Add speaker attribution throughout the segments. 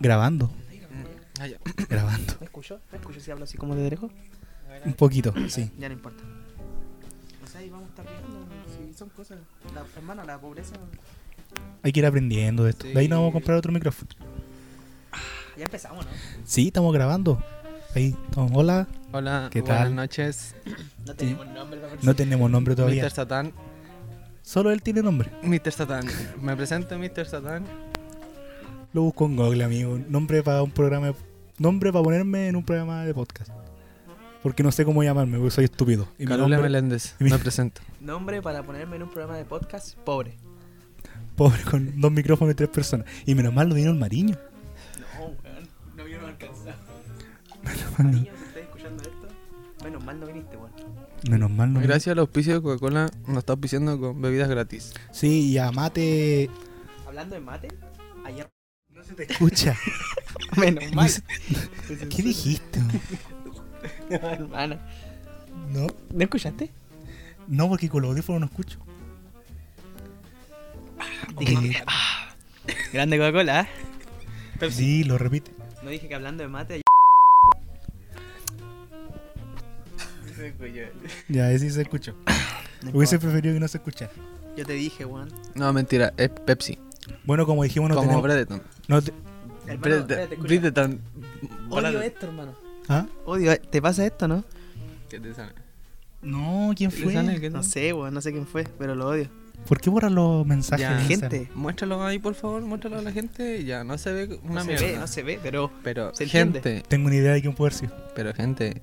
Speaker 1: Grabando,
Speaker 2: Ah, ya.
Speaker 1: grabando.
Speaker 2: ¿Me escucho? ¿Me escucho si hablo así como de lejos?
Speaker 1: Un poquito, sí.
Speaker 2: Ya no importa. O sea, ahí vamos a estar viendo si son cosas. La, hermano, la pobreza.
Speaker 1: Hay que ir aprendiendo de esto. De ahí nos vamos a comprar otro micrófono.
Speaker 2: Ya empezamos, ¿no?
Speaker 1: Sí, estamos grabando. Ahí, estamos. Hola.
Speaker 3: Hola,
Speaker 1: ¿Qué
Speaker 3: buenas
Speaker 1: tal?
Speaker 3: noches.
Speaker 2: No tenemos nombre para
Speaker 1: No tenemos nombre todavía.
Speaker 3: Mr. Satán.
Speaker 1: Solo él tiene nombre.
Speaker 3: Mr. Satán. Me presento, Mr. Satán.
Speaker 1: Lo busco en Google, amigo. Nombre para un programa. de- Nombre para ponerme en un programa de podcast. Porque no sé cómo llamarme, porque soy estúpido. Y mi
Speaker 3: Carula
Speaker 1: nombre-
Speaker 3: Meléndez.
Speaker 1: y mi-
Speaker 3: Me presento.
Speaker 2: Nombre para ponerme en un programa de podcast pobre.
Speaker 1: pobre, con dos micrófonos y tres personas. Y menos mal lo dieron el mariño.
Speaker 2: No, weón. No vieron alcanzado. Niños, si estás escuchando esto, menos mal no viniste, weón.
Speaker 1: Menos mal no.
Speaker 3: Gracias al auspicio de Coca-Cola nos está auspiciando con bebidas gratis.
Speaker 1: Sí, y a mate.
Speaker 2: Hablando de mate, ayer.
Speaker 1: No se te escucha.
Speaker 2: Menos
Speaker 1: No se- ¿Qué dijiste?
Speaker 2: No, hermana.
Speaker 1: No,
Speaker 2: ¿No escuchaste?
Speaker 1: no, porque con los audífonos no escucho. Ah,
Speaker 2: Dije- Grande Coca-Cola, ¿eh?
Speaker 1: Sí, lo repite.
Speaker 2: No dije que hablando de mate.
Speaker 1: Ya, ese sí se escuchó. Hubiese preferido que no se escuchara.
Speaker 2: Yo te dije, weón.
Speaker 3: No, mentira, es Pepsi.
Speaker 1: Bueno, como dijimos, no
Speaker 3: como
Speaker 1: tenemos.
Speaker 3: Bredeton.
Speaker 1: no te-
Speaker 2: Hermano, espérate,
Speaker 3: Bredeton.
Speaker 2: escucha.
Speaker 3: Bredeton.
Speaker 2: Odio
Speaker 3: Bredeton.
Speaker 2: esto, hermano.
Speaker 1: ¿Ah?
Speaker 2: Odio, eh, ¿te pasa esto, no?
Speaker 3: ¿Qué te sale?
Speaker 1: No, ¿quién
Speaker 3: ¿Qué te sale?
Speaker 1: fue?
Speaker 3: ¿Qué te
Speaker 2: No
Speaker 3: sale?
Speaker 2: sé, weón, no sé quién fue, pero lo odio.
Speaker 1: ¿Por qué borran los mensajes?
Speaker 3: Ya.
Speaker 1: de Instagram?
Speaker 3: Eh,
Speaker 2: Gente,
Speaker 3: Muéstralo ahí, por favor. Muéstralo a la gente. Ya, no se ve
Speaker 2: no
Speaker 3: una
Speaker 2: se
Speaker 3: mierda.
Speaker 2: ve, no se ve, pero
Speaker 3: Pero,
Speaker 2: Se entiende.
Speaker 3: gente.
Speaker 1: Tengo una idea de quién puede haber sido.
Speaker 3: Pero, gente.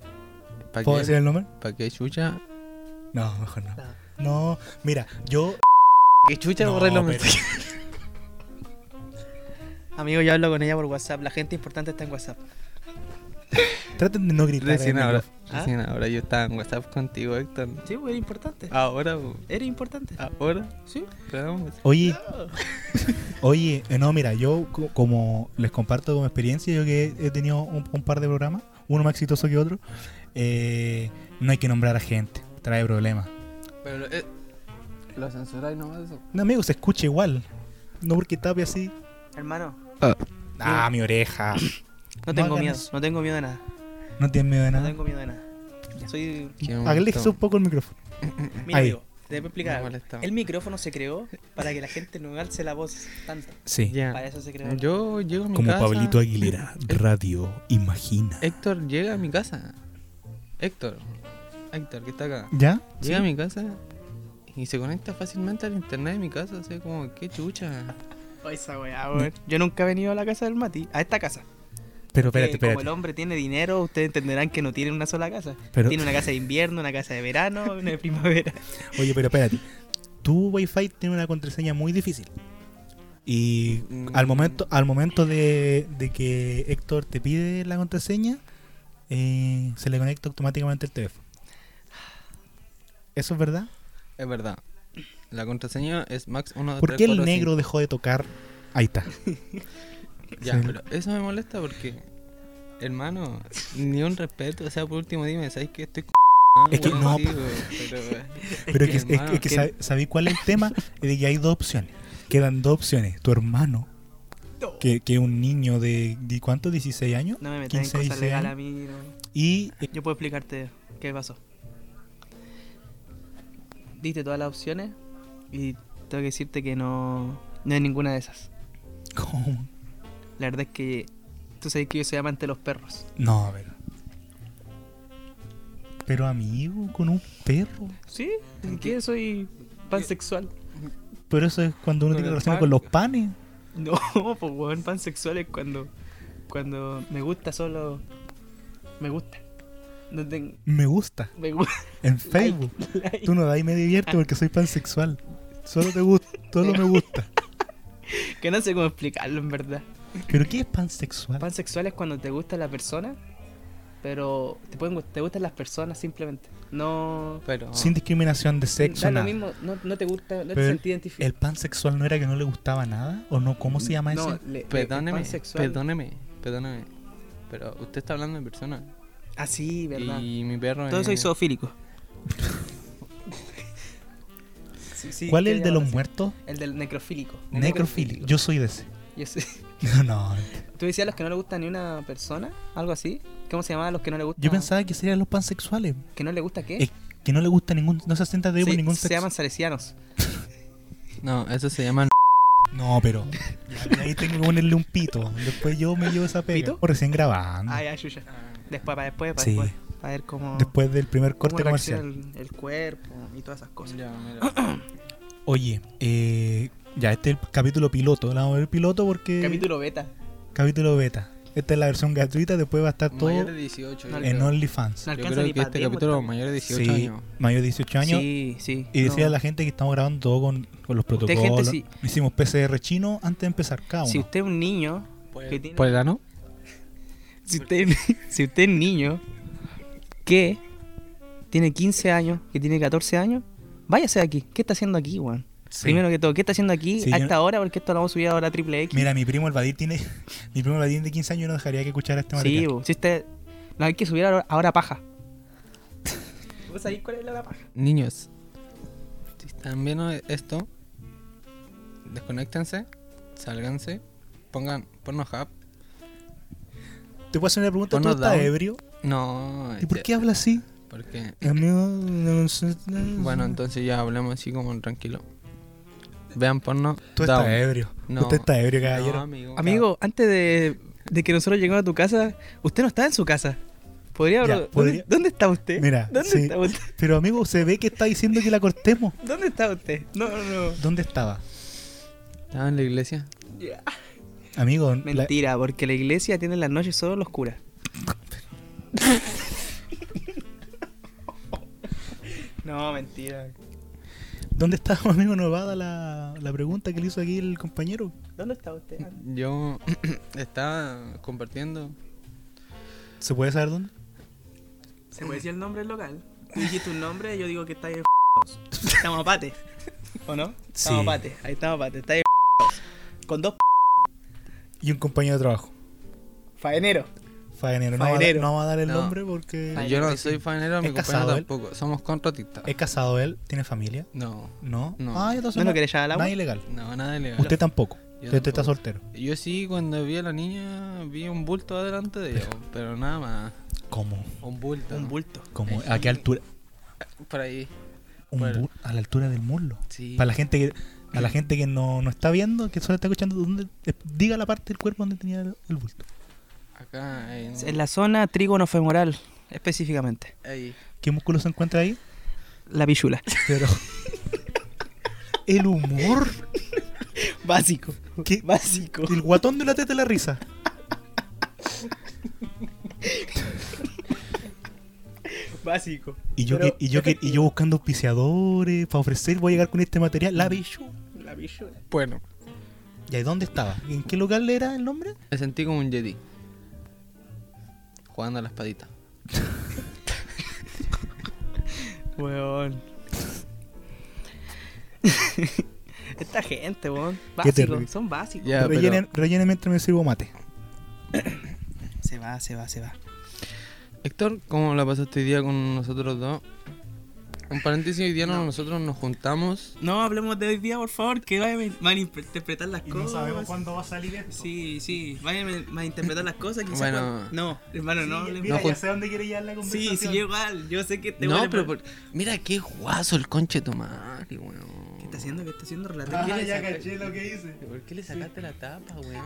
Speaker 3: ¿Para
Speaker 1: ¿Puedo decir
Speaker 3: qué,
Speaker 1: el nombre?
Speaker 3: pa' qué chucha?
Speaker 1: No, mejor no. No, mira, yo.
Speaker 3: ¿Qué chucha
Speaker 1: No,
Speaker 3: Ah. borré los
Speaker 1: pero-
Speaker 3: mensajes?
Speaker 2: amigo, yo hablo con ella por WhatsApp. La gente importante está en WhatsApp.
Speaker 1: Traten de no gritar. eh, en
Speaker 3: Recién
Speaker 1: el
Speaker 3: ahora.
Speaker 1: micrófono.
Speaker 2: ¿Ah?
Speaker 3: Recién ahora yo estaba en WhatsApp contigo, Héctor.
Speaker 2: Sí, weón, era importante.
Speaker 3: Ahora, po.
Speaker 2: Era importante.
Speaker 3: ahora.
Speaker 2: Sí.
Speaker 3: Vamos.
Speaker 1: Oye, oye, eh, no, mira, yo co- como les comparto como experiencia, yo que he tenido un, un par de programas, uno más exitoso que otro, eh, no hay que nombrar a gente, trae problemas.
Speaker 3: Pero eh, lo censuráis nomás eso.
Speaker 1: No, amigo, se escucha igual. No porque tape así.
Speaker 2: Hermano,
Speaker 1: Ah, mi oreja.
Speaker 2: no
Speaker 1: No
Speaker 2: tengo
Speaker 1: hagan
Speaker 2: miedo,
Speaker 1: eso.
Speaker 2: no tengo miedo de nada.
Speaker 1: No tienes miedo de
Speaker 2: No
Speaker 1: nada.
Speaker 2: tengo miedo de nada. Soy.
Speaker 1: Alexa un poco el micrófono.
Speaker 2: Mira,
Speaker 1: Ahí.
Speaker 2: amigo, te voy a explicar.
Speaker 3: Me
Speaker 2: algo.
Speaker 3: molesta.
Speaker 2: El micrófono se creó para que la gente no alce la voz tanto.
Speaker 1: Sí.
Speaker 2: Para eso se creó.
Speaker 3: Yo llego a mi
Speaker 1: Como
Speaker 3: casa.
Speaker 1: Pablito Aguilera, Radio Imagina.
Speaker 3: Héctor llega a mi casa. Héctor. Héctor, que está acá.
Speaker 1: ¿Ya?
Speaker 3: Llega a mi casa y se conecta fácilmente al internet de mi casa. O sea, como, qué chucha.
Speaker 2: Oh, esa weá, weón. Yo nunca he venido a la casa del Mati, a esta casa.
Speaker 1: Pero espérate,
Speaker 2: Que Como el
Speaker 1: espérate.
Speaker 2: hombre tiene dinero, ustedes entenderán que no tiene una sola casa.
Speaker 1: Pero-
Speaker 2: Tiene una casa de invierno, una casa de verano, una de primavera.
Speaker 1: Oye, pero espérate. Tu Wi-Fi tiene una contraseña muy difícil. Y
Speaker 3: Mm.
Speaker 1: al momento, al momento de, de que Héctor te pide la contraseña, eh, se le conecta automáticamente el teléfono. ¿Eso es verdad?
Speaker 3: Es verdad. La contraseña es max 1
Speaker 1: ¿Por qué el negro dejó de tocar? Ahí está.
Speaker 3: Ya,
Speaker 1: Sí.
Speaker 3: pero eso me molesta porque, hermano, ni un respeto. O sea, por último, dime, ¿sabes que estoy con
Speaker 1: Es que
Speaker 3: weón,
Speaker 1: no,
Speaker 3: sí,
Speaker 1: po.
Speaker 3: weón, pero,
Speaker 1: Pero es que, es,
Speaker 3: hermano,
Speaker 1: es que
Speaker 3: ¿quién-
Speaker 1: sabe- ¿sabéis cuál es el tema? Es de que hay dos opciones. Quedan dos opciones. Tu hermano,
Speaker 2: No.
Speaker 1: que que es un niño de, de ¿cuánto? ¿16 años?
Speaker 2: No me metas
Speaker 1: 15,
Speaker 2: en
Speaker 1: 16
Speaker 2: cosas legales a
Speaker 1: años.
Speaker 2: mí. no.
Speaker 1: Y eh,
Speaker 2: Yo puedo explicarte qué pasó. Diste todas las opciones y tengo que decirte que no, no hay ninguna de esas.
Speaker 1: ¿cómo?
Speaker 2: La verdad es que tú sabes que yo soy amante de los perros.
Speaker 1: No, a ver. Pero amigo, con un perro.
Speaker 2: ¿Sí? ¿Qué? Soy pansexual.
Speaker 1: Pero eso es cuando uno
Speaker 3: Con
Speaker 1: tiene
Speaker 3: el
Speaker 1: relación
Speaker 3: pan.
Speaker 1: con los panes.
Speaker 2: No, pues weón, pansexual es cuando, cuando me gusta solo. Me gusta. No ten-
Speaker 1: Me gusta.
Speaker 2: me gusta.
Speaker 1: En Facebook. Tú no dais me divierte porque soy pansexual. Solo te gusta, solo me gusta.
Speaker 2: Que no sé cómo explicarlo en verdad.
Speaker 1: ¿Pero qué es pansexual?
Speaker 2: Pansexual es cuando te gusta la persona, pero te, pueden, gust- te gustan las personas simplemente. No.
Speaker 3: pero-
Speaker 1: Sin discriminación de
Speaker 2: da
Speaker 1: sexo,
Speaker 2: lo
Speaker 1: nada.
Speaker 2: mismo, no, no te gusta, no
Speaker 1: Pero
Speaker 2: te sentís identificado.
Speaker 1: ¿El pansexual no era que no le gustaba nada? ¿O no? ¿Cómo se llama
Speaker 2: no,
Speaker 1: ese?
Speaker 2: le- le-
Speaker 3: Perdóneme,
Speaker 2: pansexual-
Speaker 3: perdóneme, perdóneme. Pero usted está hablando en persona.
Speaker 2: Ah, sí, verdad.
Speaker 3: Y eh. mi perro
Speaker 2: Todo
Speaker 3: es...
Speaker 2: soy zoofílico. Sí, sí,
Speaker 1: ¿Cuál es
Speaker 2: te
Speaker 1: el de los
Speaker 2: llaman
Speaker 1: muertos?
Speaker 2: así. El del necrofílico.
Speaker 1: Necrofílico. Yo soy de ese.
Speaker 2: Yo soy-
Speaker 1: No, no.
Speaker 2: ¿Tú decías los que no le gusta ni una persona? ¿Algo así? ¿Cómo se llamaba los que no le gusta?
Speaker 1: Yo pensaba que serían los pansexuales.
Speaker 2: ¿Que no le gusta qué?
Speaker 1: Es que no le gusta ningún. No se sienta de
Speaker 2: Sí,
Speaker 1: por ningún
Speaker 2: se
Speaker 1: sexo.
Speaker 2: llaman salesianos.
Speaker 3: No, eso se llama.
Speaker 1: No, pero. ya, Ahí tengo que ponerle un pito. Después yo me llevo esa pega.
Speaker 2: ¿Pito?
Speaker 1: O recién grabando.
Speaker 2: Ah, ya, chucha. Después, para después, para
Speaker 1: Mm. Sí.
Speaker 2: después. Para ver cómo.
Speaker 1: Después del primer
Speaker 2: cómo
Speaker 1: corte
Speaker 2: reacciona
Speaker 1: comercial.
Speaker 2: El, el cuerpo y todas esas cosas.
Speaker 3: Ya, mira.
Speaker 1: Oye, eh, ya este es el capítulo piloto. Le vamos a ver piloto porque.
Speaker 2: Capítulo beta.
Speaker 1: Capítulo beta. Esta es la versión gratuita. Después va a estar todo
Speaker 3: Mayor de 18. yo
Speaker 2: No,
Speaker 1: en
Speaker 3: creo.
Speaker 1: OnlyFans.
Speaker 2: No
Speaker 3: Yo
Speaker 2: alcanza
Speaker 3: creo
Speaker 2: ni
Speaker 3: que
Speaker 2: para
Speaker 3: este
Speaker 2: demo
Speaker 3: capítulo
Speaker 2: también.
Speaker 3: mayor de 18
Speaker 1: Sí,
Speaker 3: años.
Speaker 1: mayor de 18 años.
Speaker 2: Sí, sí.
Speaker 1: Y decía
Speaker 2: no.
Speaker 1: a la gente que estamos grabando todo con, con los
Speaker 2: Usted, gente,
Speaker 1: protocolos.
Speaker 2: sí.
Speaker 1: Hicimos PCR chino antes de empezar cada uno.
Speaker 2: Si usted es un niño. que tiene-
Speaker 3: ¿Por el ano?
Speaker 2: si, usted, si usted es niño. Que tiene 15 años. Que tiene 14 años. Váyase de aquí. ¿Qué está haciendo aquí, weón?
Speaker 1: Sí.
Speaker 2: Primero que todo, ¿qué está haciendo aquí
Speaker 1: Sí,
Speaker 2: a
Speaker 1: yo-
Speaker 2: esta hora? Porque esto lo vamos a subir ahora a Triple X.
Speaker 1: Mira, mi primo el Vadir tiene. Mi primo el Vadir de 15 años no dejaría que escuchara este
Speaker 2: Sí,
Speaker 1: material.
Speaker 2: bo, si este- no hay que subir ahora, ahora paja. ¿Vos sabés cuál es la hora paja?
Speaker 3: Niños, si están viendo esto, desconéctense, sálganse, pongan Pornhub.
Speaker 1: Te puedo hacer una
Speaker 2: Pues
Speaker 1: pregunta. ¿Tú
Speaker 3: Ponnos
Speaker 1: estás
Speaker 3: down.
Speaker 1: ebrio?
Speaker 3: No,
Speaker 1: ¿Y por
Speaker 3: ya-
Speaker 1: qué habla así?
Speaker 3: Porque, bueno,
Speaker 1: Bueno,
Speaker 3: entonces ya hablemos así como tranquilo. Vean porno.
Speaker 1: tú estás
Speaker 3: down.
Speaker 1: ebrio.
Speaker 3: No.
Speaker 1: Usted está ebrio,
Speaker 3: No,
Speaker 1: caballero.
Speaker 3: amigo.
Speaker 2: Amigo, antes de, de que nosotros lleguemos a tu casa, usted no estaba en su casa. ¿Podría,
Speaker 1: Ya,
Speaker 2: bro-
Speaker 1: podría-
Speaker 2: ¿dónde, dónde está usted?
Speaker 1: Mira,
Speaker 2: ¿Dónde,
Speaker 1: sí.
Speaker 2: está usted?
Speaker 1: Pero amigo, se ve que está diciendo que la cortemos.
Speaker 2: ¿Dónde está usted? No, no, no.
Speaker 1: ¿Dónde estaba?
Speaker 3: Estaba en la iglesia.
Speaker 2: Ya.
Speaker 1: Amigo, la-
Speaker 2: Mentira, porque la iglesia tiene en las noches solo los curas. no, mentira.
Speaker 1: ¿dónde estaba, amigo Novada, la, la pregunta que le hizo aquí el compañero?
Speaker 2: ¿Dónde está usted? Ah,
Speaker 3: Yo estaba compartiendo.
Speaker 1: ¿Se puede saber dónde?
Speaker 2: ¿Se puede decir el nombre del local? Tú dijiste un nombre, yo digo que está ahí de Estamos a pate. ¿O no? Estamos
Speaker 1: Sí.
Speaker 2: a pate. Ahí estamos a pate. Está ahí de Con dos
Speaker 1: Y un compañero de trabajo.
Speaker 2: faenero.
Speaker 1: Faenero. No, va a dar-
Speaker 2: Faenero.
Speaker 1: no va a dar el
Speaker 3: No.
Speaker 1: nombre porque
Speaker 2: Faenero.
Speaker 3: Yo no
Speaker 2: iglesia.
Speaker 3: soy fanero, mi
Speaker 1: ¿Es
Speaker 3: compañero
Speaker 1: casado él? Eh.
Speaker 3: tampoco. Somos contratistas.
Speaker 1: es casado él, tiene familia.
Speaker 3: No,
Speaker 1: No.
Speaker 3: No.
Speaker 1: Ah, entonces
Speaker 2: ¿No lo querés llevar al agua?
Speaker 1: Nada ilegal.
Speaker 3: no, nada legal.
Speaker 1: Usted tampoco.
Speaker 3: Yo
Speaker 1: Usted está
Speaker 3: tampoco.
Speaker 1: soltero.
Speaker 3: Yo sí, cuando vi a la niña, vi un bulto adelante de ella, pero nada más.
Speaker 1: ¿Cómo?
Speaker 3: Un bulto.
Speaker 2: Un bulto.
Speaker 1: ¿Cómo? ¿A qué altura?
Speaker 3: Por ahí.
Speaker 1: Un
Speaker 3: Bueno.
Speaker 1: bu- a la altura del muslo.
Speaker 3: Sí.
Speaker 1: Para la gente que a la gente que no, no está viendo, que solo está escuchando, ¿dónde- eh, diga la parte del cuerpo donde tenía el, el bulto.
Speaker 3: Acá, en...
Speaker 2: En la zona trígono femoral, específicamente.
Speaker 3: ahí.
Speaker 1: ¿Qué músculo se encuentra ahí?
Speaker 2: La pichula.
Speaker 1: Pero el humor,
Speaker 2: Básico.
Speaker 1: ¿Qué?
Speaker 2: Básico.
Speaker 1: el guatón de la teta de la risa.
Speaker 2: Básico.
Speaker 1: Y yo
Speaker 2: Pero
Speaker 1: que- y yo que- y yo buscando auspiciadores para ofrecer, voy a llegar con este material, la bichu.
Speaker 2: La pichula.
Speaker 3: Bueno,
Speaker 1: ¿Y ahí dónde estaba? ¿En qué local era el nombre?
Speaker 3: me sentí como un Jedi. Jugando a la espadita.
Speaker 2: Weón. Esta gente, weón.
Speaker 1: Qué terrible.
Speaker 2: Básicos. Son básicos.
Speaker 3: Ya, pero-
Speaker 1: Rellenen, rellenen mientras me sirvo mate.
Speaker 2: Se va, se va, se va.
Speaker 3: Héctor, ¿cómo la pasaste hoy día con nosotros dos? Un paréntesis, hoy día no- nosotros nos juntamos.
Speaker 2: No hablemos de hoy día, por favor, que vayan a malinterpretar las cosas.
Speaker 1: cuándo va a salir esto.
Speaker 2: Sí, sí, vayan a malinterpretar las cosas. Quizás
Speaker 3: Bueno.
Speaker 2: cuando- No, hermano, no hablemos.
Speaker 3: mira, No, ya Juan-
Speaker 1: sé dónde quiere llegar la
Speaker 2: Sí, sí, yo igual. Yo sé que este te
Speaker 3: No, pero por- mira qué guaso el conche de tu madre, weón.
Speaker 2: ¿Qué está haciendo? ¿Qué está haciendo?
Speaker 3: Ah,
Speaker 2: Relatar.
Speaker 3: ya caché
Speaker 1: lo que hice.
Speaker 3: ¿Por qué le sacaste la tapa, weón?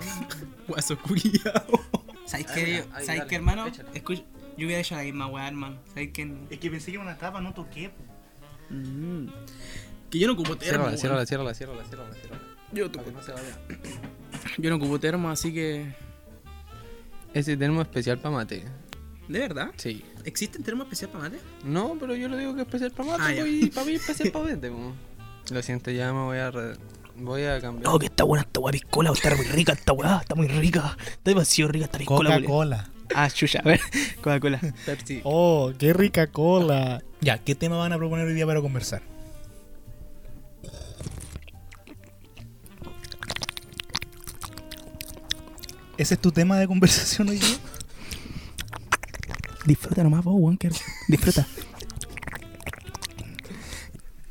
Speaker 2: Guaso culiao. ¿Sabes
Speaker 3: Ay,
Speaker 2: qué, yo-
Speaker 3: ay,
Speaker 2: ¿sabes
Speaker 3: dale,
Speaker 2: qué hermano?
Speaker 3: échala.
Speaker 2: Escucha, yo hubiera hecho la misma weá, hermano. ¿Sabes qué?
Speaker 1: Es que pensé que era una tapa, no toqué.
Speaker 2: Mm. Que yo no ocupo termo.
Speaker 3: Ciérrala,
Speaker 2: weón.
Speaker 3: ciérrala, ciérrala, ciérrala, ciérrala, ciérrala.
Speaker 2: Yo,
Speaker 3: Para que no se vaya.
Speaker 2: yo no ocupo termo, así que.
Speaker 3: Ese termo especial para mate.
Speaker 2: ¿De verdad?
Speaker 3: Sí.
Speaker 2: ¿Existen termos especial para mate?
Speaker 3: No, pero yo le digo que es especial para
Speaker 2: Ah,
Speaker 3: mate,
Speaker 2: ya.
Speaker 3: po, y para mí es especial para vete, po. Lo siento, ya me voy a re- voy a cambiar.
Speaker 2: No, que está buena esta weá piscola, está muy rica esta weá, está muy rica. Está demasiado rica esta piscola, culiao.
Speaker 1: Coca-Cola.
Speaker 2: Ah, chucha, a ver, Coca-Cola.
Speaker 3: Pepsi.
Speaker 1: Oh, qué rica cola. Ya, ¿qué tema van a proponer hoy día para conversar? ¿Ese es tu tema de conversación hoy día?
Speaker 2: Disfruta nomás vos, weón, que- Disfruta.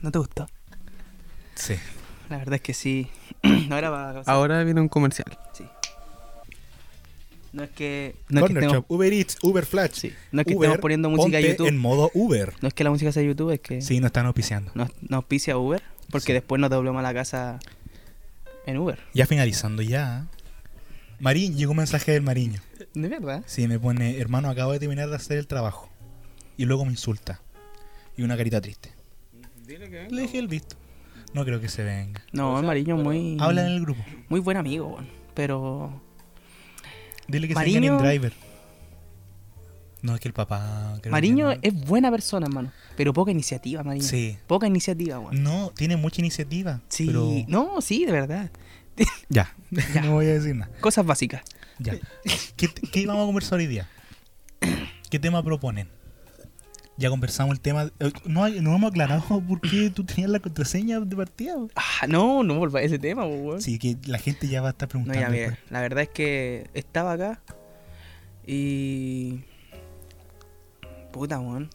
Speaker 2: ¿No te gustó?
Speaker 1: Sí.
Speaker 2: La verdad es que sí. Ahora va a...
Speaker 1: Ah.
Speaker 3: Ahora viene un comercial.
Speaker 2: Sí. No es que. No es que
Speaker 1: Corner
Speaker 2: estemos,
Speaker 1: Shop, Uber Eats, Uber Flash.
Speaker 2: sí, no es que
Speaker 1: Uber,
Speaker 2: estemos poniendo música a
Speaker 1: ponte
Speaker 2: YouTube.
Speaker 1: en modo Uber.
Speaker 2: No es que la música sea YouTube, es que
Speaker 1: Sí, nos están auspiciando.
Speaker 2: nos, nos auspicia Uber. Porque
Speaker 1: Sí.
Speaker 2: después nos doblamos a la casa en Uber.
Speaker 1: Ya finalizando ya. Marín, llegó un mensaje del Mariño.
Speaker 2: De verdad.
Speaker 1: Sí, me pone, hermano, acabo de terminar de hacer el trabajo. Y luego me insulta. Y una carita triste. Le dije el visto. No creo que se venga.
Speaker 2: No,
Speaker 4: O sea,
Speaker 2: Mariño es muy.
Speaker 1: Habla en el grupo.
Speaker 2: Muy buen amigo, weón. Pero.
Speaker 1: Dile que se
Speaker 2: Mariño-
Speaker 1: venga en driver. No, es que el papá... creo que
Speaker 2: Mariño
Speaker 1: no.
Speaker 2: es buena persona, hermano. Pero poca iniciativa, Mariño.
Speaker 1: Sí.
Speaker 2: Poca iniciativa, weón.
Speaker 1: No, tiene mucha iniciativa.
Speaker 2: Sí.
Speaker 1: pero-
Speaker 2: No, sí, de verdad.
Speaker 1: Ya.
Speaker 2: Ya.
Speaker 1: no voy a decir nada.
Speaker 2: Cosas básicas.
Speaker 1: Ya. ¿Qué, te- qué vamos a conversar hoy día? ¿Qué tema proponen? Ya conversamos el tema. eh, No, hay- no hemos aclarado por qué tú tenías la contraseña de partida. weón.
Speaker 2: Ah, no, no volváis a ese tema, weón.
Speaker 1: Sí, que la gente ya va a estar
Speaker 2: No,
Speaker 1: preguntando. pues.
Speaker 2: ya, mira,
Speaker 1: después.
Speaker 2: la verdad es que estaba acá y. Puta, weón.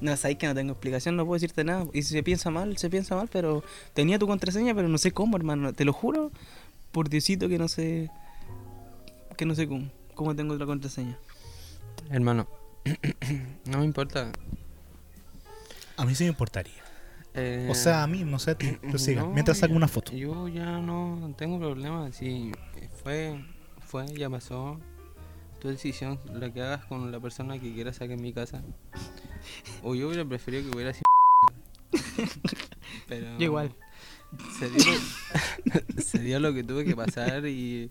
Speaker 2: No, sabéis que no tengo explicación, no puedo decirte nada. Y si se piensa mal, se piensa mal, pero tenía tu contraseña, pero no sé cómo, hermano. Te lo juro, por Diosito, que no sé. Que no sé cómo, cómo tengo otra contraseña.
Speaker 4: Hermano, no me importa.
Speaker 1: A mí sí me importaría.
Speaker 4: Eh,
Speaker 1: O sea, a mí, no sé a ti. Pero siga,
Speaker 4: no,
Speaker 1: mientras saco
Speaker 4: ya-
Speaker 1: una foto.
Speaker 4: Yo ya no tengo problema. Si fue, fue, ya pasó. Tu decisión, la que hagas con la persona que quieras sacar en mi casa. O yo hubiera preferido que hubiera sido. Pero.
Speaker 2: Yo igual.
Speaker 4: Se dio, lo, se dio lo que tuve que pasar y.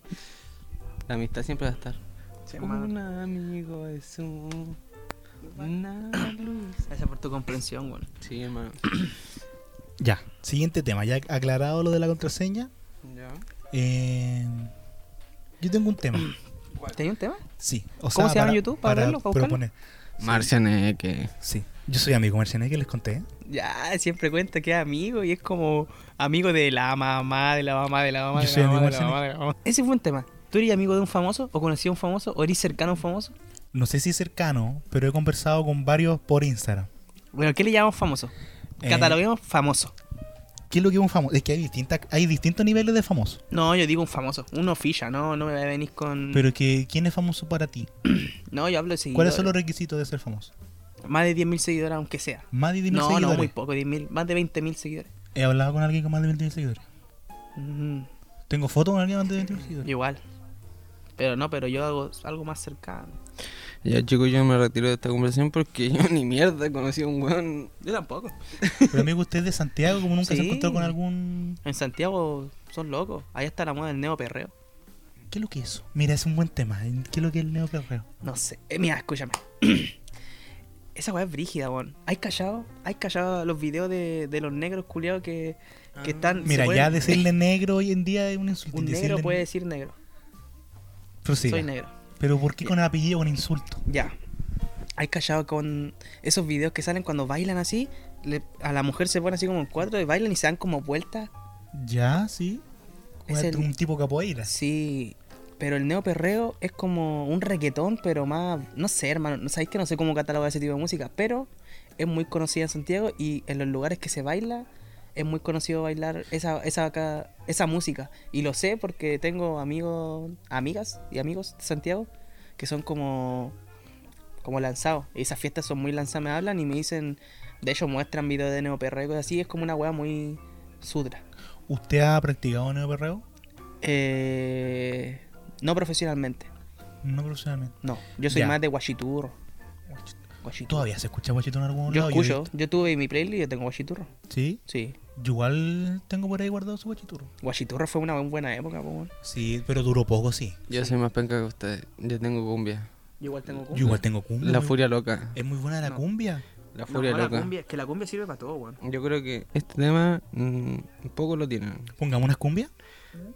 Speaker 4: La amistad siempre va a estar. Un amigo es un. Una luz.
Speaker 2: Gracias por tu comprensión, weón.
Speaker 4: Sí, hermano.
Speaker 1: Ya. Siguiente tema. Ya aclarado lo de la contraseña.
Speaker 4: Ya.
Speaker 1: eh, yo tengo un tema.
Speaker 2: ¿Tenía un tema?
Speaker 1: Sí. O sea,
Speaker 2: ¿Cómo se llama
Speaker 1: para-
Speaker 2: en YouTube? ¿Para verlo? ¿Para buscarlo?
Speaker 1: proponer.
Speaker 4: que.
Speaker 1: Sí. Yo soy amigo comerciante que les conté.
Speaker 2: Ya, siempre cuenta que es amigo y es como amigo de la mamá, de la mamá, de la mamá,
Speaker 1: Yo
Speaker 2: de
Speaker 1: soy
Speaker 2: la mamá,
Speaker 1: amigo
Speaker 2: de la mamá, de la mamá. Ese fue un tema. ¿Tú eres amigo de un famoso o conocías a un famoso o eres cercano a un famoso?
Speaker 1: No sé si cercano, pero he conversado con varios por Instagram.
Speaker 2: Bueno, ¿qué le llamamos famoso?
Speaker 1: Eh,
Speaker 2: Cataloguemos famoso.
Speaker 1: ¿Qué es lo que es un famoso? Es que hay, distintas, hay distintos niveles de famoso.
Speaker 2: No, yo digo un famoso, uno ficha, no, no me venís con...
Speaker 1: Pero que, ¿quién es famoso para ti?
Speaker 2: no, yo hablo de seguidores.
Speaker 1: ¿Cuáles son los requisitos de ser famoso?
Speaker 2: Más de 10.000 seguidores, aunque sea.
Speaker 1: Más de 10.000
Speaker 2: no,
Speaker 1: seguidores.
Speaker 2: no, muy poco, 10.000, más de 20.000 seguidores.
Speaker 1: He hablado con alguien con más de 20.000 seguidores.
Speaker 2: Ujú,
Speaker 1: Tengo fotos con alguien con más de 20.000 seguidores.
Speaker 2: Igual. Pero no, pero yo hago algo más cercano.
Speaker 4: Ya chicos, yo me retiro de esta conversación porque yo ni mierda conocí a un weón.
Speaker 2: Yo tampoco.
Speaker 1: Pero amigo, usted es de Santiago, como nunca se
Speaker 2: Sí.
Speaker 1: encontró con algún...
Speaker 2: En Santiago son locos, allá está la moda del neo perreo.
Speaker 1: ¿Qué es lo que es eso? Mira, es un buen tema. ¿Qué es lo que es el neoperreo?
Speaker 2: No sé. Eh, mira, escúchame. Esa weá es brígida, weón. ¿Hay callado? ¿Hay callado los videos de, de los negros culiados que, que están. se
Speaker 1: Mira,
Speaker 2: ponen-
Speaker 1: ya decirle negro hoy en día es un insulto.
Speaker 2: Un negro
Speaker 1: Decirle-
Speaker 2: puede decir negro.
Speaker 1: Prosiga.
Speaker 2: Soy negro.
Speaker 1: Pero ¿por qué con el apellido con insulto?
Speaker 2: Ya. ¿Hay callado con esos videos que salen cuando bailan así? le- a la mujer se pone así como en cuatro y bailan y se dan como vueltas.
Speaker 1: Ya, sí.
Speaker 2: Es
Speaker 1: Juega
Speaker 2: el-
Speaker 1: Un tipo capoeira.
Speaker 2: Sí. Pero el neo perreo es como un reggaetón, pero más. No sé, hermano. no Sabéis que no sé cómo catalogar ese tipo de música, pero es muy conocida en Santiago y en los lugares que se baila es muy conocido bailar esa, esa, ca- esa música. Y lo sé porque tengo amigos, amigas y amigos de Santiago que son como, como lanzados. Y esas fiestas son muy lanzadas, me hablan y me dicen. De hecho, muestran videos de neoperreo y cosas así. Es como una wea muy sudra.
Speaker 1: ¿Usted ha practicado neoperreo?
Speaker 2: Eh, no profesionalmente.
Speaker 1: No profesionalmente.
Speaker 2: No, yo soy
Speaker 1: Ya.
Speaker 2: más de guachiturro. Guachiturro.
Speaker 1: Todavía se escucha guachito en algún
Speaker 2: Yo
Speaker 1: lado.
Speaker 2: escucho,
Speaker 1: he
Speaker 2: yo tuve mi playlist y yo tengo guachiturro.
Speaker 1: visto. Sí.
Speaker 2: Sí.
Speaker 1: Yo igual tengo por ahí guardado su guachiturro.
Speaker 2: Guachiturro fue una buena época, po, weón.
Speaker 1: Sí, pero duró poco, sí.
Speaker 4: Yo soy más penca que ustedes. Yo tengo cumbia.
Speaker 2: Yo igual tengo cumbia.
Speaker 1: Yo igual tengo cumbia.
Speaker 4: La
Speaker 1: muy-
Speaker 4: furia loca.
Speaker 1: Es muy buena la
Speaker 2: No.
Speaker 1: cumbia.
Speaker 4: La furia loca.
Speaker 2: es que la Eh, cumbia sirve para todo, weón.
Speaker 4: Yo creo que este tema mm, poco lo tienen.
Speaker 1: Pongamos unas cumbias.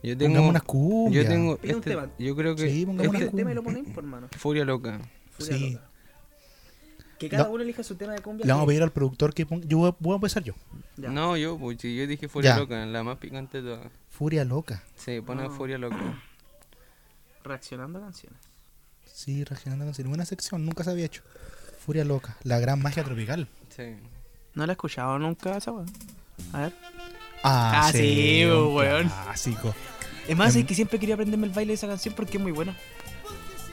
Speaker 4: Yo
Speaker 1: Pongamos
Speaker 4: tengo.
Speaker 1: unas cumbias.
Speaker 4: Yo tengo.
Speaker 2: Pide un
Speaker 4: este-
Speaker 2: tema.
Speaker 4: yo creo que.
Speaker 1: Sí, pongamos
Speaker 4: este-
Speaker 1: una cumbia.
Speaker 2: ponen por mano.
Speaker 4: furia loca.
Speaker 1: Sí.
Speaker 2: Que
Speaker 1: cada La-
Speaker 2: uno elija su tema de cumbia.
Speaker 1: Le vamos a pedir al productor que ponga. Yo voy a- voy a empezar yo.
Speaker 4: No, yo, pues, si yo dije furia
Speaker 1: Ya.
Speaker 4: loca, la más picante de todas.
Speaker 1: Furia loca.
Speaker 4: Sí, pone
Speaker 2: No.
Speaker 4: furia loca.
Speaker 2: Reaccionando a canciones.
Speaker 1: Sí, reaccionando con Buena sección, nunca se había hecho. Furia loca. La gran magia tropical.
Speaker 4: Sí.
Speaker 2: No la he escuchado nunca esa weón. A ver.
Speaker 1: Ah,
Speaker 2: Ah, sí,
Speaker 1: un
Speaker 2: weón.
Speaker 1: Clásico.
Speaker 2: Es más,
Speaker 1: Em-
Speaker 2: es que siempre quería aprenderme el baile de esa canción porque es muy buena.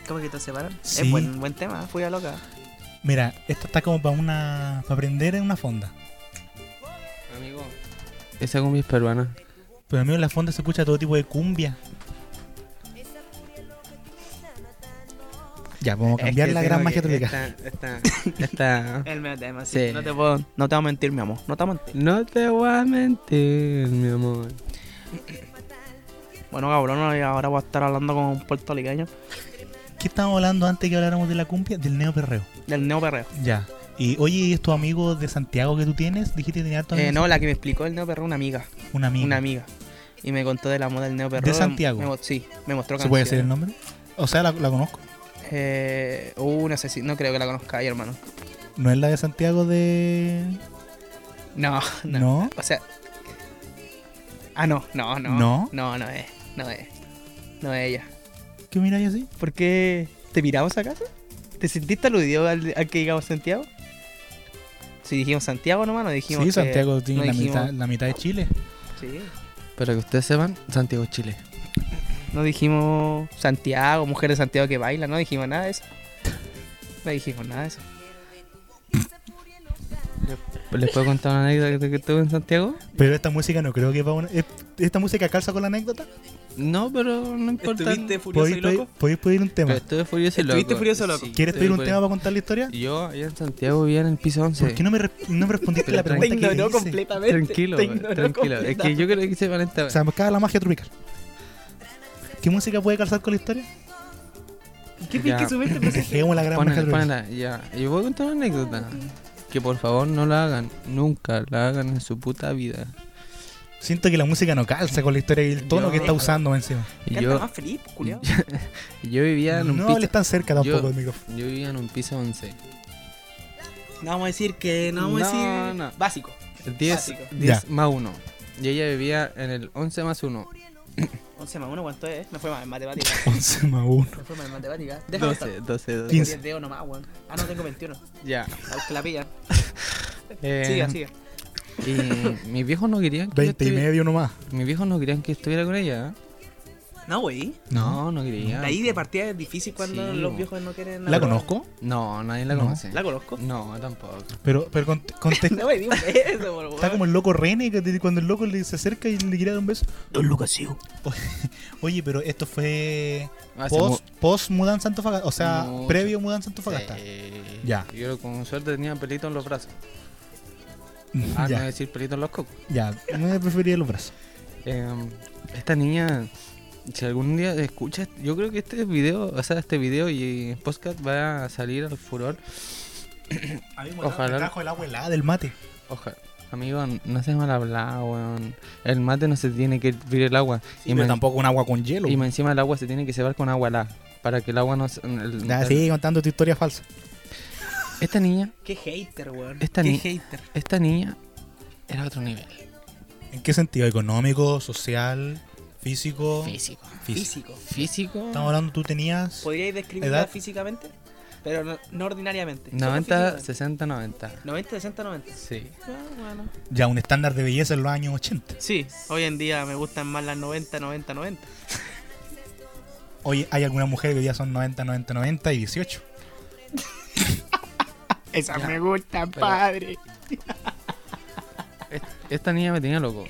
Speaker 2: ¿Cómo que te separan?
Speaker 1: Sí.
Speaker 2: Es buen, buen tema, fui a loca.
Speaker 1: Mira, esto está como para una. para aprender en una fonda.
Speaker 3: Amigo, esa cumbia es peruana.
Speaker 1: Pero amigo, en la fonda se escucha todo tipo de cumbia. Ya, vamos a cambiar la gran magia tropical.
Speaker 3: Esta, esta, esta-
Speaker 2: El medio tema,
Speaker 3: sí.
Speaker 2: No te puedo, no te voy a mentir, mi amor. No te voy a mentir.
Speaker 3: No te voy a mentir, mi amor.
Speaker 2: Bueno, cabrón, no, y ahora voy a estar hablando con un puertorriqueño
Speaker 1: ¿Qué estábamos hablando antes que habláramos de la cumbia? Del neo perreo.
Speaker 2: del neo perreo.
Speaker 1: Ya. Y oye, ¿y estos amigos de Santiago que tú tienes? Dijiste que tenías hartos
Speaker 2: Eh,
Speaker 1: amigos.
Speaker 2: no, la que me explicó el neo perreo, una amiga.
Speaker 1: Una amiga.
Speaker 2: Una amiga. Y me contó de la moda del neo perreo.
Speaker 1: Santiago?
Speaker 2: Me mo- sí, me mostró
Speaker 1: ¿Se puede decir el
Speaker 2: canciones.
Speaker 1: nombre? O sea, la, la conozco.
Speaker 2: Eh, uh, no sé si, no creo que la conozca ahí, hermano.
Speaker 1: ¿No es la de Santiago de...?
Speaker 2: No, no.
Speaker 1: ¿No?
Speaker 2: O sea. Ah, no, no, no.
Speaker 1: ¿No?
Speaker 2: No, no es. No es. No es ella.
Speaker 1: ¿Qué miráis así?
Speaker 2: ¿Por qué te miramos acaso? ¿Te sentiste aludido al, al que digamos Santiago? Si dijimos Santiago nomás, no dijimos.
Speaker 1: Sí,
Speaker 2: que-
Speaker 1: Santiago tiene
Speaker 2: no
Speaker 1: la,
Speaker 2: dijimos-
Speaker 1: mitad, la mitad de Chile.
Speaker 2: Sí.
Speaker 3: Para que ustedes sepan, Santiago, Chile.
Speaker 2: No dijimos Santiago, mujer de Santiago que baila, no dijimos nada de eso. No dijimos nada de eso.
Speaker 3: ¿Les puedo contar una anécdota que tuve en Santiago?
Speaker 1: Pero esta música no creo que va a una... ¿es- ¿Esta música calza con la anécdota?
Speaker 3: No, pero no importa.
Speaker 4: ¿Estuviste furioso
Speaker 1: ¿Podéis
Speaker 4: y loco?
Speaker 1: pedir, podéis pedir un tema?
Speaker 3: Pero estuve furioso y loco.
Speaker 4: ¿Estuviste furioso, loco?
Speaker 1: ¿Quieres
Speaker 3: estuve
Speaker 1: pedir un
Speaker 3: furioso.
Speaker 1: tema para contar la historia?
Speaker 3: Yo allá en Santiago vivía en el piso 11.
Speaker 1: ¿Por qué no me, re- no me respondiste
Speaker 3: Pero
Speaker 1: la
Speaker 3: te
Speaker 1: pregunta que hice?
Speaker 2: completamente.
Speaker 3: Tranquilo, weón, tranquilo. Es que yo creo que sepan esta
Speaker 1: O sea, me caga la magia tropical. ¿Qué música puede calzar con la historia?
Speaker 2: ¿Qué
Speaker 3: Ya.
Speaker 2: que subiste?
Speaker 1: Dejemos la gran magia
Speaker 3: Ponela,
Speaker 1: tropical.
Speaker 3: ponela, ya. Yo voy a contar una anécdota. Que por favor no la hagan. Nunca la hagan en su puta vida.
Speaker 1: Siento que la música no calza con la historia y el tono
Speaker 3: Yo-
Speaker 1: que está usando más encima.
Speaker 2: Canta
Speaker 3: Yo,
Speaker 2: más Felipe, culiao.
Speaker 3: yo vivía en un
Speaker 1: No hables
Speaker 3: piso.
Speaker 1: tan cerca tampoco
Speaker 3: Yo-
Speaker 1: del micrófono.
Speaker 3: Yo vivía en un piso 11.
Speaker 2: No vamos a decir que, no vamos a
Speaker 3: No,
Speaker 2: decir.
Speaker 3: no.
Speaker 2: Básico.
Speaker 3: 10,
Speaker 2: Básico.
Speaker 3: 10 más 1. Y ella vivía en el 11 más 1.
Speaker 2: 11 más 1, ¿cuánto es? Me fue mal en matemática.
Speaker 1: 11 más 1.
Speaker 2: Me fue mal en matemática. Déjame estar.
Speaker 3: 12, 12, 12.
Speaker 1: 15.
Speaker 2: 10 dedos nomás, weón. Ah, no, tengo 21.
Speaker 3: Ya.
Speaker 2: Al que la pilla.
Speaker 3: Eh,
Speaker 2: Sigue, sigue.
Speaker 3: Y mis viejos no querían que yo
Speaker 1: 20 y
Speaker 3: estuviera-
Speaker 1: medio nomás.
Speaker 3: Mis viejos no querían que estuviera con ella. ¿eh?
Speaker 2: No, güey.
Speaker 3: No, no querían.
Speaker 2: De ahí de partida es difícil cuando
Speaker 3: Sí,
Speaker 2: los
Speaker 3: bo.
Speaker 2: viejos no quieren.
Speaker 1: La conozco,
Speaker 3: No, nadie la
Speaker 1: No.
Speaker 3: conoce.
Speaker 2: ¿La conozco?
Speaker 3: No, tampoco.
Speaker 1: pero, pero con- contexto.
Speaker 2: No me digas eso, por
Speaker 1: Está como el loco René, que te- cuando el loco le se acerca y le quiere dar un beso.
Speaker 2: Don Lucasio.
Speaker 1: Oye, pero esto fue
Speaker 3: Hace Ah, mu-
Speaker 1: post, post mudanza a Antofagasta, o sea,
Speaker 3: Mucho.
Speaker 1: previo mudanza a Antofagasta.
Speaker 3: Sí.
Speaker 1: Ya.
Speaker 3: Eh, Yo con suerte tenía pelito en los brazos. Ah, no
Speaker 1: ya,
Speaker 3: decir pelito en los cocos.
Speaker 1: ya, me prefería los brazos.
Speaker 3: Em, esta niña, si algún día escuchas, yo creo que este video, o sea, este video y podcast va a salir al furor. Ojalá.
Speaker 1: Trajo el agua helada del mate.
Speaker 3: Ojalá. Amigo, no seas mal hablado, weón. El mate no se tiene que hervir el agua. y,
Speaker 1: pero
Speaker 3: me,
Speaker 1: tampoco un agua con hielo.
Speaker 3: y me encima el agua se tiene que cebar con agua helada. Para que el agua no se... el-
Speaker 2: Ah,
Speaker 1: Ya, sigue contando tu historia falsa.
Speaker 3: Esta niña,
Speaker 2: Qué hater, weón.
Speaker 3: Esta
Speaker 2: Qué
Speaker 3: ni-
Speaker 2: hater.
Speaker 3: esta niña era otro nivel.
Speaker 1: ¿En qué sentido? ¿Económico, social, físico?
Speaker 3: Físico.
Speaker 1: Físico.
Speaker 2: Físico.
Speaker 3: Físico.
Speaker 1: Estamos hablando, tú tenías...
Speaker 2: ¿Podríais describirla
Speaker 1: ¿Edad?
Speaker 2: físicamente? Pero no, no ordinariamente. Solo
Speaker 3: 90,
Speaker 2: físicamente.
Speaker 3: 60, 90.
Speaker 2: 90, 60, 90.
Speaker 3: Sí.
Speaker 2: Ah, bueno.
Speaker 1: Ya, un estándar de belleza en los años 80.
Speaker 2: Sí, hoy en día me gustan más las 90, 90, 90.
Speaker 1: Oye, hay algunas mujeres que ya son 90, 90, 90 y 18.
Speaker 2: Esas
Speaker 3: Ya.
Speaker 2: me gustan,
Speaker 3: Pero-
Speaker 2: padre.
Speaker 3: Esta niña me tenía loco.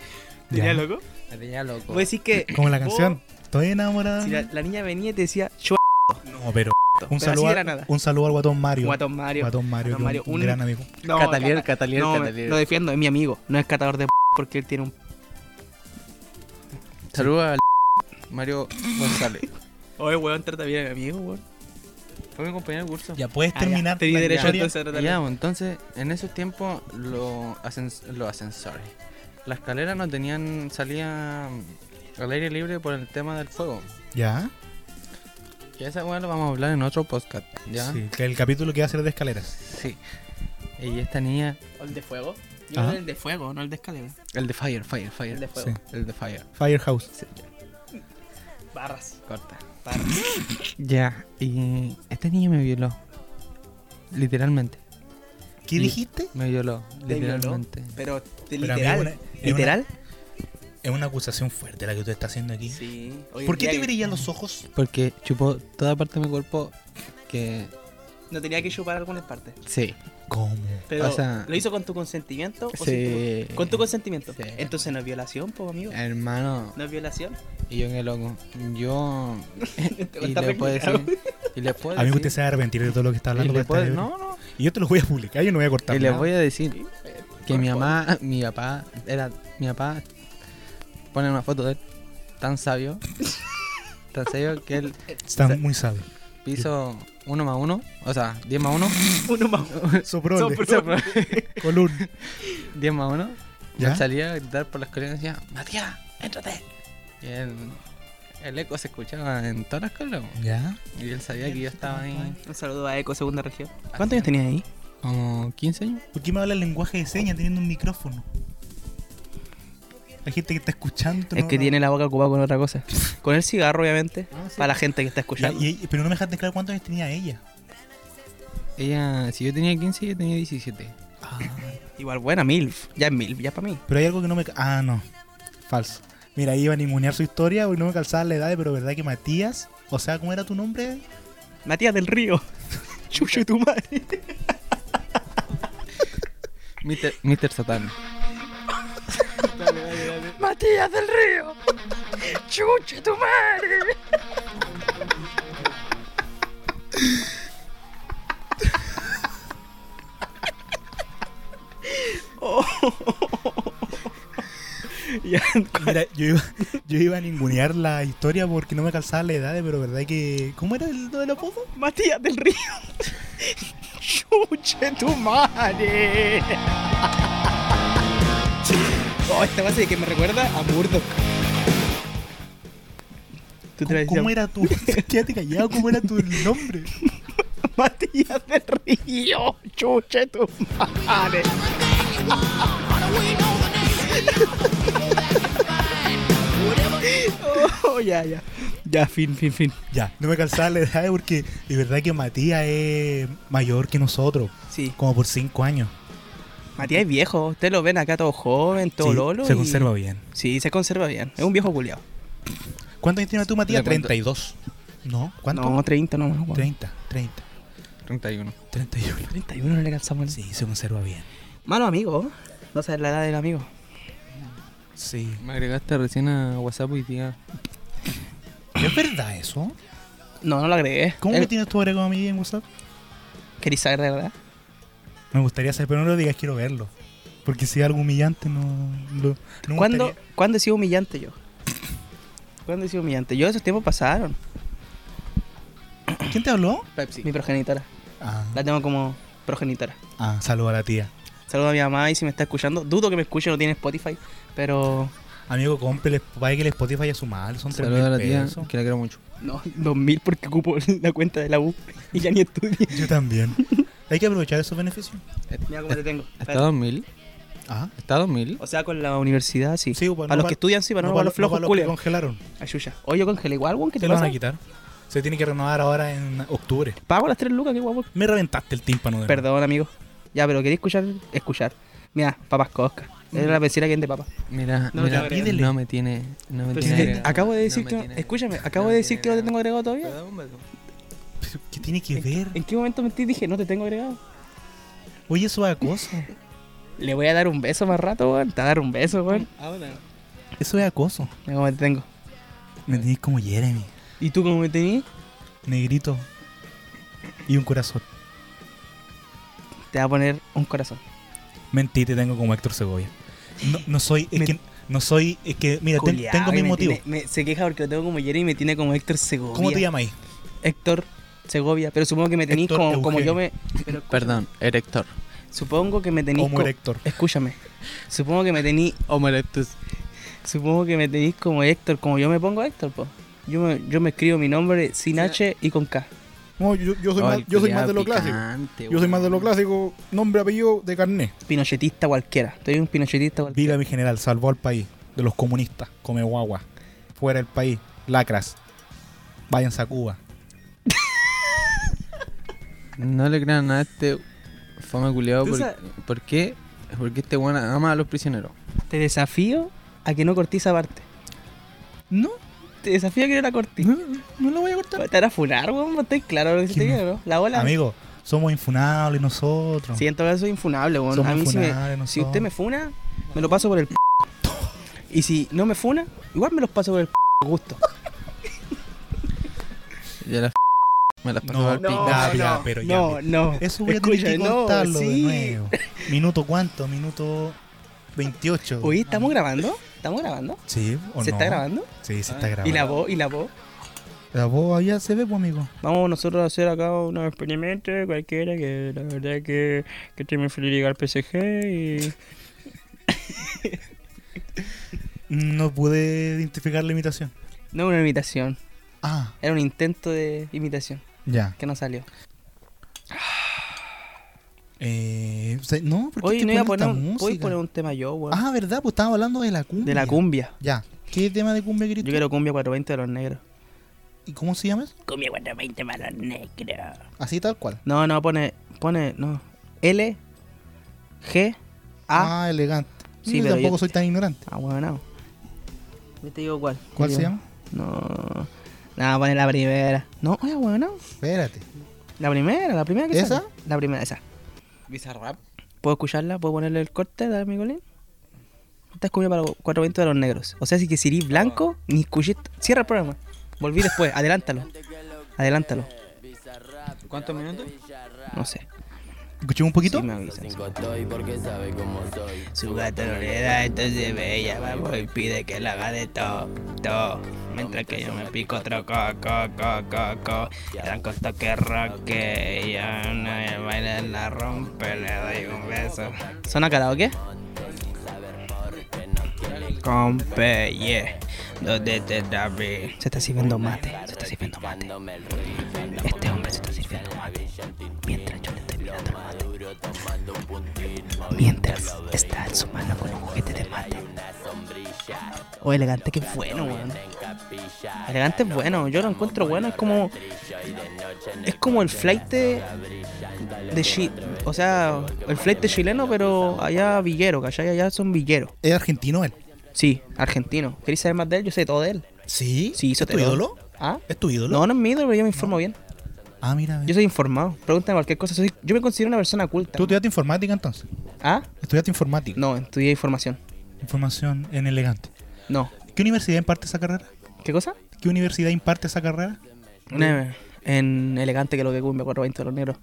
Speaker 2: ¿Diría
Speaker 1: Ya.
Speaker 2: loco?
Speaker 3: Me tenía loco.
Speaker 2: Voy a decir que.
Speaker 1: Como la canción. Estoy enamorada.
Speaker 2: Si la, la niña venía y te decía, yo
Speaker 1: No, pero... Un
Speaker 2: Pero así
Speaker 1: saludo,
Speaker 2: era
Speaker 1: a,
Speaker 2: nada.
Speaker 1: un saludo al Guatón Mario.
Speaker 2: Guatón Mario.
Speaker 1: Guatón Mario,
Speaker 2: Guatón
Speaker 1: que
Speaker 2: Mario,
Speaker 1: un, un
Speaker 2: un-
Speaker 1: gran amigo.
Speaker 2: No,
Speaker 3: Catalier,
Speaker 2: Cata-
Speaker 3: Catalier,
Speaker 2: no, me-
Speaker 3: Catalier.
Speaker 2: Lo defiendo, es mi amigo, no es catador de p porque él tiene un.
Speaker 3: Saluda al Mario González.
Speaker 2: Oye, weón, trata bien a mi amigo, weón.
Speaker 3: Fue mi compañero de curso.
Speaker 1: Ya puedes
Speaker 2: Ah,
Speaker 1: terminar
Speaker 2: ya, tenía
Speaker 1: la
Speaker 2: derecho
Speaker 1: historia?
Speaker 2: entonces a tratarlo.
Speaker 3: Ya, bueno, entonces, en esos tiempos, los, ascens- los ascensores. Las escaleras no tenían salida mm, al aire libre por el tema del fuego.
Speaker 1: ¿Ya?
Speaker 3: Y esa weá lo vamos a hablar en otro podcast. ¿Ya?
Speaker 1: Sí, que el capítulo que va a ser de escaleras.
Speaker 3: Sí. Y esta niña,
Speaker 2: ¿O el de fuego?
Speaker 1: Yo Ajá.
Speaker 2: el de fuego, no el de escalera.
Speaker 3: el de Fire, Fire, Fire.
Speaker 2: El de
Speaker 1: Sí.
Speaker 2: fuego.
Speaker 3: El de Fire.
Speaker 1: Firehouse.
Speaker 2: Barras.
Speaker 3: Corta.
Speaker 2: Barras.
Speaker 3: Ya, y esta niña me violó. Literalmente.
Speaker 1: ¿Qué
Speaker 3: Sí.
Speaker 1: dijiste?
Speaker 3: Me violó,
Speaker 2: Te violó,
Speaker 3: literalmente.
Speaker 2: Pero, te-
Speaker 1: Pero,
Speaker 2: literal.
Speaker 1: amigo, una- es
Speaker 2: ¿Literal?
Speaker 1: Es una acusación fuerte la que tú estás haciendo aquí.
Speaker 2: Sí. Hoy en
Speaker 1: ¿Por qué
Speaker 2: día
Speaker 1: te
Speaker 2: que-
Speaker 1: brillan los ojos?
Speaker 3: Porque chupó toda parte de mi cuerpo que
Speaker 2: No tenía que chupar algunas partes.
Speaker 3: sí.
Speaker 1: ¿Cómo?
Speaker 2: Pero,
Speaker 3: O sea-
Speaker 2: ¿lo hizo con tu consentimiento? o sin
Speaker 3: Sí. Eh.
Speaker 2: tu- con tu consentimiento.
Speaker 3: Sí.
Speaker 2: Entonces no es violación, pues, amigo.
Speaker 3: Hermano,
Speaker 2: No es violación.
Speaker 3: y yo qué loco. Yo
Speaker 2: Te
Speaker 3: y
Speaker 2: está
Speaker 3: le puedo
Speaker 2: requinado.
Speaker 3: decir y le puedo
Speaker 1: Amigo, usted
Speaker 3: decir
Speaker 1: se va a arrepentir de todo lo que está hablando.
Speaker 3: y le
Speaker 1: por esta
Speaker 3: puedo-
Speaker 1: libre.
Speaker 3: no, no.
Speaker 1: Y yo te lo voy a publicar, yo no voy a cortar.
Speaker 3: Y les
Speaker 1: nada.
Speaker 3: voy a decir que mi mamá, mi papá, era. Mi papá pone una foto de él tan sabio. tan sabio que él
Speaker 1: Está muy sabio.
Speaker 3: hizo uno más uno. O sea, 10 más uno.
Speaker 2: Uno más.
Speaker 1: Soprole,
Speaker 2: Soprole.
Speaker 3: Soprole.
Speaker 1: column.
Speaker 3: 10 más uno.
Speaker 1: ¿Ya?
Speaker 3: Él salía a gritar por las colinas y decía, Matías, éntrate. Y él, el eco se escuchaba en todas las colinas.
Speaker 1: ¿Ya?
Speaker 3: Y él sabía que yo estaba ahí
Speaker 2: Un saludo a Eco, segunda región. ¿Cuántos años tenías ahí?
Speaker 3: como 15 años.
Speaker 1: ¿Por qué me habla el lenguaje de señas teniendo un micrófono? La gente que está escuchando.
Speaker 2: Es
Speaker 1: no-
Speaker 2: que
Speaker 1: no-
Speaker 2: tiene la boca ocupada con otra cosa. Con el cigarro, obviamente.
Speaker 1: Ah, sí.
Speaker 2: Para la gente que
Speaker 1: Ya,
Speaker 2: está escuchando.
Speaker 1: y- y- pero no me dejaste claro cuántos años tenía ella.
Speaker 3: Ella, si yo tenía 15, yo tenía 17.
Speaker 2: Igual buena, MILF. Ya es MILF, ya para mí.
Speaker 1: Pero hay algo que no me. ca- Ah, no. Falso. Mira, iba a ningunear su historia porque no me calzaba la edad, pero verdad que Matías. O sea, ¿cómo era tu nombre?
Speaker 2: Matías del Río. Chucho y tu madre.
Speaker 3: Mister, Mister Satán.
Speaker 2: Matías del Río. Chucho y tu madre. Ya,
Speaker 1: Mira, yo iba, yo iba a ningunear la historia porque no me calzaba la edad, pero verdad que. ¿Cómo era el lo del apodo?
Speaker 2: Matías del Río. Chuche tu madre. Oh, esta base que me recuerda a Murdoch. Tú te la
Speaker 1: ¿Cómo,
Speaker 2: decías,
Speaker 1: cómo era tu. Quédate callado, ¿cómo era tu nombre?
Speaker 2: Matías del Río. Chuche tu madre. Oh, ya, ya. Ya, fin, fin, fin.
Speaker 1: Ya, no me calzaba la edad porque de verdad que Matías es mayor que nosotros,
Speaker 2: Sí.
Speaker 1: como por 5 años.
Speaker 2: Matías es viejo. Ustedes lo ven acá todo joven, todo
Speaker 1: Sí,
Speaker 2: lolo.
Speaker 1: Se
Speaker 2: y-
Speaker 1: conserva bien.
Speaker 2: Sí, se conserva bien. Es un viejo culiao.
Speaker 1: ¿Cuántos años tienes tú, Matías?
Speaker 3: ¿De cuánto?
Speaker 1: 32. No, ¿cuánto?
Speaker 2: No, 30 nomás. weón.
Speaker 1: 30, 30,
Speaker 3: 31.
Speaker 1: 31.
Speaker 2: 31 no le calzamos el
Speaker 1: Sí, se conserva bien.
Speaker 2: Malo amigo. No sabes la edad del amigo.
Speaker 1: Sí.
Speaker 3: Me agregaste recién a WhatsApp hoy día.
Speaker 2: Ah.
Speaker 1: ¿Es verdad eso?
Speaker 2: No, no lo agregué.
Speaker 1: ¿Cómo
Speaker 2: Él-
Speaker 1: me tienes tú agregado a mí en WhatsApp?
Speaker 2: ¿Querís saber de verdad?
Speaker 1: Me gustaría saber, pero no lo digas, quiero verlo. Porque si es algo humillante, no. lo- no me
Speaker 2: ¿Cuándo,
Speaker 1: gustaría.
Speaker 2: ¿Cuándo he sido humillante yo? ¿Cuándo he sido humillante? Yo esos tiempos pasaron.
Speaker 1: ¿Quién te habló?
Speaker 3: Pepsi.
Speaker 2: Mi progenitora.
Speaker 1: Ah,
Speaker 2: La tengo como progenitora.
Speaker 1: ah, saludo a la tía.
Speaker 2: Saludo a mi mamá y si me está escuchando. Dudo que me escuche, no tiene Spotify. Pero.
Speaker 1: Amigo, compre, pague que el Spotify a su mal, son 3
Speaker 3: Saludos a la tía,
Speaker 1: pesos.
Speaker 3: que la quiero mucho.
Speaker 2: No, 2000 porque ocupo la cuenta de la U y ya ni estudié.
Speaker 1: Yo también. Hay que aprovechar esos beneficios.
Speaker 2: Mira cómo te tengo.
Speaker 3: ¿Está 2000?
Speaker 1: Ah,
Speaker 3: ¿Está 2000?
Speaker 2: O sea, con la universidad, sí.
Speaker 1: Sí, pa-
Speaker 2: para
Speaker 1: no
Speaker 2: los
Speaker 1: pa-
Speaker 2: que estudian, sí, para no, para los flojos,
Speaker 1: que
Speaker 2: culiao.
Speaker 1: congelaron.
Speaker 2: Ayuya. Oye, yo congelé igual, weón, ¿qué
Speaker 1: Te
Speaker 2: te
Speaker 1: lo van
Speaker 2: pasa?
Speaker 1: a quitar. Se tiene que renovar ahora en octubre.
Speaker 2: Pago las tres lucas, qué guapo.
Speaker 1: Me reventaste el tímpano de
Speaker 2: Perdón, amigo. Ya, pero quería escuchar, escuchar. Mira, papas cosca.
Speaker 3: Mm.
Speaker 2: Era la vecina que es de papa.
Speaker 3: Mira,
Speaker 2: No,
Speaker 3: mira,
Speaker 2: ya,
Speaker 1: pídele.
Speaker 3: no me tiene. No me
Speaker 2: Pero
Speaker 3: tiene
Speaker 2: si te-
Speaker 3: agregado.
Speaker 2: acabo de
Speaker 3: No
Speaker 2: decir
Speaker 3: me
Speaker 2: que.
Speaker 3: tiene-
Speaker 2: escúchame, acabo
Speaker 3: no
Speaker 2: de
Speaker 3: me
Speaker 2: decir que no te tengo
Speaker 3: tiene
Speaker 2: agregado
Speaker 3: agregado.
Speaker 2: todavía.
Speaker 3: ¿Me da un beso?
Speaker 1: nuevo. ¿Qué tiene que ver?
Speaker 2: ¿En qué momento mentí? Dije, no te tengo agregado.
Speaker 1: Oye, eso es acoso.
Speaker 2: Le voy a dar un beso más rato, weón. Te voy a dar un beso, weón.
Speaker 3: Ahora.
Speaker 1: Eso es acoso.
Speaker 2: Mira cómo te tengo.
Speaker 1: Me tenés como Jeremy.
Speaker 2: ¿Y tú cómo me tenías?
Speaker 1: Negrito. Y un corazón.
Speaker 2: Te voy a poner un corazón.
Speaker 1: Mentí, te tengo como Héctor Segovia. No, no soy, es
Speaker 2: Me-
Speaker 1: que, no soy, es que, mira, ten-
Speaker 2: Culeado,
Speaker 1: tengo
Speaker 2: y
Speaker 1: mis
Speaker 2: me
Speaker 1: motivos.
Speaker 2: tiene- me- se queja porque lo tengo como Jerry y me tiene como Héctor Segovia.
Speaker 1: ¿Cómo te llamas ahí?
Speaker 2: Héctor Segovia. Pero supongo que me tenéis
Speaker 1: Héctor
Speaker 2: como, como
Speaker 1: Eugenio.
Speaker 2: yo me. pero escúchame,
Speaker 3: Perdón, Erector.
Speaker 2: Supongo que me tenéis
Speaker 1: Homo
Speaker 2: como.
Speaker 1: Héctor.
Speaker 2: Escúchame. Supongo que me tenéis
Speaker 3: Homo erectus.
Speaker 2: Supongo que me tenéis como Héctor, como yo me pongo Héctor, po. Yo me, yo me escribo mi nombre sin H y con K.
Speaker 1: No, yo, yo
Speaker 3: Oh, el culiao picante, weón.
Speaker 1: clásico. Nombre, apellido de carné.
Speaker 2: Pinochetista cualquiera. Estoy un pinochetista cualquiera.
Speaker 1: Viva mi general, salvó al país de los comunistas, come guagua, fuera del país, lacras, váyanse a Cuba.
Speaker 3: No le crean a este fome culiado.
Speaker 2: Tú
Speaker 3: Por,
Speaker 2: sabes-
Speaker 3: ¿Por qué? Porque este weón ama a los prisioneros.
Speaker 2: Te desafío a que no cortís esa parte.
Speaker 1: No,
Speaker 2: Te desafío a que no la cortís.
Speaker 1: no, no lo voy a cortar.
Speaker 2: Te van a funar, weón. ¿Estás claro de lo que se te
Speaker 1: ¿Quién
Speaker 2: viene, no? La ola.
Speaker 1: Amigo, somos infunables nosotros.
Speaker 2: Sí, en todo caso es infunable, weón.
Speaker 1: Somos
Speaker 2: a mí si, me-
Speaker 1: infunables
Speaker 2: si
Speaker 1: nosotros.
Speaker 2: usted me funa, me lo paso por el p. Y si no me funa, igual me los paso por el p gusto.
Speaker 4: Ya las me las pasó
Speaker 1: No,
Speaker 4: al
Speaker 1: no,
Speaker 4: pico.
Speaker 1: ya, ya, pero ya.
Speaker 2: no,
Speaker 1: mira.
Speaker 2: no.
Speaker 1: Eso voy a
Speaker 2: Escucha,
Speaker 1: tener que
Speaker 2: no,
Speaker 1: contarlo
Speaker 2: sí.
Speaker 1: de nuevo. ¿Minuto cuánto? Minuto 28.
Speaker 2: Oye, ¿estamos grabando? ¿Estamos grabando?
Speaker 1: Sí, ¿o
Speaker 2: ¿Se
Speaker 1: no?
Speaker 2: está grabando?
Speaker 1: Sí, se
Speaker 4: Ah,
Speaker 1: está
Speaker 4: y
Speaker 2: ¿Y
Speaker 1: grabando.
Speaker 2: la voz? ¿Y la voz?
Speaker 1: La voz allá se ve, pues, amigo.
Speaker 2: Vamos nosotros a hacer acá unos experimentos cualquiera que la verdad que, que estoy muy feliz de llegar al PSG y...
Speaker 1: No pude identificar la imitación.
Speaker 2: No era una imitación,
Speaker 1: Ah,
Speaker 2: era un intento de imitación
Speaker 1: ya.
Speaker 2: que no salió.
Speaker 1: Eh, o sea, no, porque
Speaker 2: Hoy no iba a poner,
Speaker 1: esta
Speaker 2: un, voy a
Speaker 1: música?
Speaker 2: poner un tema yo, weón.
Speaker 1: Ah, ¿verdad? Pues estábamos hablando de la cumbia.
Speaker 2: de la cumbia.
Speaker 1: Ya. ¿Qué tema de cumbia querés
Speaker 2: Yo
Speaker 1: tú?
Speaker 2: quiero cumbia 420 de los negros.
Speaker 1: ¿Y cómo se llama eso?
Speaker 2: Cumbia 420 para los negros.
Speaker 1: Así tal cual.
Speaker 2: No, no, pone, pone, no. L, G, A.
Speaker 1: Ah, elegante.
Speaker 2: Sí,
Speaker 1: yo
Speaker 2: pero
Speaker 1: tampoco
Speaker 2: yo-
Speaker 1: soy tan ignorante.
Speaker 2: Ah, weón, no. Yo te digo cuál.
Speaker 1: ¿Cuál
Speaker 2: Yo
Speaker 1: se
Speaker 2: digo,
Speaker 1: llama?
Speaker 2: No. No, pone la primera. No, oye, weón, no.
Speaker 1: Espérate.
Speaker 2: La primera, la primera que
Speaker 1: ¿Esa?
Speaker 2: sale. La primera, esa.
Speaker 4: Bizarrap.
Speaker 2: ¿Puedo escucharla? ¿Puedo ponerle el corte de mi colín? Esta es cumbia para 420 de los negros. O sea, si que si eres blanco, ni escuché. Cierra el programa. Volví después, adelántalo. Adelántalo,
Speaker 4: ¿Cuántos minutos?
Speaker 2: no sé.
Speaker 1: ¿Escuchamos un poquito?
Speaker 2: Sí, me avisan, sí. Su gato no le da, entonces bella vamos y pide que la haga de todo, todo. Mientras que yo me pico otro co, co, co, co, co. Le dan con toque roque, yo no me baila la rompe, le doy un beso. ¿Suena karaoke? Compe, yeah. ¿Dónde te vi? Se está sirviendo mate, se está sirviendo mate. Este hombre se está sirviendo mate. Mientras yo le estoy mirando el mate mientras está en su mano con un juguete de mate. O elegante que es bueno, weón. Elegante es bueno, yo lo encuentro bueno, es como. Es como el flight de. de chi- o sea, el flight de chileno, pero allá villero, ¿cachai? Allá son villeros.
Speaker 1: ¿Es argentino él?
Speaker 2: Sí, argentino. ¿Queréis saber más de él? Yo sé todo de él.
Speaker 1: Sí.
Speaker 2: Sí,
Speaker 1: ¿Es
Speaker 2: eso
Speaker 1: tu
Speaker 2: te lo-
Speaker 1: ídolo?
Speaker 2: ¿Ah?
Speaker 1: ¿Es tu ídolo?
Speaker 2: No, no es mi ídolo, pero yo me informo bien.
Speaker 1: Ah, mira.
Speaker 2: Yo soy informado. Pregúntame cualquier cosa. soy- yo me considero una persona culta.
Speaker 1: ¿Tú estudiaste informática entonces?
Speaker 2: ¿Ah?
Speaker 1: ¿Estudiaste informática?
Speaker 2: No, estudié información.
Speaker 1: Información en elegante.
Speaker 2: No.
Speaker 1: ¿Qué universidad imparte esa carrera?
Speaker 2: ¿Qué cosa?
Speaker 1: ¿Qué universidad imparte esa carrera?
Speaker 2: Una- en elegante que lo que cumbia 420 de los negros.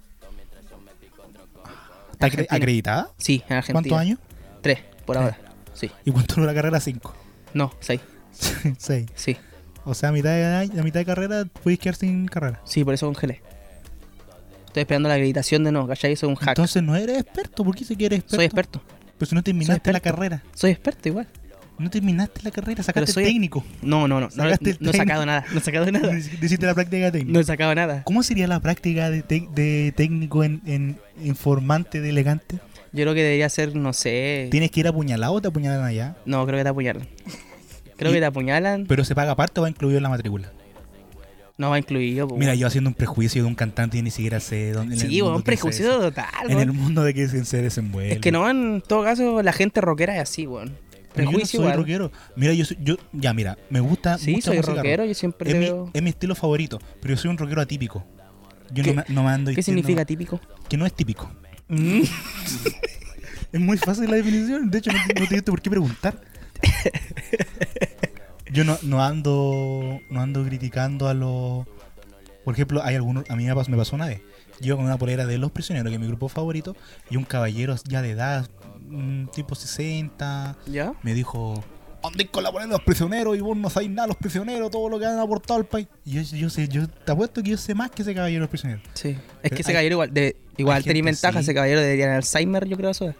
Speaker 1: ¿Está acre-
Speaker 2: Argentina.
Speaker 1: acreditada?
Speaker 2: Sí, en Argentina.
Speaker 1: ¿Cuántos años?
Speaker 2: Tres, por ahora. Sí.
Speaker 1: ¿Y cuánto duró la carrera? Cinco.
Speaker 2: No, seis.
Speaker 1: Seis.
Speaker 2: Sí.
Speaker 1: O sea, a mitad de, año- a mitad de carrera puedes quedar sin carrera.
Speaker 2: Sí, por eso congelé. E. Estoy esperando la acreditación de no, ¿cachai? Soy un hack.
Speaker 1: Entonces no eres experto. ¿Por qué se quiere experto?
Speaker 2: soy experto.
Speaker 1: Pero si no terminaste
Speaker 2: Soy
Speaker 1: la
Speaker 2: experto.
Speaker 1: carrera.
Speaker 2: Soy experto igual.
Speaker 1: No terminaste la carrera.
Speaker 2: Pero
Speaker 1: Sacaste
Speaker 2: soy-
Speaker 1: técnico.
Speaker 2: No, no, no. No,
Speaker 1: Sacaste el
Speaker 2: no he sacado
Speaker 1: técnico.
Speaker 2: nada. No he sacado nada.
Speaker 1: No hici- Hiciste la práctica técnica.
Speaker 2: No he sacado nada.
Speaker 1: ¿Cómo sería la práctica de, tec- de técnico en, en informante de elegante?
Speaker 2: Yo creo que debería ser, no sé.
Speaker 1: ¿Tienes que ir apuñalado o te apuñalan allá?
Speaker 2: No, creo que te apuñalan. Creo
Speaker 1: Y-
Speaker 2: que te apuñalan.
Speaker 1: ¿Pero se paga aparte o va incluido en la matrícula?
Speaker 2: No va incluido. po,
Speaker 1: Mira,
Speaker 2: weón.
Speaker 1: yo haciendo un prejuicio de un cantante y ni siquiera sé dónde... en el
Speaker 2: Oh. Sí,
Speaker 1: mundo
Speaker 2: weón,
Speaker 1: que se
Speaker 2: prejuicio total.
Speaker 1: des- En
Speaker 2: weón.
Speaker 1: el mundo de que se se desenvuelve.
Speaker 2: Es que no, en todo caso, la gente rockera es así, weón.
Speaker 1: Pero yo no
Speaker 2: Prejuicio,
Speaker 1: soy
Speaker 2: igual.
Speaker 1: rockero. Mira, yo, soy- yo... Ya, mira, me gusta
Speaker 2: Sí,
Speaker 1: Ah, mucha
Speaker 2: soy
Speaker 1: música
Speaker 2: rockero,
Speaker 1: rock.
Speaker 2: yo siempre
Speaker 1: Es mi,
Speaker 2: veo-
Speaker 1: es mi estilo favorito, pero yo soy un rockero atípico. Yo
Speaker 2: ¿Qué-
Speaker 1: no, me, no me ando
Speaker 2: ¿Qué
Speaker 1: diciendo- ¿Mm?
Speaker 2: significa típico?
Speaker 1: Que no es típico. Es muy fácil la definición. De hecho, no, no tienes por qué preguntar. Yo no, no ando no ando criticando a los... Por ejemplo, hay algunos... A mí me pasó, me pasó una vez. Yo con una polera de Los Prisioneros, que es mi grupo favorito, y un caballero ya de edad, mm, tipo 60,
Speaker 2: ¿Ya?
Speaker 1: me dijo... Andáis con la polera de los prisioneros y vos no sabéis nada de los prisioneros, todo lo que han aportado al país. Y yo, yo sé, yo te apuesto que yo sé más que ese caballero de los prisioneros.
Speaker 2: Sí. Es
Speaker 1: Pero
Speaker 2: que ese
Speaker 1: hay-
Speaker 2: caballero igual, de, igual
Speaker 1: hay
Speaker 2: tenía
Speaker 1: gente,
Speaker 2: ventaja,
Speaker 1: sí.
Speaker 2: ese caballero debería tener Alzheimer, yo creo eso es.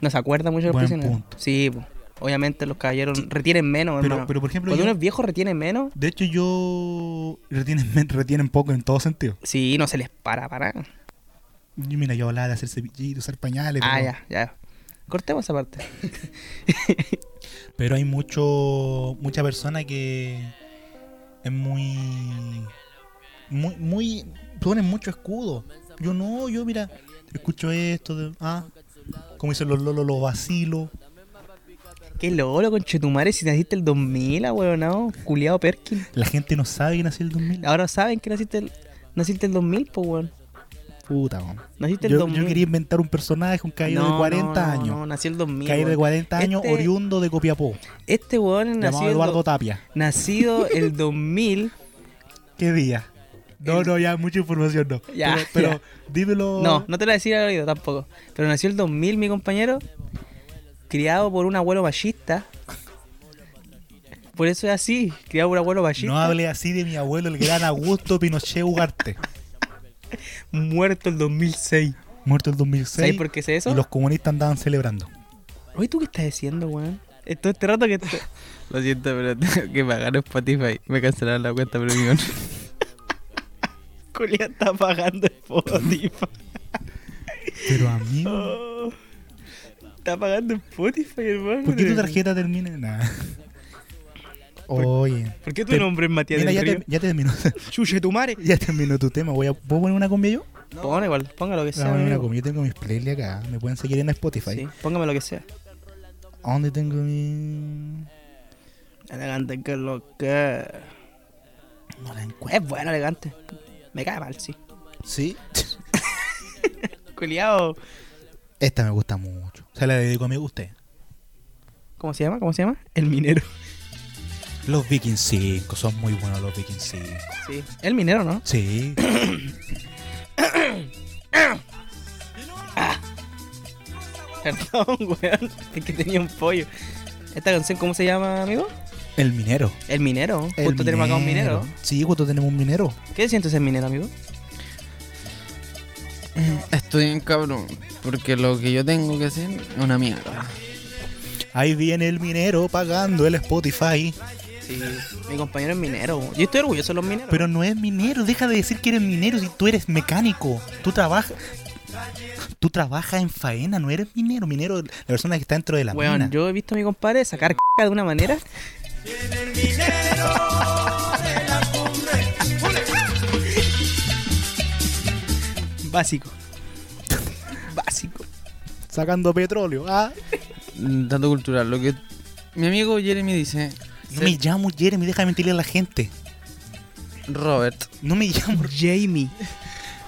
Speaker 2: No se acuerda mucho de los
Speaker 1: Buen
Speaker 2: prisioneros.
Speaker 1: punto.
Speaker 2: Sí, po. obviamente los caballeros retienen menos,
Speaker 1: Pero,
Speaker 2: hermano.
Speaker 1: pero por ejemplo,
Speaker 2: Cuando
Speaker 1: yo-
Speaker 2: uno es viejo retiene menos,
Speaker 1: De hecho, yo. Retienen, men- retienen poco en todo sentido.
Speaker 2: sí, no se les para para. nada.
Speaker 1: Y mira, yo hablaba de hacer cepillitos, usar pañales.
Speaker 2: Ah,
Speaker 1: pero,
Speaker 2: ya, ya. Cortemos esa parte.
Speaker 1: pero hay mucho. Mucha persona que. Es muy. Muy. muy ponen mucho escudo. Yo no, yo mira. Escucho esto. de- ah. Como dicen los lolos, los vacilo.
Speaker 2: Qué lolo, conchetumare, si naciste el 2000, ah, weón, no, culiado Perkin.
Speaker 1: La gente no sabe que nació el 2000.
Speaker 2: Ahora saben que naciste el, naciste el 2000, pues, weón.
Speaker 1: Puta, weón.
Speaker 2: Naciste el
Speaker 1: Yo,
Speaker 2: 2000.
Speaker 1: yo quería inventar un personaje, un caballero
Speaker 2: No,
Speaker 1: de
Speaker 2: no,
Speaker 1: 40
Speaker 2: no,
Speaker 1: años.
Speaker 2: No, nació el 2000.
Speaker 1: caballero de
Speaker 2: weón.
Speaker 1: 40 años,
Speaker 2: Este-
Speaker 1: oriundo de Copiapó.
Speaker 2: Este weón nació
Speaker 1: Llamado
Speaker 2: el,
Speaker 1: Eduardo
Speaker 2: do-
Speaker 1: Tapia.
Speaker 2: nacido el 2000.
Speaker 1: ¿Qué día? No,
Speaker 2: El-
Speaker 1: no, ya mucha información no.
Speaker 2: Ya,
Speaker 1: pero pero dímelo.
Speaker 2: No, no te la decía al oído tampoco. Pero nació el 2000, mi compañero. Criado por un abuelo machista. Por eso es así, criado por un abuelo machista.
Speaker 1: No hable así de mi abuelo, el gran Augusto Pinochet Ugarte.
Speaker 2: Muerto el 2006.
Speaker 1: Muerto el 2006.
Speaker 2: ¿Sabes por qué es eso?
Speaker 1: Y los comunistas andaban celebrando.
Speaker 2: Oye, ¿tú qué estás diciendo, weón? Eh, Todo este rato que... te-
Speaker 3: Lo siento, pero tengo que pagar Spotify. Me cancelaron la cuenta premium.
Speaker 2: Julia está pagando Spotify.
Speaker 1: Pero amigo.
Speaker 2: Oh. Está pagando Spotify, hermano.
Speaker 1: ¿Por qué tu tarjeta termina en nada?
Speaker 2: ¿Por-
Speaker 1: Oye.
Speaker 2: ¿Por qué tu
Speaker 1: Te-
Speaker 2: nombre es Matías
Speaker 1: Mira,
Speaker 2: del
Speaker 1: ya,
Speaker 2: Río?
Speaker 1: te- ya terminó.
Speaker 2: Chuche tu madre.
Speaker 1: ya terminó tu tema. Voy a, ¿Puedo poner una cumbia yo?
Speaker 2: Ponga igual, ponga lo
Speaker 1: Voy
Speaker 2: que
Speaker 1: a
Speaker 2: sea.
Speaker 1: poner una
Speaker 2: amigo.
Speaker 1: cumbia. Ah, Yo tengo mis playlists acá. Me pueden seguir en Spotify.
Speaker 2: Sí, póngame lo que sea.
Speaker 1: ¿A dónde tengo mi.?
Speaker 2: Elegante que lo que.
Speaker 1: No la encuentro.
Speaker 2: Es bueno, elegante. Me cae mal, sí.
Speaker 1: Sí.
Speaker 2: Culiao.
Speaker 1: Esta me gusta mucho. Se la dedico a mi usted.
Speaker 2: ¿Cómo se llama? ¿Cómo se llama? El minero.
Speaker 1: Los Vikings 5. Son muy buenos los Vikings 5.
Speaker 2: Sí. El minero, ¿no?
Speaker 1: Sí.
Speaker 2: Perdón, weón. Es que tenía un pollo. ¿Esta canción cómo se llama, amigo?
Speaker 1: El minero.
Speaker 2: El minero.
Speaker 1: El
Speaker 2: Justo tenemos acá un minero.
Speaker 1: Sí, justo tenemos un minero.
Speaker 2: ¿Qué sientes el minero, amigo?
Speaker 3: Estoy en cabrón. Porque lo que yo tengo que hacer es una mierda.
Speaker 1: Ahí viene el minero pagando el Spotify.
Speaker 2: Sí, mi compañero es minero. Yo estoy orgulloso de los mineros.
Speaker 1: Pero no es minero. Deja de decir que eres minero si tú eres mecánico. Tú trabajas. Tú trabajas en faena, no eres minero. Minero, la persona que está dentro de la
Speaker 2: Weón,
Speaker 1: mina.
Speaker 2: yo he visto a mi compadre sacar c de una manera. Básico. Básico.
Speaker 1: Sacando petróleo. Ah.
Speaker 3: Tanto cultural. Lo que mi amigo Jeremy dice.
Speaker 1: No me llamo Jeremy, deja de mentirle a la gente.
Speaker 3: Robert.
Speaker 1: No me llamo.
Speaker 2: Jamie.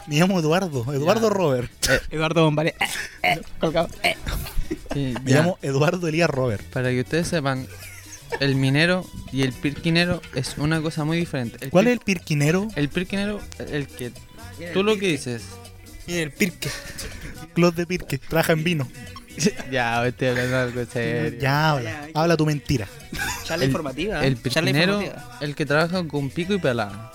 Speaker 1: Me llamo Eduardo. Eduardo Robert.
Speaker 2: Eduardo Bombare. Eh, eh, colgado. Eh.
Speaker 3: Sí,
Speaker 1: Me
Speaker 3: ya.
Speaker 1: llamo Eduardo Elías Robert.
Speaker 3: Para que ustedes sepan, el minero y el pirquinero es una cosa muy diferente. El
Speaker 1: ¿Cuál
Speaker 3: pir-
Speaker 1: es el pirquinero?
Speaker 3: El pirquinero, el que. Tú lo que dices.
Speaker 1: Mira, el pirque. Claude de Pirque. Trabaja en vino.
Speaker 3: Ya, estoy hablando algo serio.
Speaker 1: Ya habla. Habla tu mentira.
Speaker 2: Charla
Speaker 3: El-
Speaker 2: informativa. ¿eh?
Speaker 3: El
Speaker 2: Charla
Speaker 3: pirquinero,
Speaker 2: informativa.
Speaker 3: el que trabaja con pico y palada.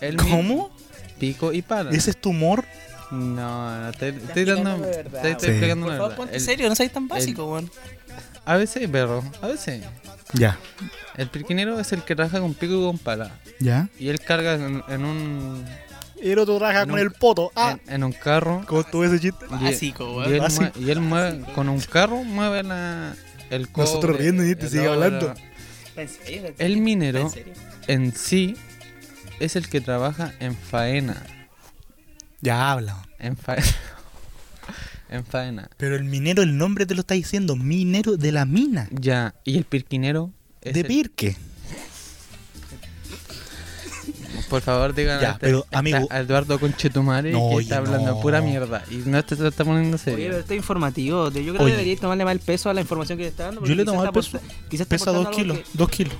Speaker 3: El mi-
Speaker 1: ¿Cómo?
Speaker 3: Pico y pala.
Speaker 1: ¿Ese es tu humor?
Speaker 3: No, no, estoy, estoy
Speaker 2: explicando
Speaker 3: dando.
Speaker 2: de verdad,
Speaker 3: estoy- estoy
Speaker 1: Sí.
Speaker 3: explicando
Speaker 2: Por
Speaker 3: de
Speaker 2: favor,
Speaker 3: verdad.
Speaker 2: ponte
Speaker 3: El-
Speaker 2: serio, no seas tan
Speaker 3: básico,
Speaker 2: básico, weón.
Speaker 3: A veces, perro, a veces.
Speaker 1: Ya.
Speaker 3: El pirquinero es el que trabaja con pico y con pala.
Speaker 1: ¿Ya?
Speaker 3: Y él carga en, en un.
Speaker 1: Y el otro trabaja
Speaker 3: No.
Speaker 1: con el poto. Ah.
Speaker 3: En, en un carro.
Speaker 1: ¿Cómo estuvo ese chiste?
Speaker 3: Y-
Speaker 2: Básico,
Speaker 3: Y él,
Speaker 2: weón.
Speaker 1: Básico.
Speaker 3: mue- y él
Speaker 2: Ah,
Speaker 3: mueve, con un carro mueve la, el cobre.
Speaker 1: Nosotros riendo y te
Speaker 3: el
Speaker 1: sigue
Speaker 3: oro.
Speaker 1: hablando.
Speaker 2: ¿En serio? ¿En
Speaker 3: El
Speaker 2: serio?
Speaker 3: minero
Speaker 2: ¿En serio?
Speaker 3: en sí es el que trabaja en faena.
Speaker 1: Ya habla.
Speaker 3: En faena. en faena.
Speaker 1: Pero el minero, el nombre te lo está diciendo. Minero de la mina.
Speaker 3: Ya, y el pirquinero es
Speaker 1: de
Speaker 3: el-
Speaker 1: Pirque.
Speaker 3: Por favor, digan
Speaker 1: Ya, pero, amigo-
Speaker 3: a Eduardo Conchetumare
Speaker 1: No,
Speaker 3: que
Speaker 1: oye,
Speaker 3: está hablando
Speaker 1: no.
Speaker 3: pura mierda. Y no te, te está poniendo
Speaker 2: Oye,
Speaker 3: serio.
Speaker 2: pero esto es informativo. Yo creo
Speaker 1: Oye.
Speaker 2: que deberías tomarle más el peso a la información que te está dando.
Speaker 1: Yo le he
Speaker 2: porque
Speaker 1: tomado el peso.
Speaker 2: quizás está aporta- quizás está
Speaker 1: Pesa dos
Speaker 2: aportando algo
Speaker 1: kilos. Dos kilos.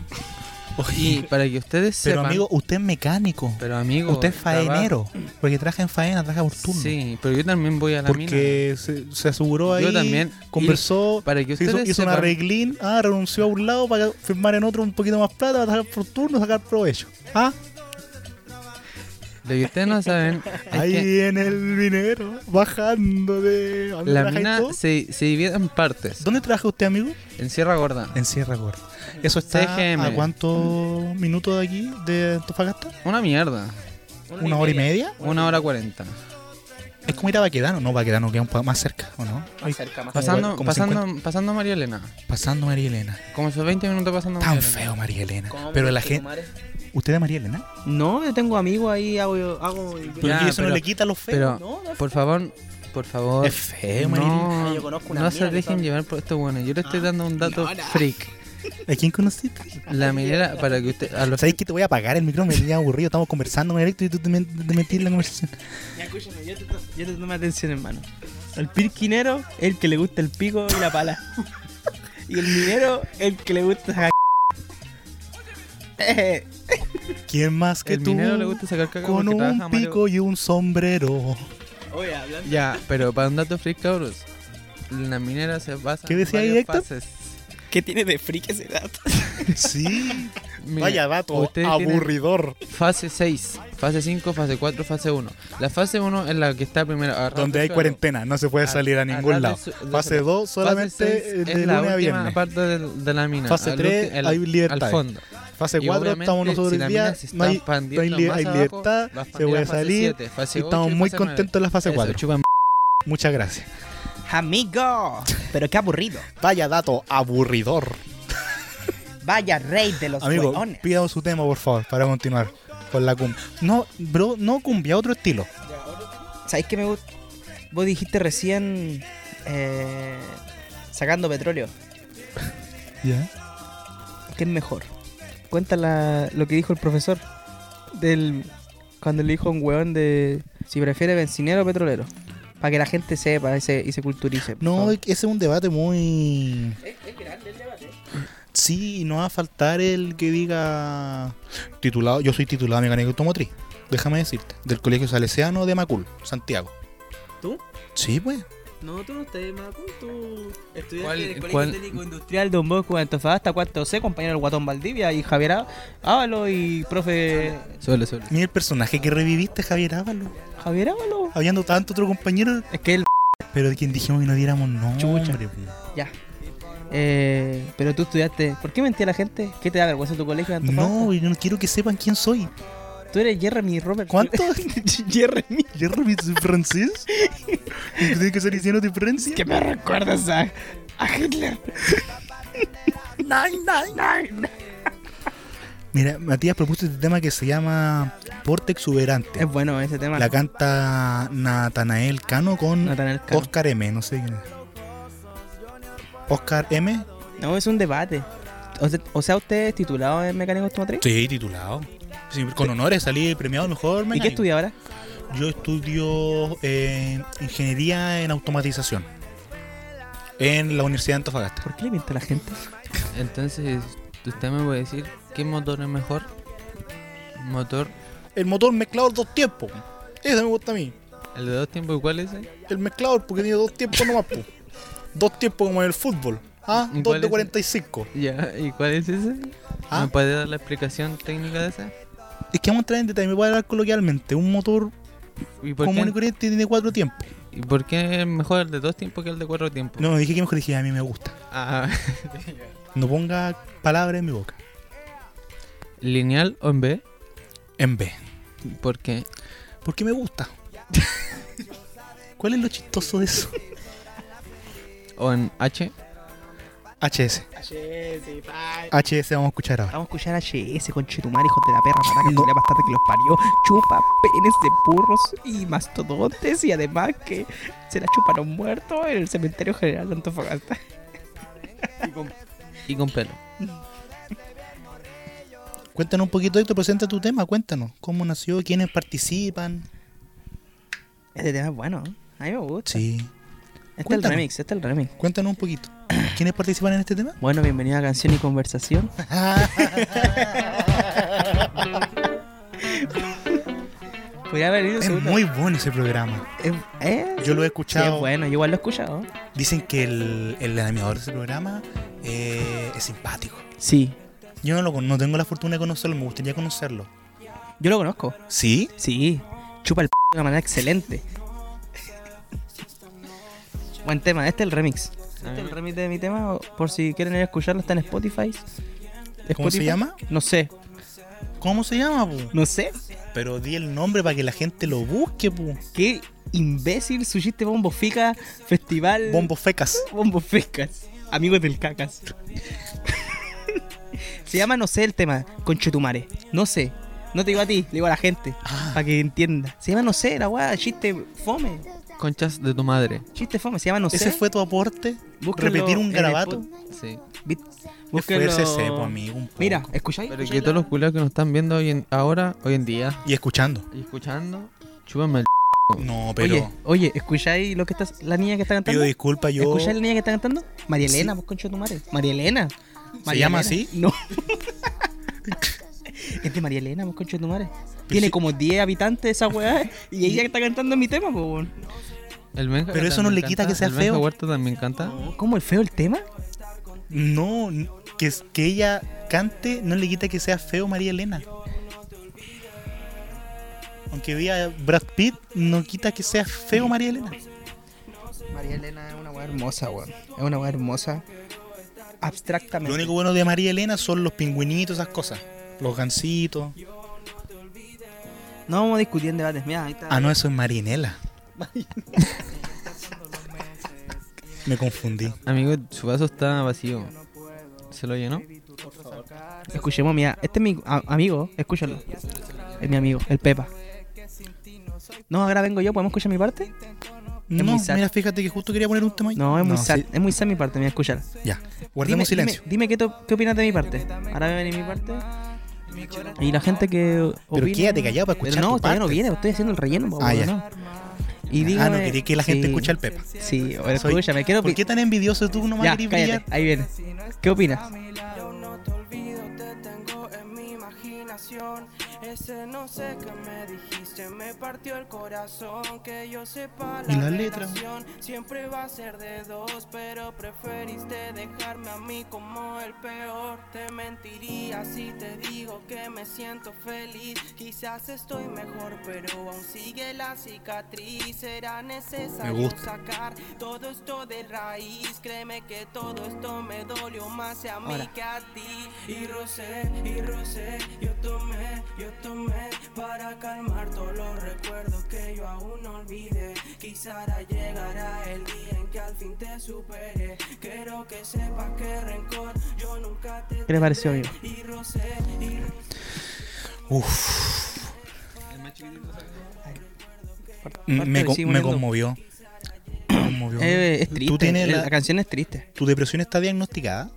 Speaker 3: Y
Speaker 1: Oye,
Speaker 3: para que ustedes
Speaker 1: pero
Speaker 3: sepan.
Speaker 1: amigo, usted es mecánico.
Speaker 3: pero amigo,
Speaker 1: usted es
Speaker 3: traba-
Speaker 1: faenero. Porque trabaja en faena, trabaja por turno.
Speaker 3: Sí, pero yo también voy a la mina.
Speaker 1: Porque se, se aseguró ahí,
Speaker 3: Yo también.
Speaker 1: conversó,
Speaker 3: Y para que
Speaker 1: se hizo,
Speaker 3: ustedes
Speaker 1: hizo un
Speaker 3: sepan-
Speaker 1: arreglín, ah, renunció a un lado para firmar en otro un poquito más plata, para trabajar por turno, sacar provecho. Ah,
Speaker 3: Lo que ustedes no saben es
Speaker 1: ahí
Speaker 3: que
Speaker 1: viene el dinero, bajando de... ¿dónde
Speaker 3: la
Speaker 1: trabaja y
Speaker 3: mina
Speaker 1: todo?
Speaker 3: se, se divide en partes.
Speaker 1: ¿Dónde trabaja usted, amigo?
Speaker 3: En Sierra Gorda.
Speaker 1: En Sierra Gorda. ¿Eso está
Speaker 3: CGM.
Speaker 1: a cuántos minutos de aquí, de Antofagasta?
Speaker 3: Una mierda.
Speaker 1: ¿Una hora y media?
Speaker 3: Una hora cuarenta.
Speaker 1: Es como ir a Baquedano. No, Baquedano queda un pa- más cerca, ¿o no?
Speaker 2: Más cerca,
Speaker 1: Como-
Speaker 2: más
Speaker 3: Pasando,
Speaker 1: como
Speaker 3: pasando, pasando a María Elena.
Speaker 1: Pasando María Elena.
Speaker 3: Como esos 20 minutos pasando a
Speaker 1: Tan
Speaker 3: María Elena.
Speaker 1: feo María Elena.
Speaker 2: cerca.
Speaker 1: Pero la
Speaker 2: ¿Cómo,
Speaker 1: gente... ¿Usted es María Elena?
Speaker 2: No, yo tengo amigos ahí, hago... hago
Speaker 1: Pero
Speaker 3: Ya,
Speaker 1: que eso no
Speaker 3: pero-
Speaker 1: le quita lo feo.
Speaker 3: Pero,
Speaker 2: No, no es
Speaker 3: por favor, Por favor.
Speaker 1: Es feo, Marilyn.
Speaker 3: no,
Speaker 2: Yo conozco una
Speaker 3: no
Speaker 2: mina
Speaker 3: se
Speaker 2: que
Speaker 3: dejen
Speaker 2: sabe.
Speaker 3: llevar por estos buenos. Yo le
Speaker 1: Ah,
Speaker 3: estoy dando un dato
Speaker 2: No, no.
Speaker 3: freak.
Speaker 1: ¿A quién conociste?
Speaker 3: La minera, para que usted. A los
Speaker 1: ¿Sabes que te voy a apagar el micrófono? Me tenía aburrido. Estamos conversando en directo y tú te, men- te metí en la conversación.
Speaker 2: Ya, escúchame, yo te, to- yo te tomo atención, hermano. El pirquinero es el que le gusta el pico y la pala. y el minero el que le gusta sacar Eh,
Speaker 1: ¿Quién más que
Speaker 3: el
Speaker 1: tú?
Speaker 3: minero le gusta sacar caca
Speaker 1: Con
Speaker 3: porque trabaja
Speaker 1: un
Speaker 3: Mario-
Speaker 1: pico y un sombrero.
Speaker 2: Oye, hablando.
Speaker 3: Ya, pero para un dato freak, cabros. La minera se basa
Speaker 1: ¿Qué decía
Speaker 3: en varias
Speaker 1: ahí, Héctor?
Speaker 3: fases.
Speaker 2: ¿Qué tiene de freak ese dato?
Speaker 1: Sí.
Speaker 3: Mira,
Speaker 1: Vaya dato.
Speaker 3: ustedes tienen
Speaker 1: Aburridor.
Speaker 3: Fase 6, fase 5, fase 4, fase 1. La fase 1 es la que está primero. agarrado
Speaker 1: Donde
Speaker 3: del
Speaker 1: hay
Speaker 3: suelo.
Speaker 1: cuarentena. No se
Speaker 3: Ah,
Speaker 1: puede salir a ningún
Speaker 3: Agarrado
Speaker 1: lado.
Speaker 3: del su- del
Speaker 1: Fase
Speaker 3: suelo.
Speaker 1: 2
Speaker 3: Fase
Speaker 1: solamente
Speaker 3: seis
Speaker 1: de
Speaker 3: es la
Speaker 1: lunes a
Speaker 3: última
Speaker 1: viernes.
Speaker 3: parte del- de, la mina.
Speaker 1: Fase
Speaker 3: al
Speaker 1: tres,
Speaker 3: ulti- el-
Speaker 1: hay libertad.
Speaker 3: Al fondo.
Speaker 1: Fase
Speaker 3: Y
Speaker 1: 4
Speaker 3: obviamente,
Speaker 1: este estamos nosotros
Speaker 3: si
Speaker 1: el
Speaker 3: la
Speaker 1: día.
Speaker 3: mina se está
Speaker 1: No hay,
Speaker 3: expandiendo
Speaker 1: no hay li-
Speaker 3: más
Speaker 1: hay
Speaker 3: abajo,
Speaker 1: libertad.
Speaker 3: va a
Speaker 1: Se puede
Speaker 3: expandir a fase
Speaker 1: salir.
Speaker 3: siete, fase
Speaker 1: y
Speaker 3: ocho
Speaker 1: estamos
Speaker 3: y
Speaker 1: muy
Speaker 3: fase nueve.
Speaker 1: contentos en la fase
Speaker 3: Eso,
Speaker 1: 4.
Speaker 3: chupan
Speaker 1: Muchas gracias.
Speaker 2: Amigo, pero qué aburrido.
Speaker 1: Vaya dato aburridor.
Speaker 2: Vaya rey de los
Speaker 1: Amigo,
Speaker 2: hueones.
Speaker 1: pidamos su tema, por favor, para continuar con la cumbia. No, bro, no cumbia, otro estilo.
Speaker 2: ¿Sabéis qué me gusta? Vos dijiste recién eh, sacando petróleo.
Speaker 1: ¿Ya?
Speaker 2: ¿Qué es mejor? Cuenta la- lo que dijo el profesor del cuando le dijo a un weón de si prefiere bencinero o petrolero. Para que la gente sepa y se, y se culturice. por
Speaker 1: No,
Speaker 2: favor.
Speaker 1: es que ese es un debate muy... Sí, y no va a faltar el que diga titulado, yo soy titulado mecánico automotriz, déjame decirte, del Colegio Salesiano de Macul, Santiago.
Speaker 2: ¿Tú?
Speaker 1: Sí, pues.
Speaker 2: No, tú no estás más tú estudiaste
Speaker 3: ¿Cuál- en el Colegio cuál-
Speaker 2: Técnico Industrial Don Bosco de Antofagasta 4C, compañero del Guatón Valdivia y Javier Ávalo y profe...
Speaker 3: Suele, suele.
Speaker 1: Mira el personaje que reviviste, Javier Ávalo,
Speaker 2: ¿Javier Ávalo?
Speaker 1: habiendo tanto otro compañero,
Speaker 2: Es que él...
Speaker 1: pero de quien dijimos que no diéramos nombre.
Speaker 2: Chucha.
Speaker 1: pues.
Speaker 2: Ya. Eh, pero tú estudiaste... ¿Por qué mentía la gente? ¿Qué te da vergüenza tu colegio de Antofagasta?
Speaker 1: No, yo no quiero que sepan quién soy.
Speaker 2: Tú eres Jeremy Robert.
Speaker 1: ¿Cuánto?
Speaker 2: Jeremy.
Speaker 1: ¿Jeremy es francés? ¿Tiene que ser hicieron de Francia?
Speaker 2: Que me recuerdas a, a Hitler.
Speaker 1: Nine, nine, nine. Mira, Matías propuso este tema que se llama Porte Exuberante.
Speaker 2: Es bueno ese tema.
Speaker 1: La canta Natanael Cano con
Speaker 2: Natanael Cano.
Speaker 1: Oscar M, no sé quién es. ¿Oscar M?
Speaker 2: No, es un debate. O sea, o sea, usted es titulado en mecánico automotriz.
Speaker 1: Sí, titulado. Sí, con honores, salí premiado mejor.
Speaker 2: ¿Y
Speaker 1: mecánico.
Speaker 2: qué estudia ahora?
Speaker 1: Yo estudio eh, Ingeniería en Automatización en la Universidad de Antofagasta.
Speaker 2: ¿Por qué le miente a la gente?
Speaker 3: Entonces, usted me puede decir qué motor es mejor. Motor,
Speaker 1: El motor mezclador dos tiempos. Ese me gusta a mí.
Speaker 3: el de dos tiempos, ¿y ¿cuál es ese?
Speaker 1: El mezclador, porque tiene dos tiempos nomás, po. Dos tiempos como en el fútbol. Ah,
Speaker 3: ¿Y
Speaker 1: dos
Speaker 3: cuál
Speaker 1: de
Speaker 3: es?
Speaker 1: 45.
Speaker 3: Ya, ¿y cuál es ese?
Speaker 1: Ah.
Speaker 3: ¿Me puede dar la explicación técnica de ese?
Speaker 1: Es que vamos a entrar en detalle, me voy a hablar coloquialmente. Un motor
Speaker 3: ¿Y por,
Speaker 1: común y
Speaker 3: qué,
Speaker 1: corriente tiene cuatro tiempos.
Speaker 3: ¿Y por qué es mejor el de dos tiempos que el de cuatro tiempos?
Speaker 1: No, dije que mejor dije, a mí me gusta.
Speaker 3: Ah,
Speaker 1: No ponga palabras en mi boca.
Speaker 3: ¿Lineal o en B?
Speaker 1: En B.
Speaker 3: ¿Por qué?
Speaker 1: Porque me gusta. ¿Cuál es lo chistoso de eso?
Speaker 3: ¿O en H?
Speaker 1: HS.
Speaker 2: Vamos
Speaker 1: HS vamos a escuchar ahora.
Speaker 2: a escuchar a HS, conchetumar, hijos de la perra, mataca, no. bastante que los parió. Chupa penes de burros y mastodontes y además que se la chuparon muertos en el cementerio general de Antofagasta.
Speaker 3: Y con pelo.
Speaker 1: Cuéntanos un poquito, Héctor, presenta tu tema, cuéntanos. ¿Cómo nació? ¿Quiénes participan?
Speaker 2: Este tema es bueno, ¿eh? a mí me gusta.
Speaker 1: Sí.
Speaker 2: este es el
Speaker 1: cuéntame.
Speaker 2: remix, este es el remix.
Speaker 1: Cuéntanos un poquito. ¿Quiénes participan en este tema?
Speaker 2: Bueno, bienvenido a Canción y Conversación. Podría haber ido
Speaker 1: es
Speaker 2: seguro.
Speaker 1: muy bueno ese programa.
Speaker 2: Es- eh,
Speaker 1: Yo lo he
Speaker 2: sí,
Speaker 1: escuchado.
Speaker 2: es bueno, yo igual lo he escuchado.
Speaker 1: Dicen que el, el animador de ese programa eh, es simpático.
Speaker 2: Sí.
Speaker 1: Yo no, lo, con- no tengo la fortuna de conocerlo, me gustaría conocerlo.
Speaker 2: Yo lo conozco.
Speaker 1: ¿Sí?
Speaker 2: Sí. Chupa el p de una manera excelente. Buen tema, este es el remix. Este es el remix de mi tema, o- por si quieren ir a escucharlo, está en Spotify.
Speaker 1: ¿Cómo
Speaker 2: Spotify.
Speaker 1: se llama?
Speaker 2: No sé,
Speaker 1: ¿Cómo se llama, pu?
Speaker 2: no sé.
Speaker 1: Pero di el nombre para que la gente lo busque, pu.
Speaker 2: Qué imbécil su chiste Bombo Fica Festival.
Speaker 1: Bombo Fecas.
Speaker 2: Bombos frescas. Amigos del cacas. Se llama No sé el tema, conchetumare. No sé. No te digo a ti, le digo a la gente.
Speaker 1: Ah.
Speaker 2: Para que entienda. Se llama No sé, la weá, chiste fome.
Speaker 4: Conchas de tu madre.
Speaker 2: Chiste fome, se llama No sé.
Speaker 1: ¿Ese fue tu aporte?
Speaker 2: Búsquenlo
Speaker 1: ¿Repetir un
Speaker 2: en
Speaker 1: garabato?
Speaker 4: Sí.
Speaker 2: Bit- búsquenlo-
Speaker 1: Esfuércese, po, amigo, un poco.
Speaker 2: Mira, ¿escucháis?
Speaker 4: Pero que
Speaker 2: ¿Escucháis
Speaker 4: todos
Speaker 2: la-
Speaker 4: los culiados que nos están viendo hoy en, ahora, hoy en día,
Speaker 1: Y escuchando.
Speaker 4: y escuchando, chúpenme el
Speaker 1: No, pero...
Speaker 2: Oye, oye, ¿escucháis lo que está, la niña que está
Speaker 1: Pido
Speaker 2: cantando?
Speaker 1: disculpas, yo...
Speaker 2: ¿Escucháis la niña que está cantando? María Elena, vos concho de tu madre. María Elena. María
Speaker 1: llama
Speaker 2: Elena.
Speaker 1: así?
Speaker 2: No. es de María Elena, vos concho de tu madre.
Speaker 1: sí-
Speaker 2: Tiene como 10 habitantes esa weá y ella está cantando mi tema, po, weón.
Speaker 4: El Benja
Speaker 1: Pero eso no
Speaker 4: también
Speaker 1: le quita
Speaker 4: canta,
Speaker 1: que sea
Speaker 4: el Benja
Speaker 1: feo.
Speaker 4: Huerta también canta.
Speaker 2: ¿Cómo el feo el tema?
Speaker 1: No, n- que, es- que ella cante no le quita que sea feo María Elena. Aunque vea Brad Pitt, no quita que sea feo María Elena.
Speaker 2: María Elena es una weá hermosa, weón. Es una weá hermosa. Abstractamente.
Speaker 1: Lo único bueno de María Elena son los pingüinitos, esas cosas. Los gancitos.
Speaker 2: No vamos a discutir en debates. Mira, ahí está.
Speaker 1: Ah, no, eso es Marinela. Me confundí.
Speaker 4: Amigo, su vaso está vacío. ¿Se lo llenó?
Speaker 2: Escuchemos, mira, este es mi a- amigo, escúchalo. Es mi amigo, el Pepa. No, ahora vengo yo, ¿podemos escuchar mi parte?
Speaker 1: No,
Speaker 2: muy sad.
Speaker 1: mira, fíjate que justo quería poner un tema ahí.
Speaker 2: No, es muy
Speaker 1: sí,
Speaker 2: sad, es muy sad mi parte, mira, escúchala.
Speaker 1: Ya,
Speaker 2: Dime,
Speaker 1: guardemos silencio.
Speaker 2: Dime, dime qué, to- qué opinas de mi parte. Ahora va a venir mi parte. Y la gente que
Speaker 1: Pero
Speaker 2: opine-
Speaker 1: quédate callado para
Speaker 2: Pero
Speaker 1: escuchar
Speaker 2: no,
Speaker 1: tu
Speaker 2: todavía no
Speaker 1: parte.
Speaker 2: viene, estoy haciendo el relleno. po,
Speaker 1: Ah, ya.
Speaker 2: ¿no? Y
Speaker 1: Ah,
Speaker 2: dígame-
Speaker 1: no, quería que la gente
Speaker 2: sí,
Speaker 1: escuche al Pepa.
Speaker 2: Sí, ahora
Speaker 1: Soy-
Speaker 2: escúchame, quiero
Speaker 1: ¿Por
Speaker 2: opi-
Speaker 1: qué tan envidioso tú no
Speaker 2: Ya,
Speaker 1: más querés
Speaker 2: cállate,
Speaker 1: brillar?
Speaker 2: ahí viene. ¿Qué opinas?
Speaker 5: Yo no te olvido, te tengo en mi imaginación. Ese no sé qué me dijiste, me partió el corazón. Que yo sepa la,
Speaker 1: ¿Y la letra?
Speaker 5: relación siempre va a ser de dos, pero preferiste dejarme a mí como el peor. Te mentiría si te digo que me siento feliz. Quizás estoy mejor, pero aún sigue la cicatriz. Será necesario
Speaker 1: Me gusta.
Speaker 5: sacar todo esto de raíz. Créeme que todo esto me dolió más a mí
Speaker 2: Ahora.
Speaker 5: que a ti. Y rosé, y rosé, yo tomé, yo tomé para calmar todos los recuerdos que yo aún no olvidé. Quizá llegará el día en que al fin te supere. Quiero que sepas que rencor yo nunca te
Speaker 2: ¿Qué les pareció, amigo?
Speaker 5: y rosé, y rosé.
Speaker 1: Mm, Me,
Speaker 2: Aparte,
Speaker 1: con-
Speaker 2: sigue
Speaker 1: me
Speaker 2: poniendo-
Speaker 1: conmovió. Me conmovió.
Speaker 2: Eh, es triste,
Speaker 1: ¿Tú tienes
Speaker 2: la...
Speaker 1: la-
Speaker 2: canción es triste.
Speaker 1: ¿Tu depresión está diagnosticada?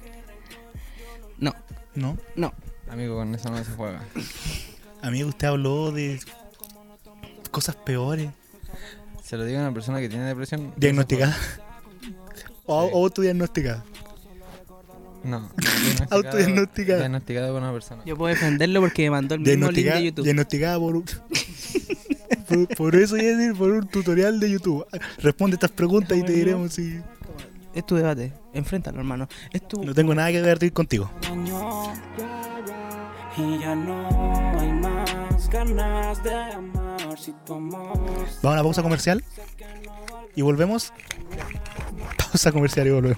Speaker 2: No,
Speaker 1: ¿No?
Speaker 2: no.
Speaker 4: Amigo, con eso no se juega.
Speaker 1: Amigo, usted habló de cosas peores.
Speaker 4: Se lo digo a una persona que tiene depresión. no se
Speaker 1: ¿Diagnosticada? O,
Speaker 4: Sí.
Speaker 1: o autodiagnosticada.
Speaker 4: juega. No.
Speaker 1: Autodiagnosticada.
Speaker 4: Diagnosticada con una persona.
Speaker 2: Yo puedo defenderlo porque me mandó el mismo link
Speaker 1: Diagnosticada,
Speaker 2: de YouTube.
Speaker 1: diagnosticada por, un- por por eso iba a decir por un tutorial de YouTube. Responde estas preguntas y te diremos si
Speaker 2: Es tu debate, enfréntalo, hermano. Es tu.
Speaker 1: no tengo nada que ver contigo.
Speaker 5: dañó y ya no hay más ganas de amar si tu amor
Speaker 1: Vamos a una pausa comercial y volvemos. Pausa comercial y volvemos.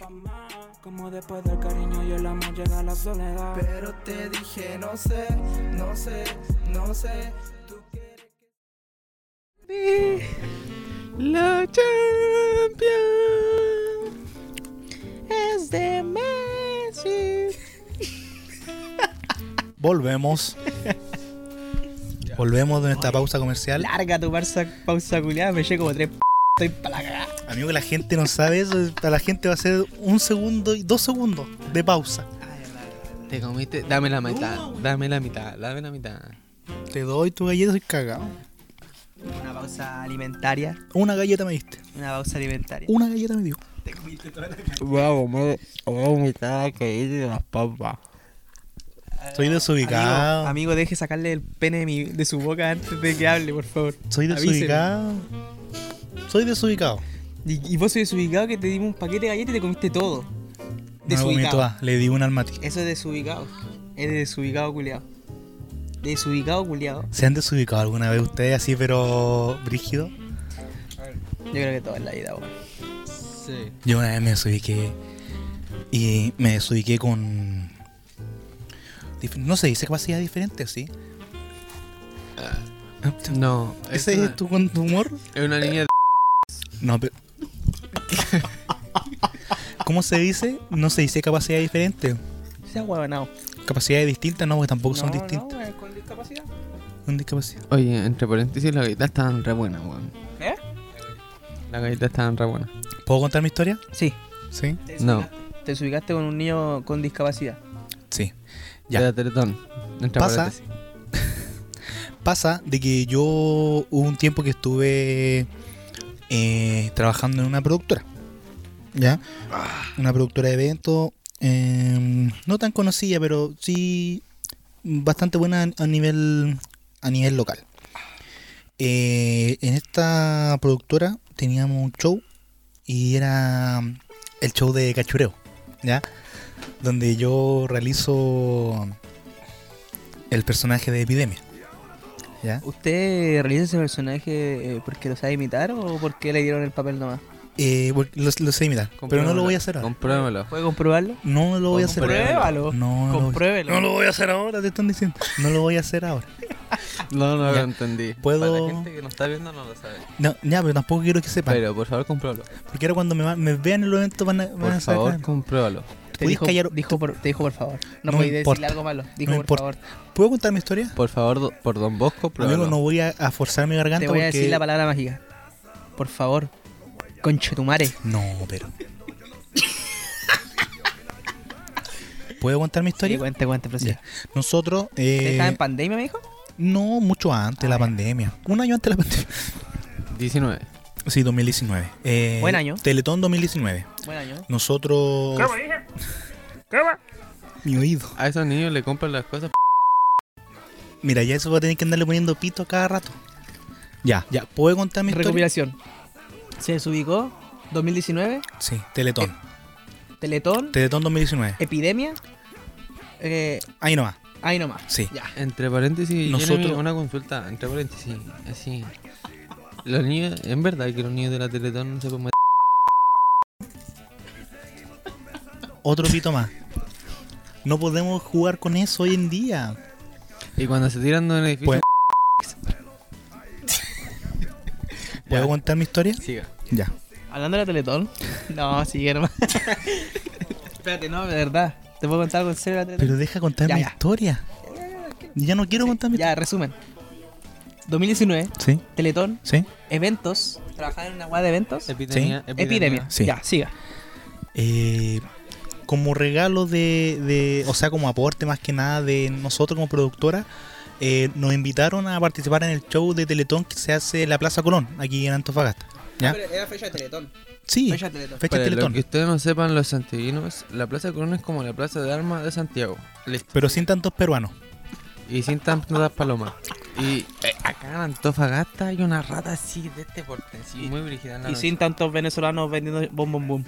Speaker 5: pa' más. Como después del cariño y el amor llega la soledad. Pero te dije no sé, no sé, no sé. Tú quieres
Speaker 4: La champion.
Speaker 2: Es de Messi.
Speaker 1: Volvemos. Volvemos de nuestra pausa comercial.
Speaker 2: Larga tu pausa, pausa culiada, me llevo como tres p. Estoy para la cagada.
Speaker 1: Amigo, la gente no sabe eso. Para la gente va a ser un segundo y dos segundos de pausa.
Speaker 4: Te comiste. Dame la mitad. Dame la mitad. Dame la mitad.
Speaker 1: Te doy tu galleta y cagado.
Speaker 2: Una pausa alimentaria.
Speaker 1: Una galleta me diste.
Speaker 2: Una pausa alimentaria.
Speaker 1: Una galleta me dio.
Speaker 4: Voy a vomitar. Voy a vomitar que hice las papas.
Speaker 1: Soy
Speaker 2: Amigo,
Speaker 1: desubicado.
Speaker 2: amigo, deje sacarle el pene de, mi, de su boca antes de que hable, por favor.
Speaker 1: Soy
Speaker 2: Avíseme.
Speaker 1: desubicado. Soy desubicado.
Speaker 2: Y, y vos sois desubicado que te dimos un paquete de galletas y te comiste todo.
Speaker 1: No comí todas, Le di una al Mati.
Speaker 2: Eso es desubicado. Es de desubicado culiado. Desubicado culiado.
Speaker 1: ¿Se han desubicado alguna vez ustedes así, pero brígido?
Speaker 2: Yo creo que todo es la vida, weón.
Speaker 4: Sí.
Speaker 1: Yo una vez me desubiqué y me desubiqué con... dif- No sé, dice capacidades diferentes, ¿sí?
Speaker 4: No.
Speaker 1: ¿Ese
Speaker 4: una-
Speaker 1: es tu, con tu humor?
Speaker 4: Es una línea de.
Speaker 1: No, pero... ¿Cómo se dice? No se dice capacidades diferentes.
Speaker 2: Sea huevonao.
Speaker 1: Capacidades distintas, no, porque tampoco son
Speaker 2: No, no,
Speaker 1: distintas.
Speaker 2: weón, con- discapacidad?
Speaker 1: Con discapacidad.
Speaker 3: Oye, entre paréntesis, las galletas estaban re buenas, weón.
Speaker 2: ¿Eh?
Speaker 3: Las galletas estaban re buenas.
Speaker 1: ¿Puedo contar mi historia?
Speaker 2: Sí.
Speaker 1: Sí.
Speaker 2: Te
Speaker 3: No.
Speaker 2: desubicaste- Te ubicaste con un niño con discapacidad.
Speaker 1: Sí. Ya.
Speaker 3: De la Teletón. Entre
Speaker 1: Pasa.
Speaker 3: paréntesis.
Speaker 1: Pasa de que yo hubo un tiempo que estuve eh, trabajando en una productora. ¿Ya? Una productora de eventos. eh, no tan conocida, pero sí bastante buena a nivel, a nivel local. Eh, en esta productora teníamos un show y era el show de cachureo, ¿ya? Donde yo realizo el personaje de Epidemia, ¿ya?
Speaker 2: ¿Usted realiza ese personaje eh, porque lo sabe imitar o porque le dieron el papel nomás?
Speaker 1: Eh, bueno, lo, lo sé imitar, pero no lo voy a hacer ahora.
Speaker 3: Compruébamelo.
Speaker 2: ¿Puede comprobarlo?
Speaker 1: No lo voy a hacer ahora.
Speaker 2: Compruébalo.
Speaker 1: No, no lo voy-
Speaker 2: Compruébelo.
Speaker 1: no lo voy a hacer ahora, te están diciendo. No lo voy a hacer ahora.
Speaker 3: No, no
Speaker 1: Ya.
Speaker 3: lo entendí.
Speaker 1: Puedo-
Speaker 3: Para la gente que nos está viendo no lo sabe.
Speaker 1: No, ya, pero tampoco quiero que sepan.
Speaker 3: Pero por favor, compruébalo.
Speaker 1: Porque ahora cuando me, va- me vean en el evento van a, van
Speaker 3: Por
Speaker 1: a saber.
Speaker 3: favor, compruébalo.
Speaker 2: Te
Speaker 1: ¿Puedes
Speaker 2: dijo,
Speaker 1: callar-
Speaker 2: dijo por, te dijo por favor.
Speaker 1: No
Speaker 2: No,
Speaker 1: me
Speaker 2: podéis
Speaker 1: importa.
Speaker 2: decirle algo malo. Dijo
Speaker 1: No me
Speaker 2: por
Speaker 1: importa.
Speaker 2: favor.
Speaker 1: ¿Puedo contar mi historia?
Speaker 3: Por favor, do- por Don Bosco, pruébalo.
Speaker 1: Amigo, no voy a, a forzar mi garganta
Speaker 2: Te voy a
Speaker 1: porque-
Speaker 2: decir la palabra mágica. Por favor. Conchetumare.
Speaker 1: No, pero. ¿Puedo contar mi
Speaker 2: Sí,
Speaker 1: historia?
Speaker 2: cuente, cuente, pero sí.
Speaker 1: Ya. Nosotros.
Speaker 2: ¿Usted estaba en Ah,
Speaker 1: Eh,
Speaker 2: pandemia, me dijo?
Speaker 1: no, mucho antes de la pandemia. Un año antes de la pandemia.
Speaker 3: 19.
Speaker 1: Sí, 2019. Eh,
Speaker 2: Buen año.
Speaker 1: Teletón 2019.
Speaker 2: Buen año. ¿eh?
Speaker 1: Nosotros. Mi oído.
Speaker 3: A esos niños le compran las cosas.
Speaker 1: Mira, ya eso va a tener que andarle poniendo pito cada rato. Ya, ya. ¿Puedo contar mi historia?
Speaker 2: Recopilación. Se desubicó 2019,
Speaker 1: Sí, Teletón.
Speaker 2: Teletón,
Speaker 1: Teletón 2019.
Speaker 2: Epidemia. Eh,
Speaker 1: Ahí nomás.
Speaker 2: ahí nomás.
Speaker 1: Sí.
Speaker 2: Ya.
Speaker 3: Entre paréntesis,
Speaker 1: Nosotros-
Speaker 3: Jeremy, una consulta. Entre paréntesis, así. Los niños, en verdad que los niños de la Teletón no se pueden meter.
Speaker 1: Otro pito más. No podemos jugar con eso hoy en día.
Speaker 3: Y cuando se tiran de un edificio.
Speaker 1: Pues- ¿Puedo
Speaker 3: Ya.
Speaker 1: contar mi historia?
Speaker 3: Siga.
Speaker 1: Ya.
Speaker 2: Hablando de la Teletón. No, sigue nomás. Espérate, no, de verdad. ¿Te puedo contar algo en serio de la Teletón?
Speaker 1: Pero deja contar
Speaker 2: Ya,
Speaker 1: mi
Speaker 2: ya.
Speaker 1: historia. Ya no quiero contar mi
Speaker 2: Ya, resumen. 2019,
Speaker 1: Sí,
Speaker 2: Teletón,
Speaker 1: sí.
Speaker 2: eventos. Trabajar en una guada de eventos.
Speaker 3: Epidemia.
Speaker 2: Epidemia.
Speaker 1: Sí.
Speaker 2: Ya, siga.
Speaker 1: Eh, como regalo de, de- O sea, como aporte más que nada de nosotros como productora, eh, nos invitaron a participar en el show de Teletón que se hace en la Plaza Colón, aquí en Antofagasta. ¿Ya?
Speaker 2: Era fecha de Teletón.
Speaker 1: Sí,
Speaker 2: Fecha de Teletón.
Speaker 1: fecha
Speaker 3: Para
Speaker 1: Teletón.
Speaker 3: lo que ustedes no sepan, los santiaguinos, la Plaza Corona es como la Plaza de Armas de Santiago. Listo.
Speaker 1: Pero sin tantos peruanos.
Speaker 3: Y sin tantas palomas. Y eh, acá en Antofagasta hay una rata así de este porte. Sí, muy brígida en la
Speaker 2: Y
Speaker 3: noche.
Speaker 2: sin tantos venezolanos vendiendo bom, bom, bom.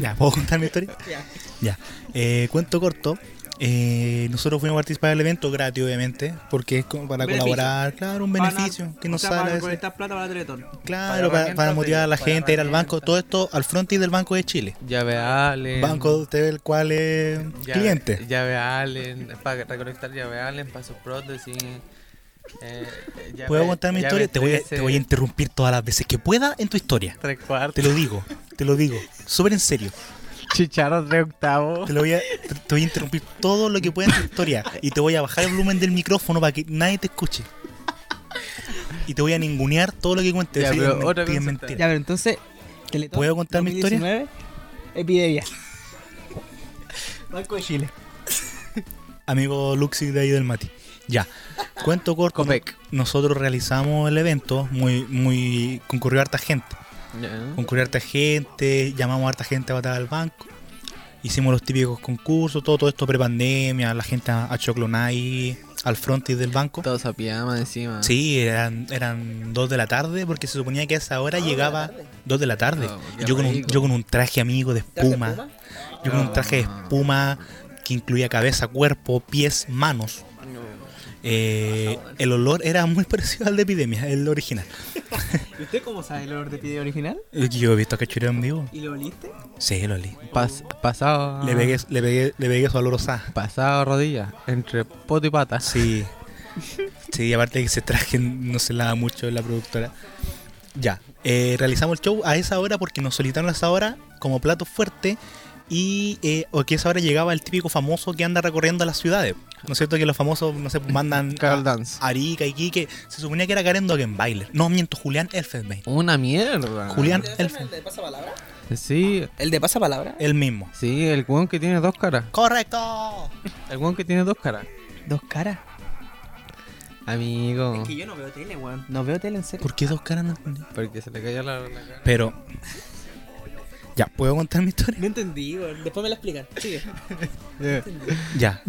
Speaker 1: Ya, ¿puedo contar mi historia? Ya. Eh, cuento corto. eh, nosotros fuimos a participar del evento gratis, obviamente, porque es como para
Speaker 2: Beneficio.
Speaker 1: colaborar, claro, un beneficio que nos sale. a veces.
Speaker 2: plata para Teletón.
Speaker 1: Claro,
Speaker 3: Para
Speaker 1: para,
Speaker 3: herramientas
Speaker 1: para motivar a la
Speaker 3: de- para
Speaker 1: gente a ir al banco.
Speaker 3: herramientas.
Speaker 1: Todo esto al frontis del Banco de Chile.
Speaker 3: Llave Allen.
Speaker 1: Banco de usted, el cual es
Speaker 3: llave-
Speaker 1: cliente.
Speaker 3: Llave Allen. Para recolectar llave Allen, para sus prótesis. eh, llave-
Speaker 1: ¿Puedo contar mi
Speaker 3: llave
Speaker 1: historia? Te voy, a,
Speaker 3: 13,
Speaker 1: te voy a interrumpir todas las veces que pueda en tu historia.
Speaker 3: Tres cuartos.
Speaker 1: Te lo digo, te lo digo. Súper en serio.
Speaker 3: Chicharro tres octavos.
Speaker 1: Te, lo voy a, te- te voy a interrumpir todo lo que pueda en tu historia. Y te voy a bajar el volumen del micrófono para que nadie te escuche. Y te voy a ningunear todo lo que cuentes.
Speaker 3: Ya,
Speaker 1: Sí,
Speaker 3: pero
Speaker 1: es mentira,
Speaker 3: otra
Speaker 1: es
Speaker 3: cosa
Speaker 1: mentira.
Speaker 2: Ya, pero entonces, Teletón.
Speaker 1: ¿Puedo contar mi historia?
Speaker 2: 2019, Epidemia. Banco de Chile.
Speaker 1: Amigo Luxi de ahí del Mati. Ya. Cuento corto.
Speaker 3: Copec.
Speaker 1: Nosotros realizamos el evento, muy, muy. concurrió harta gente. concurrió harta gente, llamamos a harta gente a votar al banco. Hicimos los típicos concursos, todo, todo esto prepandemia, la gente a choclonar ahí al frontis del banco.
Speaker 3: Todos a pijama encima.
Speaker 1: Sí, eran, eran dos de la tarde, porque se suponía que a esa hora llegaba dos Ah, de la tarde. Ah,
Speaker 3: No,
Speaker 1: Y
Speaker 3: qué
Speaker 1: yo, con un,
Speaker 3: rico.
Speaker 1: yo con un traje amigo de espuma, Ah. yo con un traje de espuma que incluía cabeza, cuerpo, pies, manos. Eh, el olor era muy parecido al de epidemia, el original.
Speaker 2: ¿Y usted cómo sabe el olor de pide original?
Speaker 1: Yo he visto a Cachureo en vivo.
Speaker 2: ¿Y lo oliste?
Speaker 1: Sí, lo olí.
Speaker 3: Pas- pasado.
Speaker 1: Le pegué, le pegué, le pegué su olor osá.
Speaker 3: Pasado rodilla. Entre poto y patas.
Speaker 1: Sí. Sí, aparte de que se traje no se lava mucho la productora. Ya, eh, realizamos el show a esa hora porque nos solicitaron a esa hora como plato fuerte y eh, o que a esa hora llegaba el típico famoso que anda recorriendo las ciudades. ¿No es cierto que los famosos, no sé, pues, mandan
Speaker 3: Carol Dance.
Speaker 1: a Arica y Quique? Se suponía que era Karen Dogenbailer. No, miento, Julián Elfenbein.
Speaker 3: Una mierda.
Speaker 1: Julián
Speaker 2: ¿El
Speaker 1: Elfenbein.
Speaker 2: de pasapalabra?
Speaker 3: Sí,
Speaker 2: ¿El de pasapalabra?
Speaker 1: El mismo.
Speaker 3: sí, el weón que tiene dos caras.
Speaker 1: ¡Correcto!
Speaker 3: El weón que tiene dos caras.
Speaker 2: Eh, Dos caras.
Speaker 3: Amigo.
Speaker 2: yo no veo tele, weón. No veo tele en serio.
Speaker 1: ¿Por qué dos caras no entendí?
Speaker 3: Porque se le cayó la, la cara.
Speaker 1: Pero. Ya, ¿puedo contar mi historia?
Speaker 2: No entendí, weón. Después me la explican. Sigue.
Speaker 3: Eh,
Speaker 1: Ya.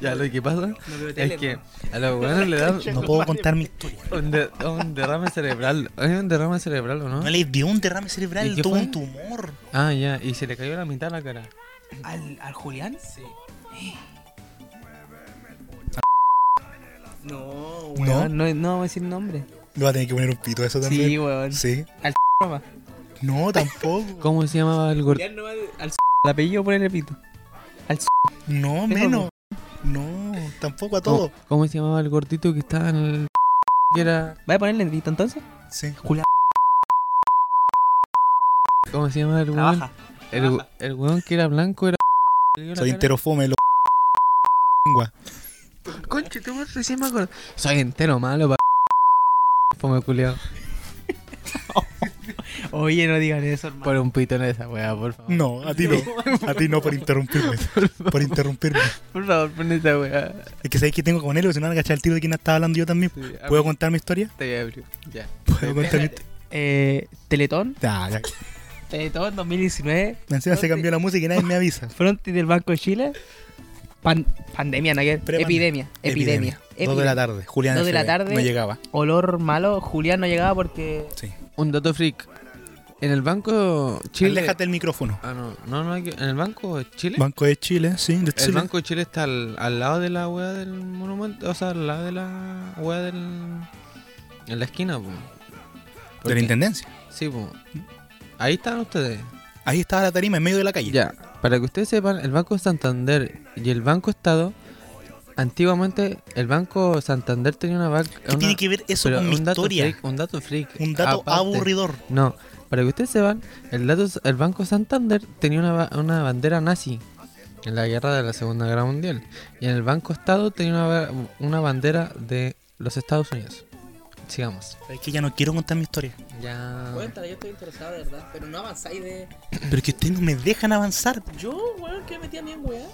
Speaker 3: Ya, lo que pasa
Speaker 2: veo tele,
Speaker 3: es que a los weones le dan
Speaker 1: No puedo contar mi historia.
Speaker 3: un, de- un derrame cerebral. Es un derrame cerebral, ¿o no?
Speaker 1: No le dio un derrame cerebral,
Speaker 3: ¿Y qué
Speaker 1: tuvo
Speaker 3: fue?
Speaker 1: un tumor.
Speaker 3: Ah, ya, y se le cayó la mitad de la cara.
Speaker 2: ¿Al, ¿Al Julián? Sí. No, weón. No, no, voy a decir nombre.
Speaker 1: Le va a tener que poner un pito a eso también.
Speaker 2: Sí, weón.
Speaker 1: Sí.
Speaker 2: Al nomás.
Speaker 1: No, tampoco.
Speaker 3: ¿Cómo se llamaba el gordito?
Speaker 2: Julián no al el apellido por el pito. Al
Speaker 1: No, menos. No, tampoco a todo.
Speaker 3: ¿Cómo, cómo se llamaba el gordito que estaba en el... que era...
Speaker 2: ¿Vas a ponerle el pito entonces?
Speaker 1: Sí.
Speaker 3: ¿Cómo se llamaba el weón?
Speaker 2: Mm.
Speaker 3: El, el weón que era blanco era...
Speaker 1: Soy enterofome, lo. Lengua.
Speaker 3: Conche, tú recién me acuerdo. Soy entero malo, pa... Fome culiao.
Speaker 2: Oye, no digan eso, hermano.
Speaker 3: Por un pito en esa weá, por favor.
Speaker 1: No, a ti no. A ti no por interrumpirme. Por interrumpirme.
Speaker 3: Mm. Por favor, pon esa weá.
Speaker 1: Es que sabéis que tengo con él, porque si no, agachar el tiro de quién estaba hablando yo también.
Speaker 3: Sí,
Speaker 1: ¿Puedo contar mi historia?
Speaker 3: Te abro. Ya.
Speaker 1: ¿Puedo contar mi historia?
Speaker 2: Eh, Teletón.
Speaker 1: Ah, ya.
Speaker 2: Teletón 2019.
Speaker 1: Encima se cambió la música y nadie me avisa.
Speaker 2: Frontis del Banco de Chile. Pan- pandemia, ¿no?
Speaker 1: Prepandemia.
Speaker 2: Epidemia. Epidemia.
Speaker 1: Dos de la tarde. Julián
Speaker 2: Dos de la
Speaker 1: Elfenbein.
Speaker 2: tarde.
Speaker 1: No llegaba.
Speaker 2: Olor malo. Julián no llegaba porque.
Speaker 1: Sí.
Speaker 3: Un dato freak. En el banco Chile...
Speaker 1: Aléjate el micrófono.
Speaker 3: Ah, no, no, no, aquí- en el banco Chile.
Speaker 1: Banco de Chile, sí, de
Speaker 3: El
Speaker 1: Chile.
Speaker 3: Banco de Chile está al, al lado de la weá del monumento, o sea, al lado de la weá del. en la esquina, po.
Speaker 1: de la
Speaker 3: Porque-
Speaker 1: Intendencia.
Speaker 3: Sí, po. Ahí están ustedes.
Speaker 1: Ahí estaba la tarima, en medio de la calle.
Speaker 3: Ya, para que ustedes sepan, el Banco Santander y el Banco Estado, antiguamente el Banco Santander tenía una banca.
Speaker 1: ¿Qué tiene que ver eso
Speaker 3: pero
Speaker 1: con mi
Speaker 3: un dato
Speaker 1: historia?
Speaker 3: freak, un dato freak.
Speaker 1: Un dato
Speaker 3: aparte.
Speaker 1: aburridor.
Speaker 3: No, para que ustedes sepan, el, dato, el Banco Santander tenía una, ba- una bandera nazi en la guerra de la Segunda Guerra Mundial. Y en el Banco Estado tenía una, ba- una bandera de los Estados Unidos. Sigamos.
Speaker 1: Es que ya no quiero contar mi historia.
Speaker 3: Ya.
Speaker 2: yo estoy interesado, de verdad. Pero no avanzáis de.
Speaker 1: Pero es que ustedes no me dejan avanzar.
Speaker 2: Yo, weón, que metía bien, weón.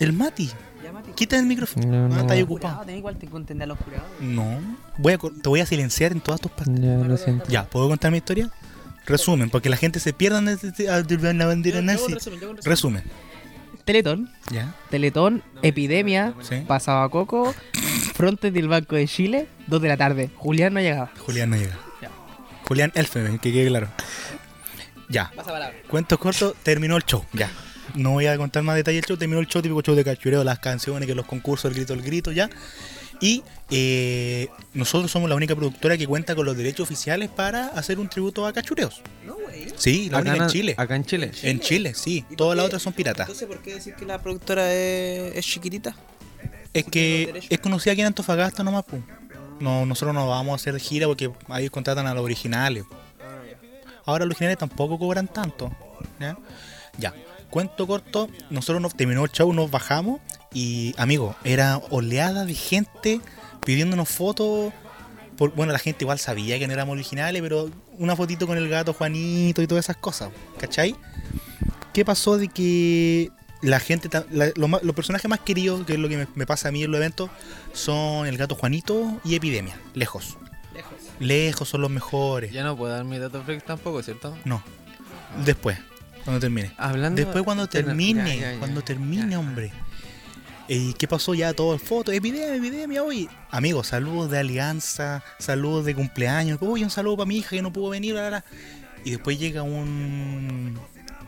Speaker 1: El Mati,
Speaker 2: Ya, Mati.
Speaker 1: quita el micrófono.
Speaker 3: No,
Speaker 1: Ah,
Speaker 3: no.
Speaker 1: está ahí
Speaker 2: Curado,
Speaker 1: ocupado.
Speaker 2: tenés igual te contendé a los curados.
Speaker 1: No. Voy a, co- te voy a silenciar en todas tus partes.
Speaker 3: Ya, lo siento.
Speaker 1: Ya, ¿puedo contar mi historia? Resumen, porque la gente se pierda en este- ah, de la bandera nazi. Resumen.
Speaker 2: Teletón.
Speaker 1: Ya.
Speaker 2: Teletón. Epidemia.
Speaker 1: Sí.
Speaker 2: Pasaba Coco. Frontes del Banco de Chile. 2 de la tarde. Julián no llegaba.
Speaker 1: Julián no llega.
Speaker 2: Ya.
Speaker 1: Julián Elfenbein, que quede claro. Ya. Cuento corto, terminó el show, ya. No voy a contar más detalle el show, terminó el show, típico show de cachureo, las canciones, que los concursos, el grito, el grito, ya. Y eh, nosotros somos la única productora que cuenta con los derechos oficiales para hacer un tributo a cachureos.
Speaker 2: No, güey.
Speaker 1: Sí, la
Speaker 3: Acá
Speaker 1: única en
Speaker 3: na-
Speaker 1: Chile.
Speaker 3: Acá en Chile.
Speaker 1: En Chile, sí.
Speaker 2: por
Speaker 1: Todas las
Speaker 2: qué?
Speaker 1: otras son piratas.
Speaker 2: ¿por qué decir que la productora es, chiquitita?
Speaker 1: Es que
Speaker 2: derechos.
Speaker 1: es conocida aquí en Antofagasta nomás, pu. No, nosotros no vamos a hacer gira porque ahí contratan a los originales. Ahora los originales tampoco cobran tanto. ¿ya? Ya, cuento corto, nosotros nos terminó el show, nos bajamos y, amigo, era oleada de gente pidiéndonos fotos. por- bueno, la gente igual sabía que no éramos originales, pero una fotito con el gato Juanito y todas esas cosas, ¿cachai? ¿Qué pasó de que la gente, ta- la- los, ma- los personajes más queridos, que es lo que me, me pasa a mí en los eventos, son el gato Juanito y Epidemia, lejos.
Speaker 2: Lejos.
Speaker 1: Lejos son los mejores.
Speaker 3: Ya no puedo dar mi dato freak tampoco, ¿cierto?
Speaker 1: No, después, cuando termine.
Speaker 3: Hablando.
Speaker 1: Después cuando
Speaker 3: Ten-
Speaker 1: termine,
Speaker 3: ya, ya, ya,
Speaker 1: cuando
Speaker 3: ya.
Speaker 1: termine,
Speaker 3: Ya.
Speaker 1: hombre. ¿Y qué pasó ya? Todo el foto, epidemia, epidemia, hoy. Amigos, saludos de alianza, saludos de cumpleaños. Uy, un saludo para mi hija que no pudo venir, bla, bla, bla. Y después llega un,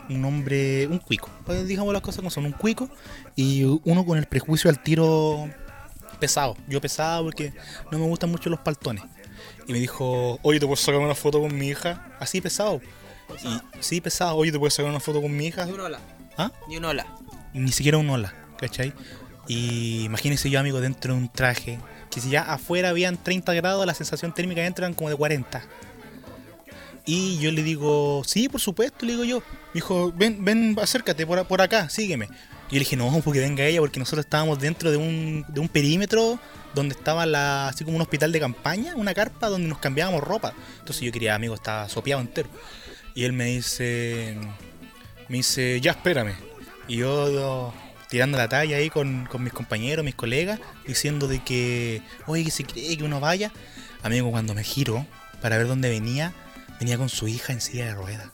Speaker 1: un hombre, un cuico. Pues digamos las cosas como son, un cuico. Y uno con el prejuicio al tiro pesado. Yo pesado porque no me gustan mucho los paltones. Y me dijo, oye, ¿te puedo sacar una foto con mi hija? Así pesado. Y, sí, pesado, oye, ¿te puedes sacar una foto con mi hija?
Speaker 2: hola.
Speaker 1: ¿Ah?
Speaker 2: Ni un hola.
Speaker 1: ni siquiera un hola, ¿cachai? Y imagínense yo, amigo, dentro de un traje, que si ya afuera habían 30 grados, la sensación térmica dentro eran como de 40. Y yo le digo, sí, por supuesto, le digo yo. Me dijo, ven, ven, acércate por, a- por acá, sígueme. Y yo le dije, no, porque venga ella, porque nosotros estábamos dentro de un, de un perímetro donde estaba la, así como un hospital de campaña, una carpa donde nos cambiábamos ropa. Entonces yo quería, amigo, estaba sopeado entero. Y él me dice, me dice, ya espérame. Y yo do- tirando la talla ahí con, con mis compañeros, mis colegas, diciendo de que, oye, que se cree que uno vaya. Amigo, cuando me giro para ver dónde venía, venía con su hija en silla de ruedas.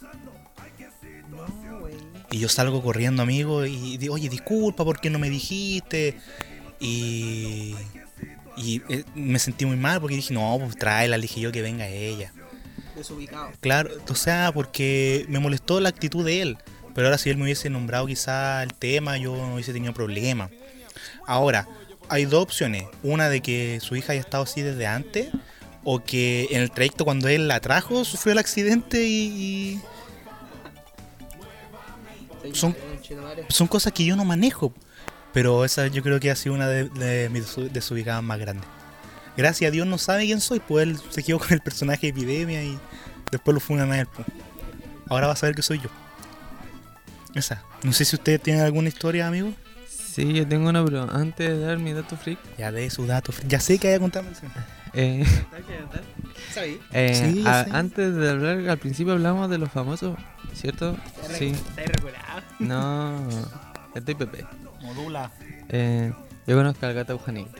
Speaker 1: Y yo salgo corriendo, amigo, y digo, oye, disculpa, ¿por qué no me dijiste? Y, y eh, me sentí muy mal porque dije, no, pues tráela, le dije yo que venga ella.
Speaker 6: Desubicado.
Speaker 1: Claro, o sea, porque me molestó la actitud de él. Pero ahora si él me hubiese nombrado quizá el tema, yo no hubiese tenido problema. Ahora, hay dos opciones. Una de que su hija haya estado así desde antes, o que en el trayecto cuando él la trajo sufrió el accidente y... y- Son- Son cosas que yo no manejo. Pero esa yo creo que ha sido una de, de mis desu- desubicadas más grandes. Gracias a Dios no sabe quién soy, pues él se quedó con el personaje de Epidemia y después lo funan a él. pues. Ahora va a saber que soy yo. Esa. No sé si ustedes tienen alguna historia, amigo.
Speaker 3: Sí, yo tengo una, pero antes de dar mi dato freak.
Speaker 1: Ya de su dato. Ya sé que hay a contar mención.
Speaker 3: eh,
Speaker 6: ¿Sabí?
Speaker 3: eh,
Speaker 1: Sí,
Speaker 3: a-
Speaker 1: sí.
Speaker 3: Antes de hablar, al principio hablamos de los famosos, ¿cierto? Sí.
Speaker 6: Está irregular.
Speaker 3: No, estoy Pepe.
Speaker 1: Modula.
Speaker 3: Eh, yo conozco al gato Juanito.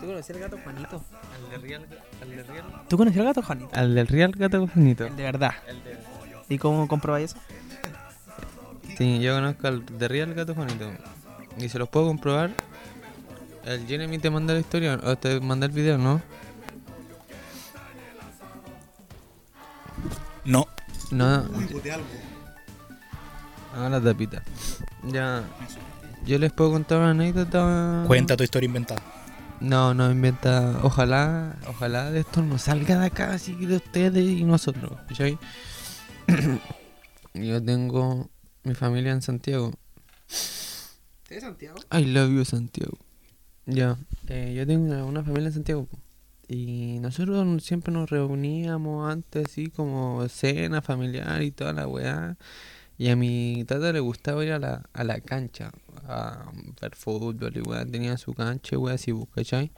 Speaker 6: ¿Tú conocías al gato Juanito?
Speaker 4: Al de Real, al de Real.
Speaker 2: ¿Tú conocías al gato Juanito?
Speaker 3: Al del real gato Juanito.
Speaker 2: El de verdad. ¿Y cómo comprobáis eso?
Speaker 3: Sí, yo conozco al de real gato Juanito. Y se los puedo comprobar. El Jeremy te manda la historia, o te manda el video, ¿no?
Speaker 1: No.
Speaker 3: No. Ah, la tapita. Ya. Yo les puedo contar una anécdota.
Speaker 1: Cuenta tu historia inventada.
Speaker 3: No, no inventa. Ojalá, ojalá de esto no salga de acá, así de ustedes y nosotros. ¿cachai? Yo tengo mi familia en Santiago.
Speaker 6: ¿Tú eres Santiago?
Speaker 3: I love you, Santiago. Ya, eh, yo tengo una, una familia en Santiago. po. Y nosotros n- siempre nos reuníamos antes, así como cena familiar y toda la weá. Y a mi tata le gustaba ir a la, a la cancha, a ver fútbol y weá. Tenía su cancha, y weá, así, po, ¿cachai?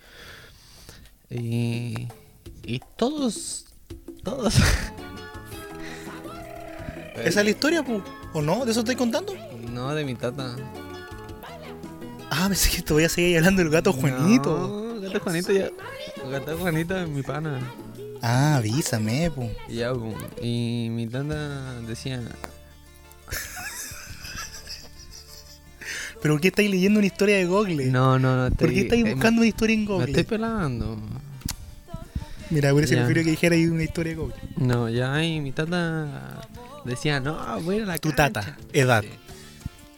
Speaker 3: Y, y todos, todos.
Speaker 1: ¿Esa es la historia, pu? ¿O no? ¿De eso estoy contando?
Speaker 3: No, de mi tata.
Speaker 1: Ah, pensé que te voy a seguir hablando del gato Juanito.
Speaker 3: No, gato Juanito ya. Gato Juanito es mi pana.
Speaker 1: Ah, avísame, pu.
Speaker 3: Y ya, bu, y mi tata decía,
Speaker 1: ¿Pero por qué estáis leyendo una historia de Google?
Speaker 3: no, no, no,
Speaker 1: ¿Por qué
Speaker 3: estoy-
Speaker 1: estáis
Speaker 3: eh,
Speaker 1: buscando una historia en
Speaker 3: Me, me
Speaker 1: Google?
Speaker 3: estoy pelando.
Speaker 1: Mira, hubiera
Speaker 3: Ya.
Speaker 1: sido prefiero que dijera ahí una historia de Google.
Speaker 3: No, ya, y mi tata decía, no, voy a ir a la
Speaker 1: Tu
Speaker 3: cancha".
Speaker 1: tata, edad.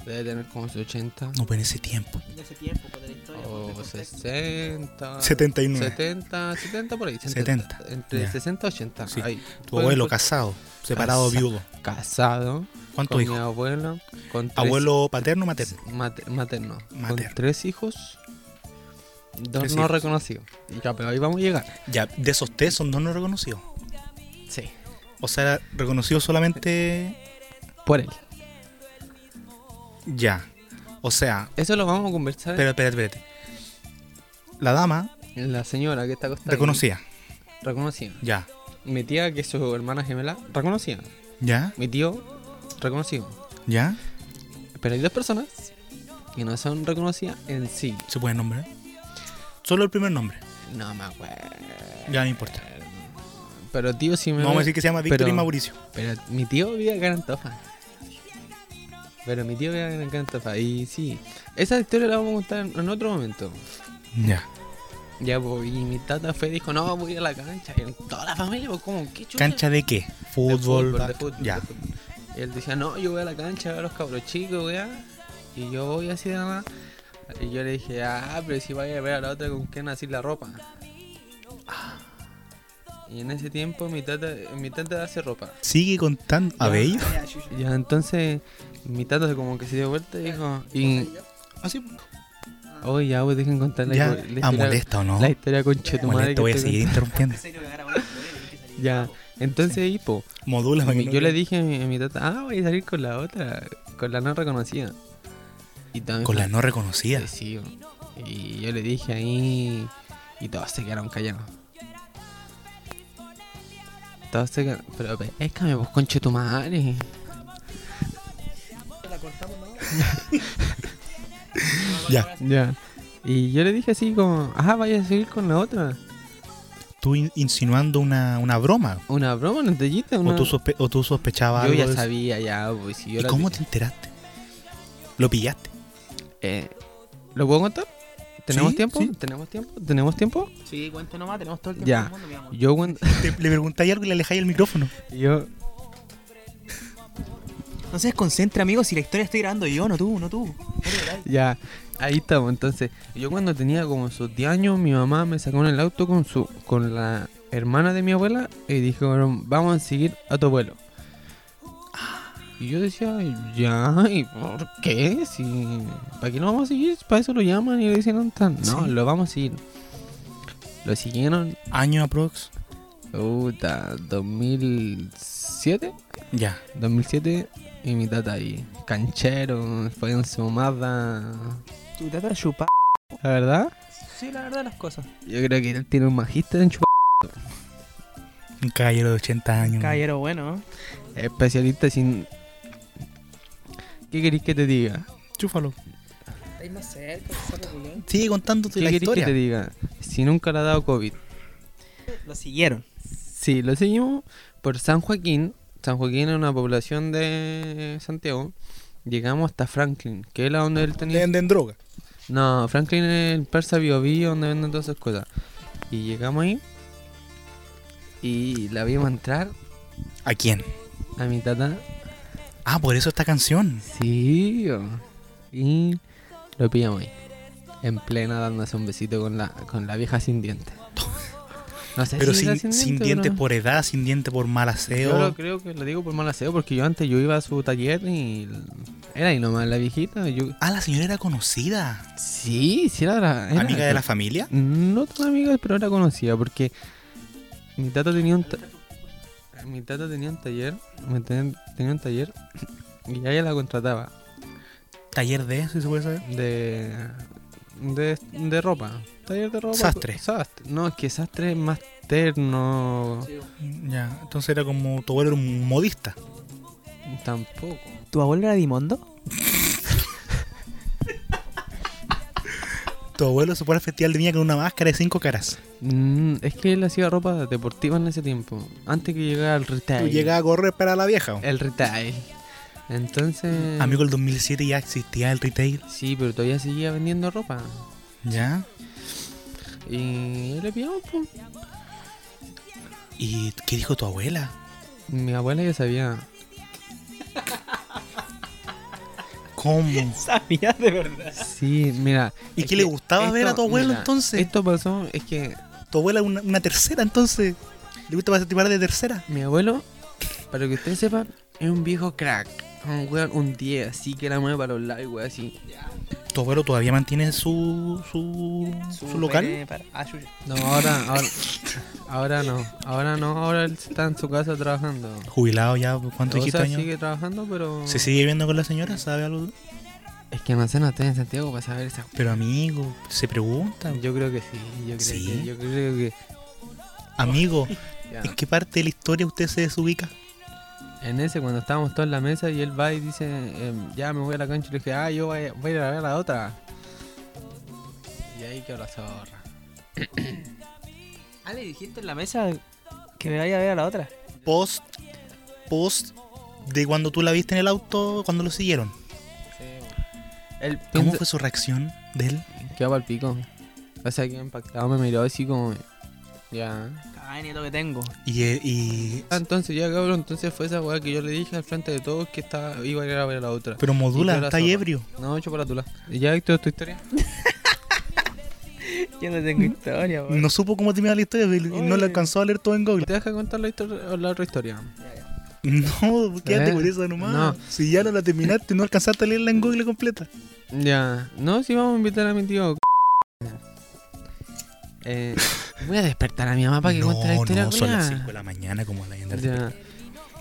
Speaker 3: Debe tener como sus 80
Speaker 1: Ah. No, pero en ese tiempo.
Speaker 6: De ese tiempo, con la historia.
Speaker 3: o
Speaker 6: ponte en contexto.
Speaker 3: 60.
Speaker 1: 79.
Speaker 3: 70, 70 por ahí.
Speaker 1: 70,
Speaker 3: Entre
Speaker 1: ya.
Speaker 3: 60 y 80.
Speaker 1: Sí.
Speaker 3: ahí.
Speaker 1: Tu abuelo
Speaker 3: Fue-
Speaker 1: casado, separado,
Speaker 3: Casa-
Speaker 1: viudo.
Speaker 3: Casado.
Speaker 1: ¿Cuántos
Speaker 3: Con mi
Speaker 1: hijos?
Speaker 3: abuelo. Con tres
Speaker 1: ¿Abuelo paterno o materno?
Speaker 3: Mate- materno.
Speaker 1: Materno.
Speaker 3: Con tres hijos. Dos
Speaker 1: Tres
Speaker 3: no
Speaker 1: hijos.
Speaker 3: reconocidos. Y Ya, pero ahí vamos a llegar.
Speaker 1: Ya, de esos tres son dos no reconocidos.
Speaker 3: Sí.
Speaker 1: O sea, era reconocido solamente.
Speaker 3: Por él.
Speaker 1: Ya. O sea,
Speaker 3: Eso lo vamos a conversar.
Speaker 1: espérate, espérate, espérate. La dama
Speaker 3: la señora que está acostada. ahí,
Speaker 1: reconocía.
Speaker 3: Reconocida.
Speaker 1: Ya.
Speaker 3: Mi tía, que es su hermana gemela, reconocida.
Speaker 1: Ya,
Speaker 3: Mi tío, reconocido.
Speaker 1: ya.
Speaker 3: Pero hay dos personas que no son reconocidas en sí.
Speaker 1: ¿Se puede nombrar? Solo el primer nombre.
Speaker 3: No me acuerdo.
Speaker 1: Ya no importa.
Speaker 3: Pero tío, sí me.
Speaker 1: No vamos a decir que se llama Víctor
Speaker 3: pero-
Speaker 1: y Mauricio.
Speaker 3: Pero mi tío vive acá en Antofa. Pero mi tío vive acá en Antofa. Y sí, esa historia la vamos a contar en- en otro momento.
Speaker 1: Ya.
Speaker 3: Ya, pues, y mi tata fue y dijo, no, voy a ir a la cancha. Y en toda la familia, pues, como, ¿qué chucha?
Speaker 1: ¿Cancha de qué?
Speaker 3: De
Speaker 1: Fútbol,
Speaker 3: de
Speaker 1: básquet,
Speaker 3: fútbol,
Speaker 1: Ya.
Speaker 3: de fútbol. Y él decía, no, yo voy a la cancha, veo a los cabros chicos, weá. Y yo voy así de nada. Y yo le dije, ah, pero si vaya a ver a la otra con quién así la ropa. Ah. Y en ese tiempo mi tata, mi tata hace ropa.
Speaker 1: Sigue contando. ¿A Bello?
Speaker 6: Ya, chucha.
Speaker 3: Ya, entonces mi tata como que se dio vuelta y dijo, y,
Speaker 1: Así.
Speaker 3: oye, ya, pues dejen contar la,
Speaker 1: Ya.
Speaker 3: histo- la
Speaker 1: Ah,
Speaker 3: historia,
Speaker 1: molesta o no.
Speaker 3: la historia con Chetumare.
Speaker 1: Molesto, voy a seguir interrumpiendo.
Speaker 6: En serio, cagar a bola, tiene que salir.
Speaker 3: Ya, entonces ahí, po,
Speaker 1: Modula. para que no-
Speaker 3: yo le dije a mi, a mi tata, ah, voy a salir con la otra, con la no reconocida. Y también
Speaker 1: Con la no reconocida.
Speaker 3: Sí, sí, weón. Y yo le dije ahí. Y todos se quedaron callados. Todos se quedaron. Pero pescame, vos conche tu madre.
Speaker 6: La cortamos, ¿no?
Speaker 1: Ya.
Speaker 3: Ya. Y yo le dije así como, ah, vaya a seguir con la otra.
Speaker 1: Tú in- insinuando una, una broma.
Speaker 3: Una broma, una tellita, una...
Speaker 1: O, tú sospe- o tú sospechabas
Speaker 3: Yo
Speaker 1: algo
Speaker 3: ya
Speaker 1: de eso.
Speaker 3: sabía, ya, pues si yo
Speaker 1: ¿Y
Speaker 3: la-
Speaker 1: cómo te enteraste? ¿Lo pillaste?
Speaker 3: Eh, ¿Lo puedo contar? ¿Tenemos
Speaker 1: Sí,
Speaker 3: tiempo?
Speaker 1: sí.
Speaker 3: ¿Tenemos tiempo? ¿Tenemos tiempo?
Speaker 6: Sí, cuente nomás, tenemos todo el tiempo
Speaker 3: Ya.
Speaker 6: del mundo, mi amor.
Speaker 3: Yo cuando...
Speaker 1: Te- le preguntáis algo y le alejáis el micrófono.
Speaker 3: Yo...
Speaker 2: No se desconcentra, amigo, si la historia estoy grabando yo, no tú, no tú.
Speaker 3: Ya, ahí estamos. Entonces, yo cuando tenía como sus 10 años, mi mamá me sacó en el auto con su con la hermana de mi abuela y dijeron, vamos a seguir a tu abuelo. Y yo decía, ya, ¿y por qué? Si, ¿Para qué no vamos a seguir? Para eso lo llaman y le dicen, tan. No,
Speaker 1: Sí.
Speaker 3: lo vamos a seguir. Lo siguieron,
Speaker 1: Año aprox.
Speaker 3: puta, 2007.
Speaker 1: Ya.
Speaker 3: 2007 y mi tata ahí, canchero, fue en su mamada.
Speaker 2: Tu trata de chupar.
Speaker 3: ¿La verdad?
Speaker 6: Sí, la verdad de las cosas.
Speaker 3: Yo creo que él tiene un magíster en chupar.
Speaker 1: Un caballero de 80 años.
Speaker 2: Caballero bueno.
Speaker 3: Especialista sin. ¿Qué queréis que te diga?
Speaker 1: Chúfalo.
Speaker 6: Estáis más cerca, saco culón.
Speaker 1: Sigue contándote
Speaker 3: ¿Qué
Speaker 1: la
Speaker 3: queréis que
Speaker 1: historia.
Speaker 3: te diga? Si nunca le ha dado COVID.
Speaker 2: Lo siguieron.
Speaker 3: Sí, lo seguimos por San Joaquín. San Joaquín es una población de Santiago. Llegamos hasta Franklin, que es la donde él tenía.
Speaker 1: Venden droga.
Speaker 3: No, Franklin es el persa Bio Bio, donde venden todas esas cosas. Y llegamos ahí. Y la vimos entrar
Speaker 1: ¿A quién?
Speaker 3: a mi tata
Speaker 1: Ah, por eso esta canción.
Speaker 3: Sí, o- y lo pillamos ahí. En plena dándose un besito con la, con la vieja sin dientes. No sé
Speaker 1: Pero
Speaker 3: si era
Speaker 1: sin, sin
Speaker 3: pero-
Speaker 1: dientes por edad, sin dientes por mal
Speaker 3: Yo lo
Speaker 1: aseo.
Speaker 3: creo que lo digo por mal aseo, porque yo antes yo iba a su taller y l- era ahí nomás la viejita. Yo,
Speaker 1: Ah, la señora era conocida.
Speaker 3: sí, sí era, la- era-
Speaker 1: Amiga de la familia.
Speaker 3: No tan amiga, pero era conocida, porque mi tata tenía un... ta- Mi tata tenía un taller, me ten- tenía un taller y ella la contrataba.
Speaker 1: Taller de, si se puede saber.
Speaker 3: de, de, de ropa. Taller de ropa.
Speaker 1: Sastre.
Speaker 3: Sastre. No, es que sastre es más terno.
Speaker 1: Ya. Entonces era como tu abuelo era un modista.
Speaker 3: Tampoco.
Speaker 2: ¿Tu abuelo era Dimondo?
Speaker 1: Tu abuelo se fue al festival de niña con una máscara de cinco caras.
Speaker 3: Mm, es que él hacía ropa deportiva en ese tiempo. Antes que llegara el
Speaker 1: Tú
Speaker 3: retail.
Speaker 1: llegabas a correr para la vieja.
Speaker 3: El retail. Entonces.
Speaker 1: Amigo, el 2007 ya existía el retail.
Speaker 3: Sí, pero todavía seguía vendiendo ropa.
Speaker 1: Ya.
Speaker 3: Y le pillamos, pues.
Speaker 1: ¿Y qué dijo tu abuela?
Speaker 3: Mi abuela ya sabía.
Speaker 1: ¿Cómo?
Speaker 2: Sabía de verdad.
Speaker 3: Sí, mira.
Speaker 1: ¿Y
Speaker 3: es
Speaker 1: qué le
Speaker 3: que
Speaker 1: gustaba ver a tu abuelo
Speaker 3: mira,
Speaker 1: entonces?
Speaker 3: Esto pasó, es que
Speaker 1: Tu abuela una, una tercera, entonces. ¿Le gusta participar de tercera?
Speaker 3: Mi abuelo, para que ustedes sepan, es un viejo crack. Un weón, un 10, así que la mueve para los lados y weón, así.
Speaker 1: ¿Tu abuelo todavía mantiene su, su, su
Speaker 2: eh,
Speaker 1: local?
Speaker 2: Ah,
Speaker 3: No, ahora, ahora, ahora no, ahora no, ahora él está en su casa trabajando.
Speaker 1: Jubilado ya, ¿cuánto
Speaker 3: O
Speaker 1: dijiste
Speaker 3: sea,
Speaker 1: años?
Speaker 3: sigue trabajando, pero.
Speaker 1: ¿Se sigue viendo con la señora? ¿Sabe algo?
Speaker 3: Es que no sé, no estoy en Santiago para saber esa.
Speaker 1: Pero amigo, se pregunta.
Speaker 3: Yo creo que sí, yo creo
Speaker 1: ¿Sí?
Speaker 3: que yo creo que.
Speaker 1: Amigo,
Speaker 3: ya.
Speaker 1: ¿en qué parte de la historia usted se desubica?
Speaker 3: En ese, cuando estábamos todos en la mesa y él va y dice, em, ya me voy a la cancha, y le dije, ah, yo voy, voy a ir a ver a la otra. Y ahí quedó la zorra.
Speaker 2: Ah, le dijiste en la mesa que me vaya a ver a la otra.
Speaker 1: Post, post de cuando tú la viste en el auto, cuando lo siguieron.
Speaker 3: Él
Speaker 1: ¿Cómo
Speaker 3: piensa-
Speaker 1: fue su reacción de él?
Speaker 3: Quedó para el pico. O sea, que impactado me miró así como. Ya.
Speaker 2: Ay, nieto que tengo.
Speaker 1: Y, eh, y-
Speaker 3: Ah, entonces, ya cabrón, entonces fue esa weá que yo le dije al frente de todos que estaba, iba a ir a ver a la otra.
Speaker 1: pero modula,
Speaker 3: Y yo la
Speaker 1: está ahí
Speaker 3: zorra.
Speaker 1: ebrio.
Speaker 3: No, chocolatula. ¿Y ya, Héctor, tu historia?
Speaker 2: Yo no tengo historia, weón.
Speaker 1: No supo cómo terminar la historia, no le alcanzó a leer todo en Google.
Speaker 3: ¿Te deja contar la, histor- la otra historia?
Speaker 1: No, quédate
Speaker 3: Eh,
Speaker 1: con esa nomás.
Speaker 3: no.
Speaker 1: Si ya no la terminaste, no alcanzaste a leerla en Google completa.
Speaker 3: Ya. No, si vamos a invitar a mi tío. Eh, voy a despertar a mi mamá para que cuente la historia.
Speaker 1: son las
Speaker 3: culiá.
Speaker 1: 5 de la mañana como la leyenda.
Speaker 3: Ya.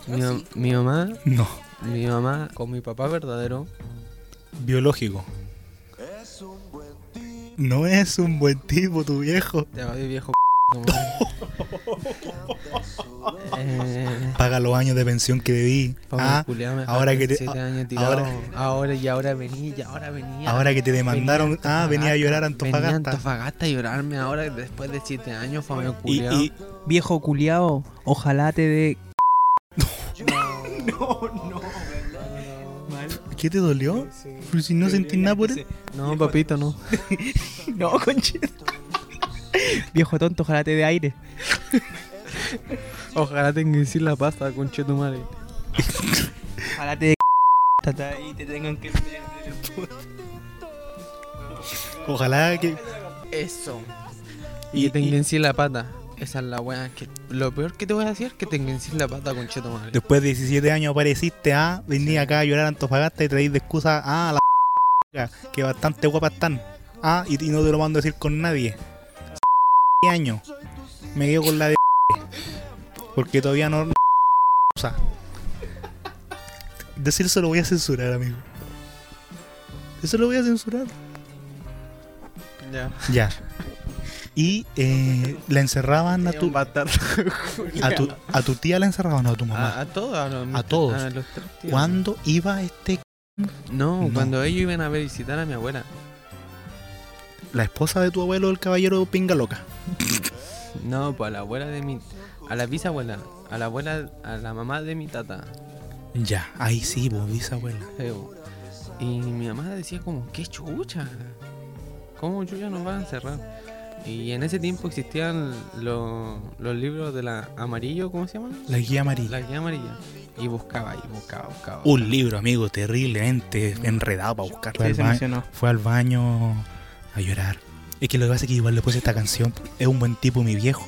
Speaker 3: Mi, mam- mi mamá,
Speaker 1: No,
Speaker 3: mi mamá con mi papá verdadero
Speaker 1: biológico. No es un buen tipo tu viejo.
Speaker 3: Te odio, viejo. p***, weón. eh,
Speaker 1: Paga los años de pensión que debí.
Speaker 3: Pablo
Speaker 1: Ah,
Speaker 3: culiao, me dejaste
Speaker 1: ahora que te-
Speaker 3: siete años tirado.
Speaker 1: ahora-
Speaker 3: ahora, y ahora vení, y ahora venía.
Speaker 1: ahora que te demandaron.
Speaker 3: Venía a
Speaker 1: ah, venía a llorar a
Speaker 3: Venía a
Speaker 1: Antofagasta.
Speaker 3: Antofagasta a llorarme ahora después de 7 años, Fabio
Speaker 2: Y,
Speaker 3: culiao.
Speaker 2: y- viejo culiao, ojalá te dé.
Speaker 1: ¿Qué te dolió? Pero si no sentís nada por él.
Speaker 3: No, papito, no.
Speaker 2: No, conchita. viejo tonto, ojalá te dé aire.
Speaker 3: Ojalá tenga que decir la pasta, conchetumare.
Speaker 2: Ojalá te dé. tata, Y te tengan que.
Speaker 1: Ojalá que.
Speaker 3: Eso.
Speaker 1: Y-
Speaker 3: Y, que te
Speaker 1: y-
Speaker 3: enguencís la pata. Esa es la wea. Que lo peor que te voy a decir es que te enguencís la pata, conchetumare.
Speaker 1: Después de 17 años apareciste, ah, vení acá a llorar a Antofagasta y traís de excusa, ah, la p- que bastante guapa están. Ah, y, y no te lo mando a decir con nadie. ¿Qué año? Me quedo con la de porque todavía no. o sea, Decir eso lo voy a censurar, amigo. Eso lo voy a censurar.
Speaker 3: Ya.
Speaker 1: Ya. Y eh, la encerraban a tu,
Speaker 3: Bastardo. Ah,
Speaker 1: a tu a tu tía la encerraban o a tu
Speaker 3: A,
Speaker 1: mamá.
Speaker 3: a todos. A, los-
Speaker 1: A todos.
Speaker 3: a los tres tíos.
Speaker 1: ¿Cuándo iba este
Speaker 3: No,
Speaker 1: No.
Speaker 3: cuando ellos iban a visitar a mi abuela.
Speaker 1: La esposa de tu abuelo, el caballero pinga loca.
Speaker 3: No, pues a la abuela de mi. A la bisabuela. A la abuela. A la mamá de mi tata.
Speaker 1: Ya, ahí sí, vos, bisabuela.
Speaker 3: Feo. Y mi mamá decía como, qué chucha. ¿Cómo chucha nos van a encerrar? Y en ese tiempo existían lo- los libros de la amarillo, ¿cómo se llaman?
Speaker 1: La guía amarilla.
Speaker 3: La guía amarilla. Y buscaba, y buscaba, buscaba.
Speaker 1: Un libro, amigo, terriblemente enredado para buscar. Fue,
Speaker 2: Sí,
Speaker 1: al
Speaker 2: se
Speaker 1: ba-
Speaker 2: emocionó.
Speaker 1: fue al baño a llorar. Es que lo que pasa es que igual le puse esta canción. Es un buen tipo, mi viejo.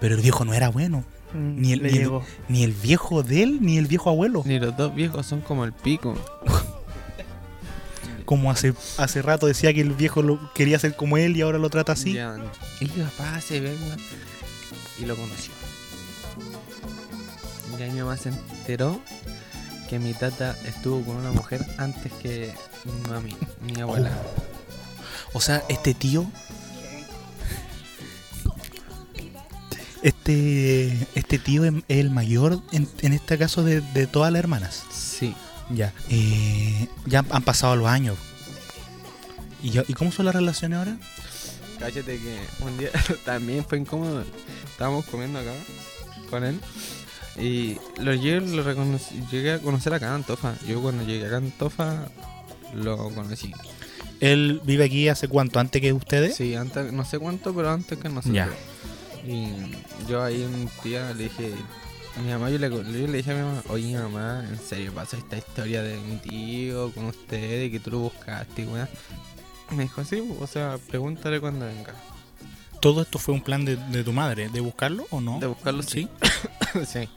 Speaker 1: Pero el viejo no era bueno.
Speaker 2: Mm,
Speaker 1: Ni el-
Speaker 2: le
Speaker 1: ni el-
Speaker 2: llegó.
Speaker 1: Ni el viejo de él, ni el viejo abuelo.
Speaker 3: Ni los dos viejos son como el pico.
Speaker 1: Como hace, hace rato decía que el viejo lo quería ser como él y ahora lo trata así.
Speaker 3: Ya. Y papá se venga. Y lo conoció. Y ahí mi mamá se enteró que mi tata estuvo con una mujer antes que mi mami, mi abuela.
Speaker 1: O sea, este tío. Este, este tío es es el mayor en, en este caso de, de todas las hermanas.
Speaker 3: Sí.
Speaker 1: Ya. Eh, ya han- han pasado los años. ¿Y, yo- ¿y cómo son las relaciones ahora?
Speaker 3: Cállate que un día también fue incómodo. Estábamos comiendo acá con él. Y lo llegué, lo reconocí- llegué a conocer acá en Antofa. Yo cuando llegué acá en Antofa lo conocí.
Speaker 1: Él vive aquí hace cuánto, antes que ustedes.
Speaker 3: Sí, antes, no sé cuánto, pero antes que nosotros.
Speaker 1: Ya.
Speaker 3: Y yo ahí un día le dije, a mi mamá, yo le, yo le dije a mi mamá, oye mamá, en serio pasó esta historia de mi tío con ustedes, que tú lo buscaste, y weá. Me dijo, sí, o sea, pregúntale cuando venga.
Speaker 1: ¿Todo esto fue un plan de, de tu madre? ¿De buscarlo o no?
Speaker 3: De buscarlo,
Speaker 1: Sí.
Speaker 3: sí. sí.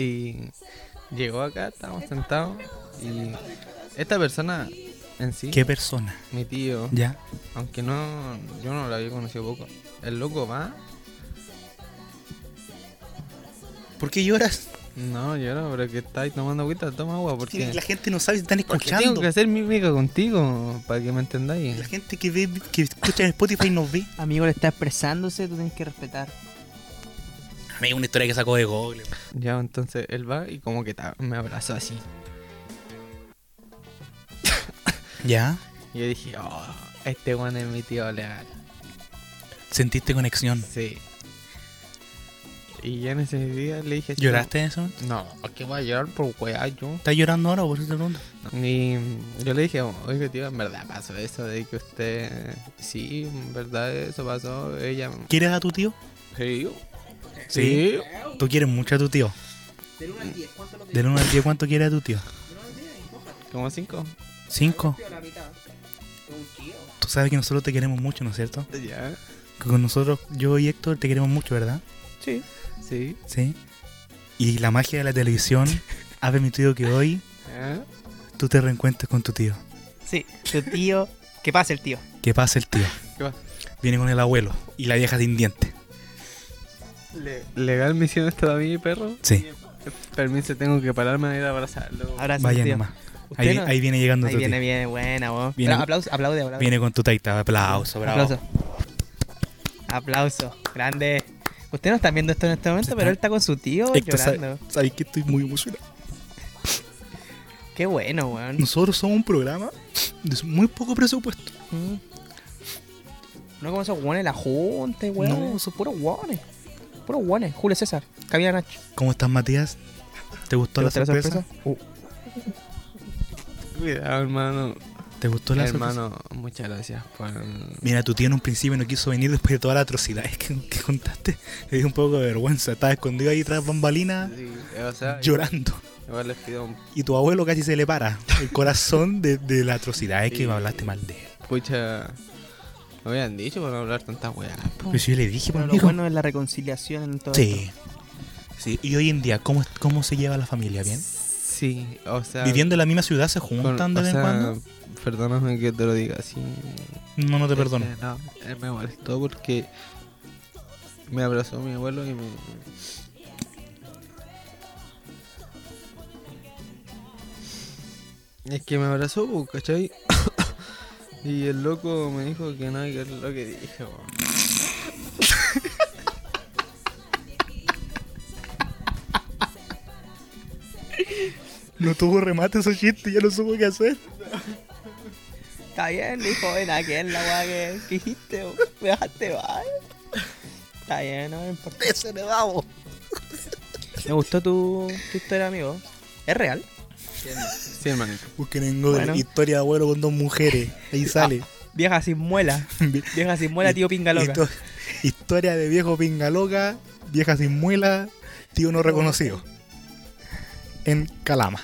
Speaker 3: Y, y llegó acá, estábamos sentados. Y esta persona en sí,
Speaker 1: ¿Qué persona?
Speaker 3: mi tío,
Speaker 1: Ya.
Speaker 3: aunque no yo no lo había conocido poco, el loco va.
Speaker 1: ¿Por qué lloras?
Speaker 3: No, yo no, pero que estáis tomando agüita, toma agua, porque,
Speaker 1: La gente no sabe si están
Speaker 3: porque
Speaker 1: escuchando.
Speaker 3: tengo que hacer mímica contigo para que me
Speaker 1: La
Speaker 3: entendáis.
Speaker 1: gente que ve, que escucha en Spotify nos ve.
Speaker 2: Amigo, le está expresándose, tú tienes que respetar.
Speaker 1: Amigo, una historia que sacó de Google.
Speaker 3: Ya, entonces él va y como que ta- me abrazó así.
Speaker 1: Ya.
Speaker 3: Y yo dije, oh, este one es mi tío legal.
Speaker 1: Sentiste conexión.
Speaker 3: Sí. Y ya en ese día le dije...
Speaker 1: ¿Lloraste en ese momento?
Speaker 3: No, que voy a llorar por weá yo?
Speaker 1: ¿Estás llorando ahora o por eso te pregunto?
Speaker 3: Y yo le dije, oye tío, en verdad pasó eso de que usted... Sí, en verdad eso pasó, ella...
Speaker 1: ¿Quieres a tu tío?
Speaker 3: Sí.
Speaker 1: Sí. ¿Tú quieres mucho a tu tío? Del 1 al 10, ¿cuánto quieres a tu tío?
Speaker 3: ¿Como cinco?
Speaker 1: ¿Cinco? Tú sabes que nosotros te queremos mucho, ¿no es cierto?
Speaker 3: Ya.
Speaker 1: Que con nosotros, yo y Héctor, te queremos mucho, ¿verdad?
Speaker 3: Sí. Sí.
Speaker 1: Sí. Y la magia de la televisión ha permitido que hoy
Speaker 3: ¿Eh?
Speaker 1: tú te reencuentres con tu tío.
Speaker 2: Sí, tu tío. Que pase el tío.
Speaker 1: Que pasa el tío.
Speaker 3: ¿Qué va?
Speaker 1: Viene con el abuelo y la vieja sin dientes.
Speaker 3: ¿Legal me hicieron esto a mí, perro?
Speaker 1: Sí.
Speaker 3: Permiso, tengo que pararme a ir a abrazarlo.
Speaker 2: Ahora sí,
Speaker 1: Vaya
Speaker 2: tío.
Speaker 1: nomás. Ahí,
Speaker 2: Usted no-
Speaker 1: ahí viene llegando
Speaker 2: Ahí
Speaker 1: tu
Speaker 2: viene,
Speaker 1: tío.
Speaker 2: viene, buena, vos.
Speaker 1: Viene-
Speaker 2: Pero aplauso, aplaude, aplaude.
Speaker 1: Viene con tu taita. Aplauso, bravo.
Speaker 2: Aplauso. Aplauso. Grande. Ustedes no están viendo esto en este momento, pero él está con su tío
Speaker 1: Héctor, sa-
Speaker 2: llorando.
Speaker 1: sabes que estoy muy emocionado.
Speaker 2: Qué bueno, weón.
Speaker 1: Nosotros somos un programa de muy poco presupuesto.
Speaker 2: Mm. No como esos weones, de la junta, weón.
Speaker 1: No,
Speaker 2: son puros weones. Puros weones. Julio César, Camila Nacho.
Speaker 1: ¿Cómo estás, Matías? ¿Te gustó
Speaker 2: ¿Te
Speaker 1: la
Speaker 2: gustó la
Speaker 1: sorpresa? Uh,
Speaker 2: sorpresa?
Speaker 3: Cuidado, hermano.
Speaker 1: ¿Te gustó
Speaker 3: pues.
Speaker 1: la sorpresa?
Speaker 3: Hermano, muchas gracias por.
Speaker 1: Mira, tu tío en un principio no quiso venir después de todas las atrocidades que, que contaste. Le dio un poco de vergüenza. Estaba escondido ahí tras bambalinas
Speaker 3: Sí, o sea,
Speaker 1: llorando.
Speaker 3: igual les pido un
Speaker 1: Y tu abuelo casi se le para el corazón de, de las atrocidades que
Speaker 3: Sí.
Speaker 1: me hablaste mal de él.
Speaker 3: pucha. Me habían dicho para no hablar tantas weas. po.
Speaker 1: Pero si yo le dije,
Speaker 2: Pero
Speaker 1: pues,
Speaker 2: lo
Speaker 1: mijo.
Speaker 2: bueno es la reconciliación en todo
Speaker 1: Sí. Sí, Y hoy en día, ¿cómo, es- cómo se lleva la familia? ¿Bien?
Speaker 3: Sí, o sea.
Speaker 1: ¿Viviendo en la misma ciudad se
Speaker 3: con-
Speaker 1: juntan de
Speaker 3: o
Speaker 1: vez en
Speaker 3: sea,
Speaker 1: cuando?
Speaker 3: Perdóname que te lo diga así.
Speaker 1: No, no te
Speaker 3: Este,
Speaker 1: perdono.
Speaker 3: No, eh, me molestó porque me abrazó mi abuelo y me. Es que me abrazó, po, ¿cachai? y el loco me dijo que no, que es lo que dije, po.
Speaker 1: No tuvo remate esos chistes, ya no supo qué hacer.
Speaker 2: esto. Está bien, hijo, ven aquí en la weá que, que hiciste, weón. Me dejaste mal. Está bien, no me importa.
Speaker 1: Eso le damos.
Speaker 2: Me gustó tu, tu historia, amigo. ¿Es real?
Speaker 3: Sí, hermanito.
Speaker 1: Busquen en Google
Speaker 2: Bueno. Ah,
Speaker 1: historia de abuelo con dos mujeres. Ahí sale.
Speaker 2: Vieja sin muela. Vieja sin muela, tío pinga loca.
Speaker 1: Histo- historia de viejo pinga loca, vieja sin muela, tío no reconocido. En Calama.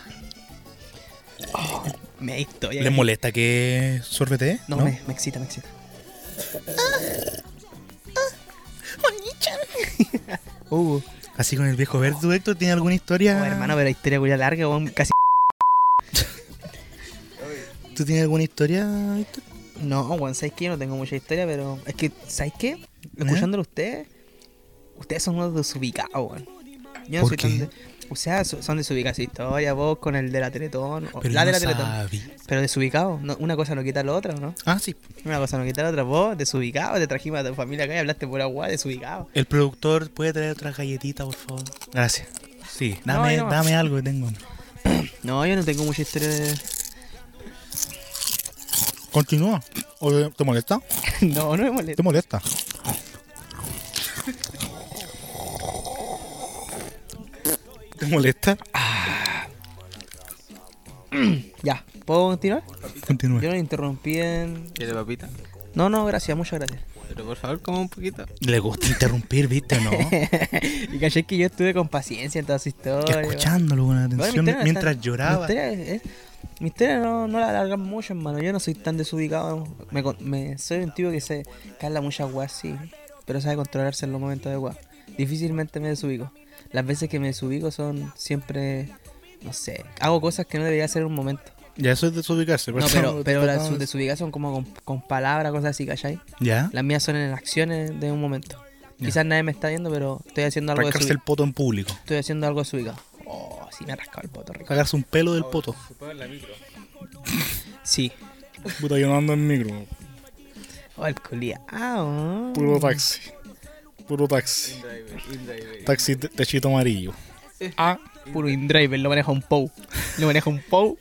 Speaker 2: Me da historia.
Speaker 1: ¿Les molesta que sorbete?
Speaker 2: No, Me, me excita, me excita.
Speaker 1: Uh, así con el viejo verde, ¿tú, Héctor, ¿tiene alguna historia?
Speaker 2: Oh, hermano, pero la historia cuya larga, weón, casi.
Speaker 1: ¿Tú tienes alguna historia, Héctor?
Speaker 2: No, weón, ¿sabes qué? Yo no tengo mucha historia, pero. Es que, ¿sabes
Speaker 1: ¿Eh?
Speaker 2: qué? Escuchándolo a ustedes, ustedes son unos desubicados, weón. Yo no
Speaker 1: ¿Por
Speaker 2: soy
Speaker 1: qué?
Speaker 2: tan. de- o sea, so- son desubicados su historia, vos con el de la Teletón. o-
Speaker 1: Pero
Speaker 2: Oh, la
Speaker 1: yo no
Speaker 2: de la Teletón.
Speaker 1: sabía.
Speaker 2: Pero desubicados. no- una cosa no quita la otra, ¿no?
Speaker 1: Ah, sí.
Speaker 2: Una cosa no quita la otra. Vos, desubicado, te trajimos a tu familia acá y hablaste por agua, desubicado.
Speaker 1: El productor, ¿puede traer otra galletita, por favor? Gracias. Sí, dame,
Speaker 2: No, ahí nomás.
Speaker 1: dame algo que tengo.
Speaker 2: No, yo no tengo mucha historia de.
Speaker 1: Continúa. ¿O ¿Te molesta?
Speaker 2: no, no me molesta.
Speaker 1: molesta? ¿Te molesta?
Speaker 2: Ya, ¿puedo continuar?
Speaker 1: Continúa.
Speaker 2: Yo lo interrumpí en.
Speaker 3: ¿Quiere papita?
Speaker 2: No, no, gracias, muchas gracias.
Speaker 3: Pero por favor, coma un poquito.
Speaker 1: Le gusta interrumpir, ¿viste? No.
Speaker 2: y caché que yo estuve con paciencia en todas sus historias.
Speaker 1: Escuchándolo con
Speaker 2: Bueno,
Speaker 1: atención
Speaker 2: mi historia no es
Speaker 1: mientras
Speaker 2: tan- Mi
Speaker 1: lloraba.
Speaker 2: historia, es- es- mi historia no, no la alargan mucho, hermano. Yo no soy tan desubicado. Me, con- me- soy un tío que se cala muchas guas, sí. Pero sabe controlarse en los momentos adecuados. Difícilmente me desubico. Las veces que me desubico son siempre. No sé, hago cosas que no debería hacer en un momento.
Speaker 1: Ya eso es desubicarse. por
Speaker 2: No,
Speaker 1: eso
Speaker 2: pero,
Speaker 1: no
Speaker 2: pero las
Speaker 1: tratamos de-
Speaker 2: desubicadas son como con, con palabras, cosas así, ¿cachai?
Speaker 1: ¿Ya?
Speaker 2: Las mías son en acciones de un momento.
Speaker 1: Ya.
Speaker 2: Quizás nadie me está viendo, pero estoy haciendo algo
Speaker 1: Rascarse el
Speaker 2: desubicado.
Speaker 1: poto en público.
Speaker 2: Estoy haciendo algo desubicado. Oh, sí me ha rascado el poto, rico.
Speaker 1: Cagarse un pelo del poto.
Speaker 2: Sí.
Speaker 1: Puta, yo no ando en micro.
Speaker 2: Oh, el culia. Ah, oh.
Speaker 1: Puro taxi. Puro taxi. Taxi te- techito amarillo.
Speaker 2: Ah, puro indriver. Lo maneja un POW. Lo maneja un POW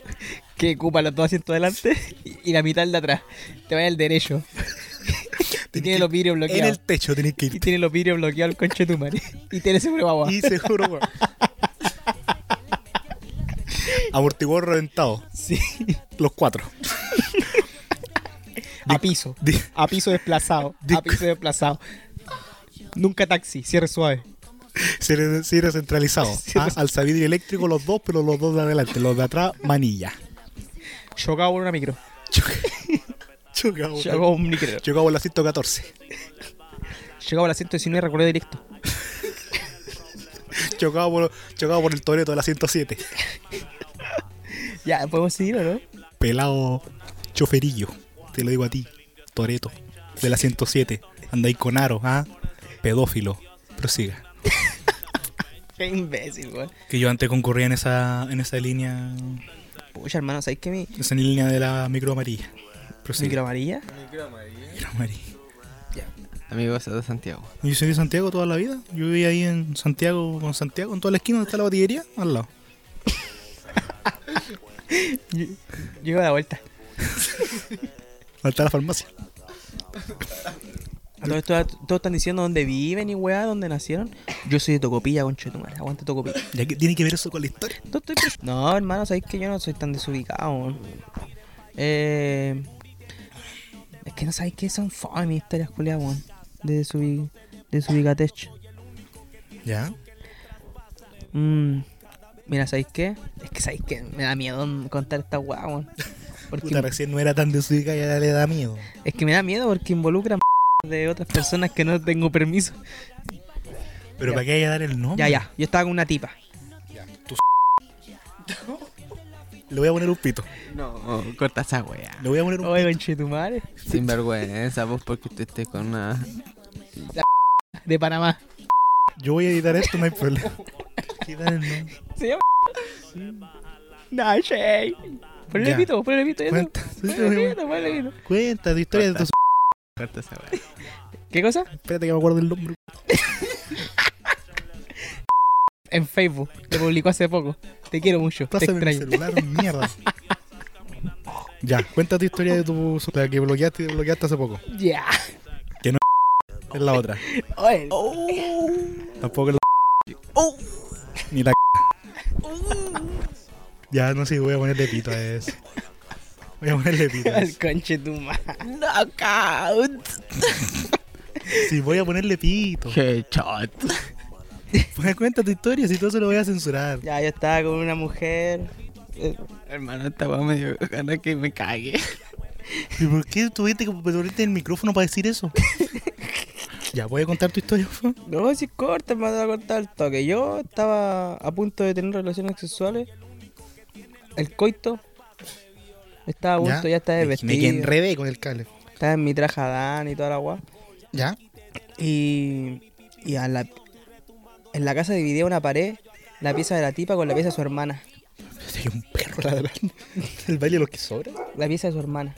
Speaker 2: que ocupa los dos asientos delante y y la mitad el de atrás. Te vaya al derecho. y tiene los vidrios
Speaker 1: En
Speaker 2: bloqueados.
Speaker 1: el techo tenés que
Speaker 2: Y
Speaker 1: irte.
Speaker 2: tiene los vidrios bloqueados el conche de tu madre. Y tiene ese agua.
Speaker 1: Y seguro, weón. Amortiguador reventado.
Speaker 2: Sí.
Speaker 1: Los cuatro.
Speaker 2: A piso.
Speaker 1: Di-
Speaker 2: A piso desplazado. A
Speaker 1: Disco.
Speaker 2: piso desplazado. Nunca taxi. Cierre suave.
Speaker 1: Cierre cierre centralizado. Ah, alzavidrio eléctrico los dos, pero los dos de adelante. Los de atrás, manilla.
Speaker 2: Chocado por una micro.
Speaker 1: Chocado.
Speaker 2: Chocado por un micro.
Speaker 1: Chocado por la 114.
Speaker 2: Chocado por la 119 y recorrido directo.
Speaker 1: Chocado por, chocado por el toreto de la 107.
Speaker 2: Ya, podemos seguir o no?
Speaker 1: Pelado choferillo. Te lo digo a ti. Toreto. De la 107. Andáis con aro, ¿ah? Pedófilo. Prosiga.
Speaker 2: Qué imbécil, weón.
Speaker 1: Que yo antes concurría en esa, en esa línea
Speaker 2: Pucha, hermano, ¿sabes qué? Mi,
Speaker 1: Es en línea de la micro amarilla. Prosigue.
Speaker 2: micro amarilla.
Speaker 1: Micro amarilla.
Speaker 3: Amigos de Santiago.
Speaker 1: Yo soy de Santiago toda la vida. Yo viví ahí en Santiago, con Santiago, en toda la esquina donde está la batillería, al lado.
Speaker 2: Llego a la vuelta.
Speaker 1: Donde está la farmacia.
Speaker 2: A Todo esto, a- todos están diciendo dónde viven y weá, dónde nacieron. Yo soy de Tocopilla, conchetumare. Aguante Tocopilla.
Speaker 1: Ya que tiene que ver eso con la historia.
Speaker 2: No, estoy pres- no, hermano, sabéis que yo no soy tan desubicado. weón. Eh, es que no sabéis que son fome mis historias culiadas, weón. De, desubi, de desubicatech.
Speaker 1: Ya.
Speaker 2: Mm, mira, ¿sabéis qué? Es que sabéis que me da miedo contar esta weá, weón. Porque
Speaker 1: Puta, recién no era tan desubicada y ahora le da miedo.
Speaker 2: Es que me da miedo porque involucran de otras personas que no tengo permiso.
Speaker 1: Pero
Speaker 2: Ya.
Speaker 1: ¿para qué hay que dar el nombre?
Speaker 2: Ya, ya. Yo estaba con una tipa.
Speaker 1: Le voy a poner un pito.
Speaker 3: No, Oh, corta esa wea.
Speaker 1: Le voy a poner un
Speaker 2: Oye, conchetumare.
Speaker 3: Sin vergüenza, vos, porque usted esté con una.
Speaker 2: De Panamá.
Speaker 1: Yo voy a editar esto, no hay problema. Hay que dar el nombre.
Speaker 2: Se llama. No, Shay. Ponle
Speaker 1: Ya.
Speaker 2: pito, ponle pito. eso.
Speaker 1: Cuenta. Sí, te voy
Speaker 2: Ponle
Speaker 1: a-
Speaker 2: pito, ponle pito.
Speaker 1: Cuenta tu historia de tu...
Speaker 3: Corta esa wea.
Speaker 2: ¿Qué cosa?
Speaker 1: Espérate que me acuerdo el nombre.
Speaker 2: En Facebook. Te publicó hace poco. Te quiero mucho. Te
Speaker 1: Pásame mi
Speaker 2: extraño.
Speaker 1: celular, mierda. Ya, cuenta tu historia de tu... La que bloqueaste y desbloqueaste hace poco.
Speaker 2: Ya.
Speaker 1: Es la otra.
Speaker 2: Oye.
Speaker 1: Oh. Tampoco es la...
Speaker 2: Oh.
Speaker 1: Ni la... Ya, no sé, voy a ponerle pito a eso. Voy a ponerle pito a
Speaker 2: Al
Speaker 1: eso.
Speaker 2: conche tu madre. Knockout.
Speaker 1: Sí, voy a ponerle pito.
Speaker 3: Headshot.
Speaker 1: Pues cuenta tu historia, si todo se lo voy a censurar.
Speaker 2: Ya, yo estaba con una mujer. Eh,
Speaker 3: Hermano, esta wea me dio ganas que me cague.
Speaker 1: ¿Y por qué tuviste que ponerte el micrófono para decir eso? ya, voy a contar tu historia, por favor?
Speaker 2: No, si corta, me voy a cortar el toque. Yo estaba a punto de tener relaciones sexuales. El coito. Estaba a punto, ya, estaba de
Speaker 1: Me, me
Speaker 2: vestido.
Speaker 1: enredé con el cable.
Speaker 2: Estaba en mi traje Adán y toda la guay.
Speaker 1: ¿Ya?
Speaker 2: Y, y a la, en la casa dividía una pared, la pieza de la tipa con la pieza de su hermana.
Speaker 1: Hay un perro ladrando. El baile de los que sobra.
Speaker 2: La pieza de su hermana.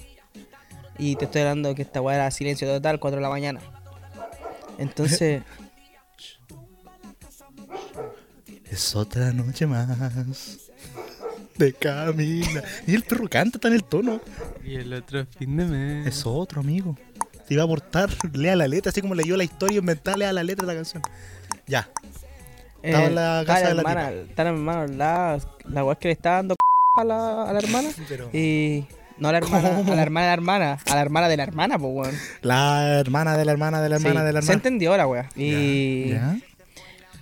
Speaker 2: Y te estoy hablando que esta weá era silencio total, 4 de la mañana. Entonces,
Speaker 1: Es otra noche más. De camina. Y el perro canta, está en el tono.
Speaker 3: Y el otro fin de mes.
Speaker 1: Es otro, amigo. Te iba a aportar, lea la letra, así como leyó la historia inventada, lea la letra de la canción. Ya. Estaba en la casa de la
Speaker 2: hermana, estaba eh, la hermana al lado, la weá que le estaba dando a la, a la hermana.
Speaker 1: Pero-
Speaker 2: Y. No a la hermana, a la hermana de la hermana, a la hermana de la hermana, pues weón.
Speaker 1: La hermana de la hermana de la hermana
Speaker 2: Sí,
Speaker 1: de la
Speaker 2: Se
Speaker 1: hermana.
Speaker 2: entendió la weá. Y,
Speaker 1: ¿Ya?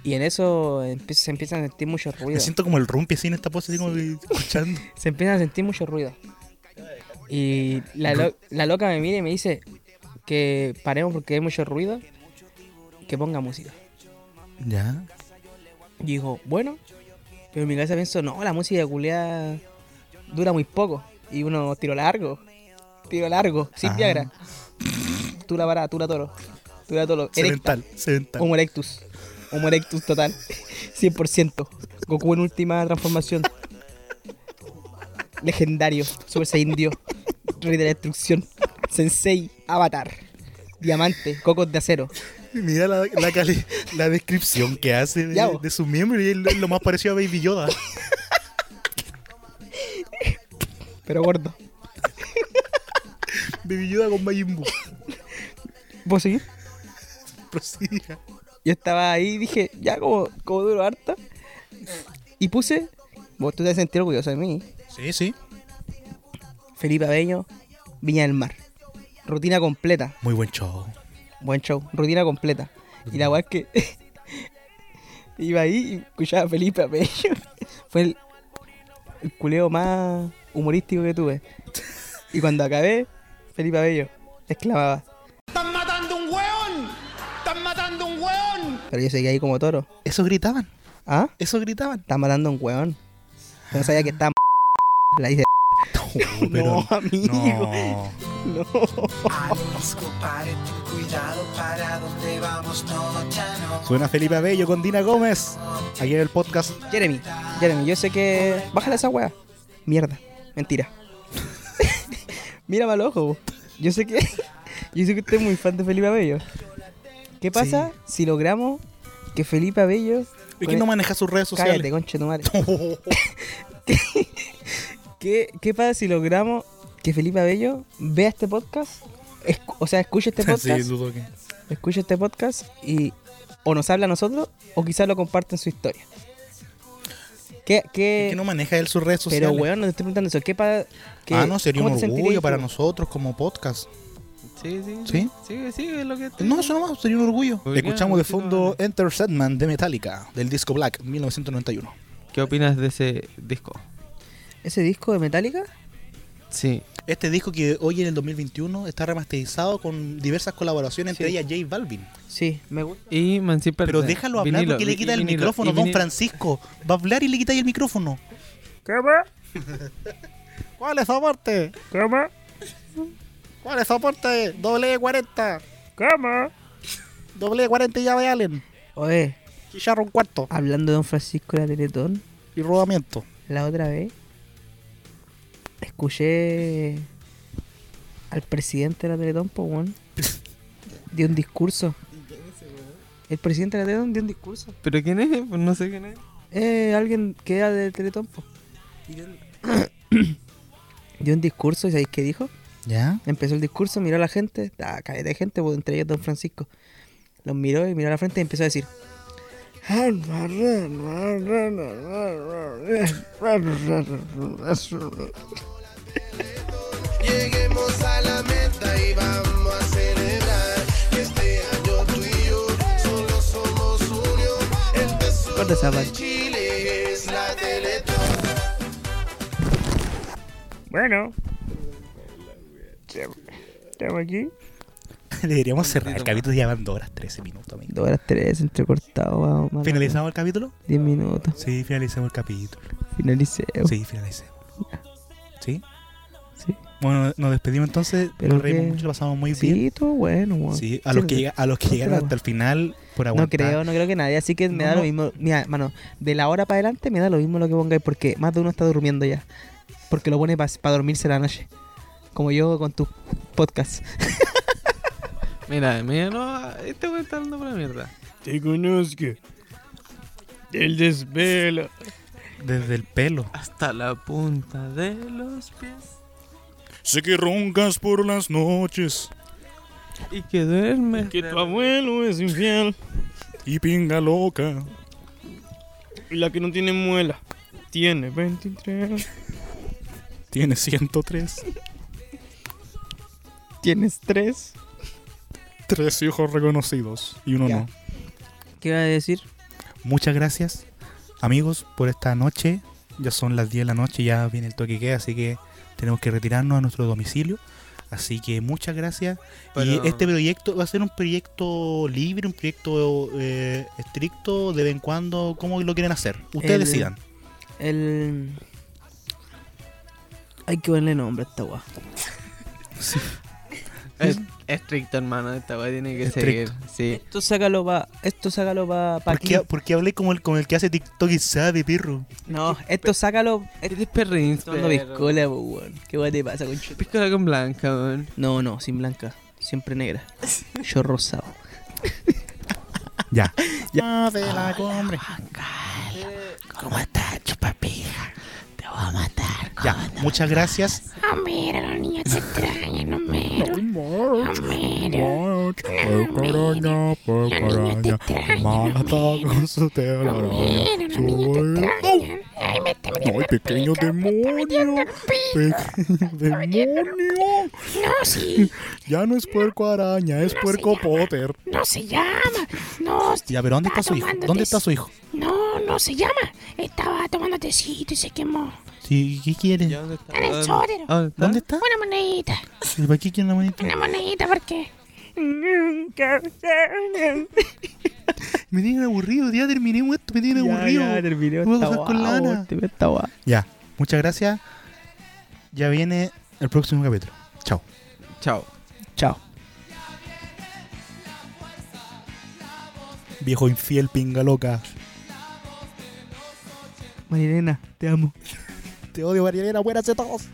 Speaker 2: y en eso empie- se empiezan a sentir mucho ruido.
Speaker 1: Me siento como el rumpi así en esta pose, así como que escuchando.
Speaker 2: se empiezan a sentir mucho ruido. Y la, lo- la loca me mira y me dice que paremos porque hay mucho ruido, que ponga música.
Speaker 1: Ya.
Speaker 2: Y dijo, bueno, pero en mi cabeza pienso, no, la música culiada dura muy poco. Y uno tiro largo, tiro largo, sin
Speaker 1: Ah.
Speaker 2: Viagra. Tú la parada, tú la toro, tú la toro, erecta,
Speaker 1: Sedental, sedental.
Speaker 2: Homo erectus, Homo erectus total, 100%. Goku en última transformación. Legendario, Super Saiyan Dios, Rey de la Destrucción, Sensei, Avatar, Diamante, Cocos de Acero.
Speaker 1: Mira la, la, cali- la descripción que hace de,
Speaker 2: Ya, vos.
Speaker 1: de su miembro y es lo, lo más parecido a Baby Yoda.
Speaker 2: Pero gordo,
Speaker 1: Baby Yoda con Majin Buu.
Speaker 2: ¿puedo seguir?
Speaker 1: Prosiga.
Speaker 2: Yo estaba ahí y dije, ya como, como duro harta. Y puse, vos tú te sentir orgulloso de mí,
Speaker 1: Sí, sí.
Speaker 2: Felipe Abello, Viña del Mar. Rutina completa,
Speaker 1: Muy buen show.
Speaker 2: buen show, rutina completa. Y la weá es que iba ahí y escuchaba a Felipe Abello. Fue el, el culeo más humorístico que tuve. Y cuando acabé, Felipe Abello exclamaba,
Speaker 7: ¡Están matando un hueón! ¡Están matando un hueón!
Speaker 2: pero yo seguía ahí como toro.
Speaker 1: Eso gritaban,
Speaker 2: ¿Ah?
Speaker 1: eso gritaban.
Speaker 2: Está matando a un weón. Yo no sabía que estaba la hice
Speaker 1: No,
Speaker 2: No, amigo.
Speaker 1: No.
Speaker 7: Amigos, compadre, ten cuidado para dónde vamos, no, ya no.
Speaker 1: Suena Felipe Abello con Dina Gómez. Aquí en el podcast.
Speaker 2: Jeremy, Jeremy, yo sé que. Bájale esa weá. Mierda. Mentira. Mírame al ojo. po. Yo sé que. Yo sé que usted es muy fan de Felipe Abello. ¿Qué pasa si logramos que Felipe Abello.
Speaker 1: Es que no maneja sus redes
Speaker 2: Cállate, Este
Speaker 1: sociales.
Speaker 2: conche tu madre. ¿Qué, ¿Qué pasa si logramos que Felipe Abello vea este podcast? Escu- o sea, escuche este
Speaker 1: sí,
Speaker 2: podcast.
Speaker 1: dudo que.
Speaker 2: escuche este podcast y o nos habla a nosotros o quizás lo comparte en su historia. ¿Qué, qué,
Speaker 1: Es que no maneja él sus redes sociales.
Speaker 2: pero weón, no te estoy preguntando eso. ¿Qué pa, qué,
Speaker 1: ah, no, sería
Speaker 2: cómo
Speaker 1: un
Speaker 2: te sentirías
Speaker 1: orgullo para
Speaker 2: tú?
Speaker 1: nosotros como podcast.
Speaker 4: Sí, sí.
Speaker 1: ¿Sí?
Speaker 4: Sigue, sigue lo que te
Speaker 1: No, eso nomás, sería un orgullo.
Speaker 4: Podría,
Speaker 1: Escuchamos de
Speaker 4: sí, no,
Speaker 1: fondo
Speaker 4: no.
Speaker 1: Enter Sandman de Metallica, del disco Black, 1991.
Speaker 3: ¿Qué opinas de ese disco?
Speaker 2: ¿Ese disco de Metallica?
Speaker 3: Sí,
Speaker 1: Este disco que hoy en el 2021 está remasterizado con diversas colaboraciones, entre ellas J Balvin.
Speaker 2: Sí, me gusta.
Speaker 3: y Mansi
Speaker 1: Pero déjalo hablar porque le quita el micrófono, don Francisco. Va a hablar y le quita el micrófono. ¿Cuál es aporte? ¿Cuál es aporte? eh, Doble 40. Doble 40 y llave Allen.
Speaker 2: Oye,
Speaker 1: Chicharro un cuarto.
Speaker 2: hablando de Don Francisco de la Teletón,
Speaker 1: Y rodamiento.
Speaker 2: la otra vez escuché al presidente de la Teletón, pues, weón, dio un discurso. El presidente de la Teletón dio un discurso.
Speaker 3: ¿Pero quién es? Pues no sé quién es.
Speaker 2: Eh, alguien que era de Teletón, po. Dio un discurso, ¿y sabéis qué dijo?
Speaker 1: ¿Ya?
Speaker 2: Empezó el discurso, miró a la gente, ah, caleta de gente, po, entre ellos Don Francisco. Los miró y miró a la frente y empezó a decir.
Speaker 7: Lleguemos a la meta y vamos a celebrar. que Este año tú y yo solo somos unión. El tesoro
Speaker 2: Corta esa parte.
Speaker 7: de Chile es la Teletón.
Speaker 2: Bueno. Estamos aquí.
Speaker 1: Deberíamos cerrar el capítulo, ya van dos horas 13 minutos, amigo.
Speaker 2: Dos horas tres, entrecortado, vamos. mala
Speaker 1: ¿Finalizamos el capítulo?
Speaker 2: wea. Diez minutos.
Speaker 1: Sí, finalicemos el capítulo.
Speaker 2: Finalicemos.
Speaker 1: Sí, finalicemos. ¿Sí?
Speaker 2: Sí.
Speaker 1: Bueno, nos despedimos entonces.
Speaker 2: Pero
Speaker 1: nos reímos
Speaker 2: que-
Speaker 1: mucho, lo pasamos muy bien.
Speaker 2: Sí, estuvo bueno, weón.
Speaker 1: Sí, a los que, llega- a los que
Speaker 2: Sí,
Speaker 1: llegaron
Speaker 2: pero-
Speaker 1: hasta el final, por
Speaker 2: No
Speaker 1: aguantar.
Speaker 2: creo, no creo que nadie, así que me
Speaker 1: No,
Speaker 2: da
Speaker 1: no.
Speaker 2: lo mismo. Mira, mano, de la hora para adelante me da lo mismo lo que pongáis, porque más de uno está durmiendo ya. Porque lo pone para dormirse la noche. Como yo con tus podcasts.
Speaker 3: Mira, mira, no, este güey está dando para mierda.
Speaker 8: Te conozco. El desvelo.
Speaker 1: Desde el pelo.
Speaker 3: Hasta la punta de los pies.
Speaker 1: Sé que roncas por las noches
Speaker 3: Y que duerme.
Speaker 8: Que tu abuelo es infiel.
Speaker 1: y pinga loca.
Speaker 8: Y la que no tiene muela. Tiene 23.
Speaker 1: Tiene 103.
Speaker 2: Tienes tres.
Speaker 1: Tres hijos reconocidos y uno
Speaker 2: Ya.
Speaker 1: no.
Speaker 2: ¿Qué iba a decir?
Speaker 1: Muchas gracias, amigos, por esta noche. Ya son las 10 de la noche, ya viene el toque que queda, así que tenemos que retirarnos a nuestro domicilio. Así que muchas gracias.
Speaker 3: Pero-
Speaker 1: Y este proyecto va a ser un proyecto libre, un proyecto eh, estricto, de vez en cuando, como lo quieren hacer. Ustedes
Speaker 2: El-
Speaker 1: decidan.
Speaker 2: El. Hay que ponerle nombre a esta weá.
Speaker 3: Es- estricto, hermano. Esta güey tiene que
Speaker 1: Estricto.
Speaker 3: seguir. Sí.
Speaker 2: Esto sácalo pa. Esto sácalo pa. pa
Speaker 1: ¿Por qué, por qué hablé como el, como el que hace TikTok y sabe, perro?
Speaker 2: No, esto sácalo. Esto
Speaker 3: Eres perrín,
Speaker 2: tomando piscola, po, weón. ¿Qué weá te pasa, concho?
Speaker 3: Piscola con blanca, weón.
Speaker 2: No, no, sin blanca. Siempre negra. Yo rosado.
Speaker 1: Ya.
Speaker 2: ¿Cómo estás, chupapija? Te voy a matar.
Speaker 1: Ya, muchas gracias.
Speaker 9: ¡Ay, pequeño demonio! ¡Pequeño demonio! No, sí,
Speaker 1: Ya no es puerco araña, es puerco Potter.
Speaker 9: no se llama. No,
Speaker 1: Ya, pero ¿dónde está su hijo? ¿Dónde está su hijo?
Speaker 9: no, no se llama. Estaba tomando tecito y se quemó.
Speaker 1: Sí, ¿Qué quiere?
Speaker 3: ¿Dónde está?
Speaker 9: En el sótano.
Speaker 1: ah.
Speaker 3: ¿Dónde está?
Speaker 1: ¿Dónde está?
Speaker 9: Una monedita.
Speaker 1: ¿Y para qué quiere la manita?
Speaker 9: Una monedita porque
Speaker 2: Nunca
Speaker 1: Me tienen aburrido, ya terminemos esto, me tienen aburrido.
Speaker 2: Ya, terminé
Speaker 1: Voy a
Speaker 2: esta
Speaker 1: bajar con
Speaker 2: guau,
Speaker 1: lana.
Speaker 2: terminé esta guau.
Speaker 1: Ya, muchas gracias. Ya viene el próximo capítulo. Chao.
Speaker 3: Chao.
Speaker 2: Chao.
Speaker 1: Viejo infiel, pinga loca.
Speaker 2: Marilena, te amo.
Speaker 8: Te odio, Marielena, muérase todos.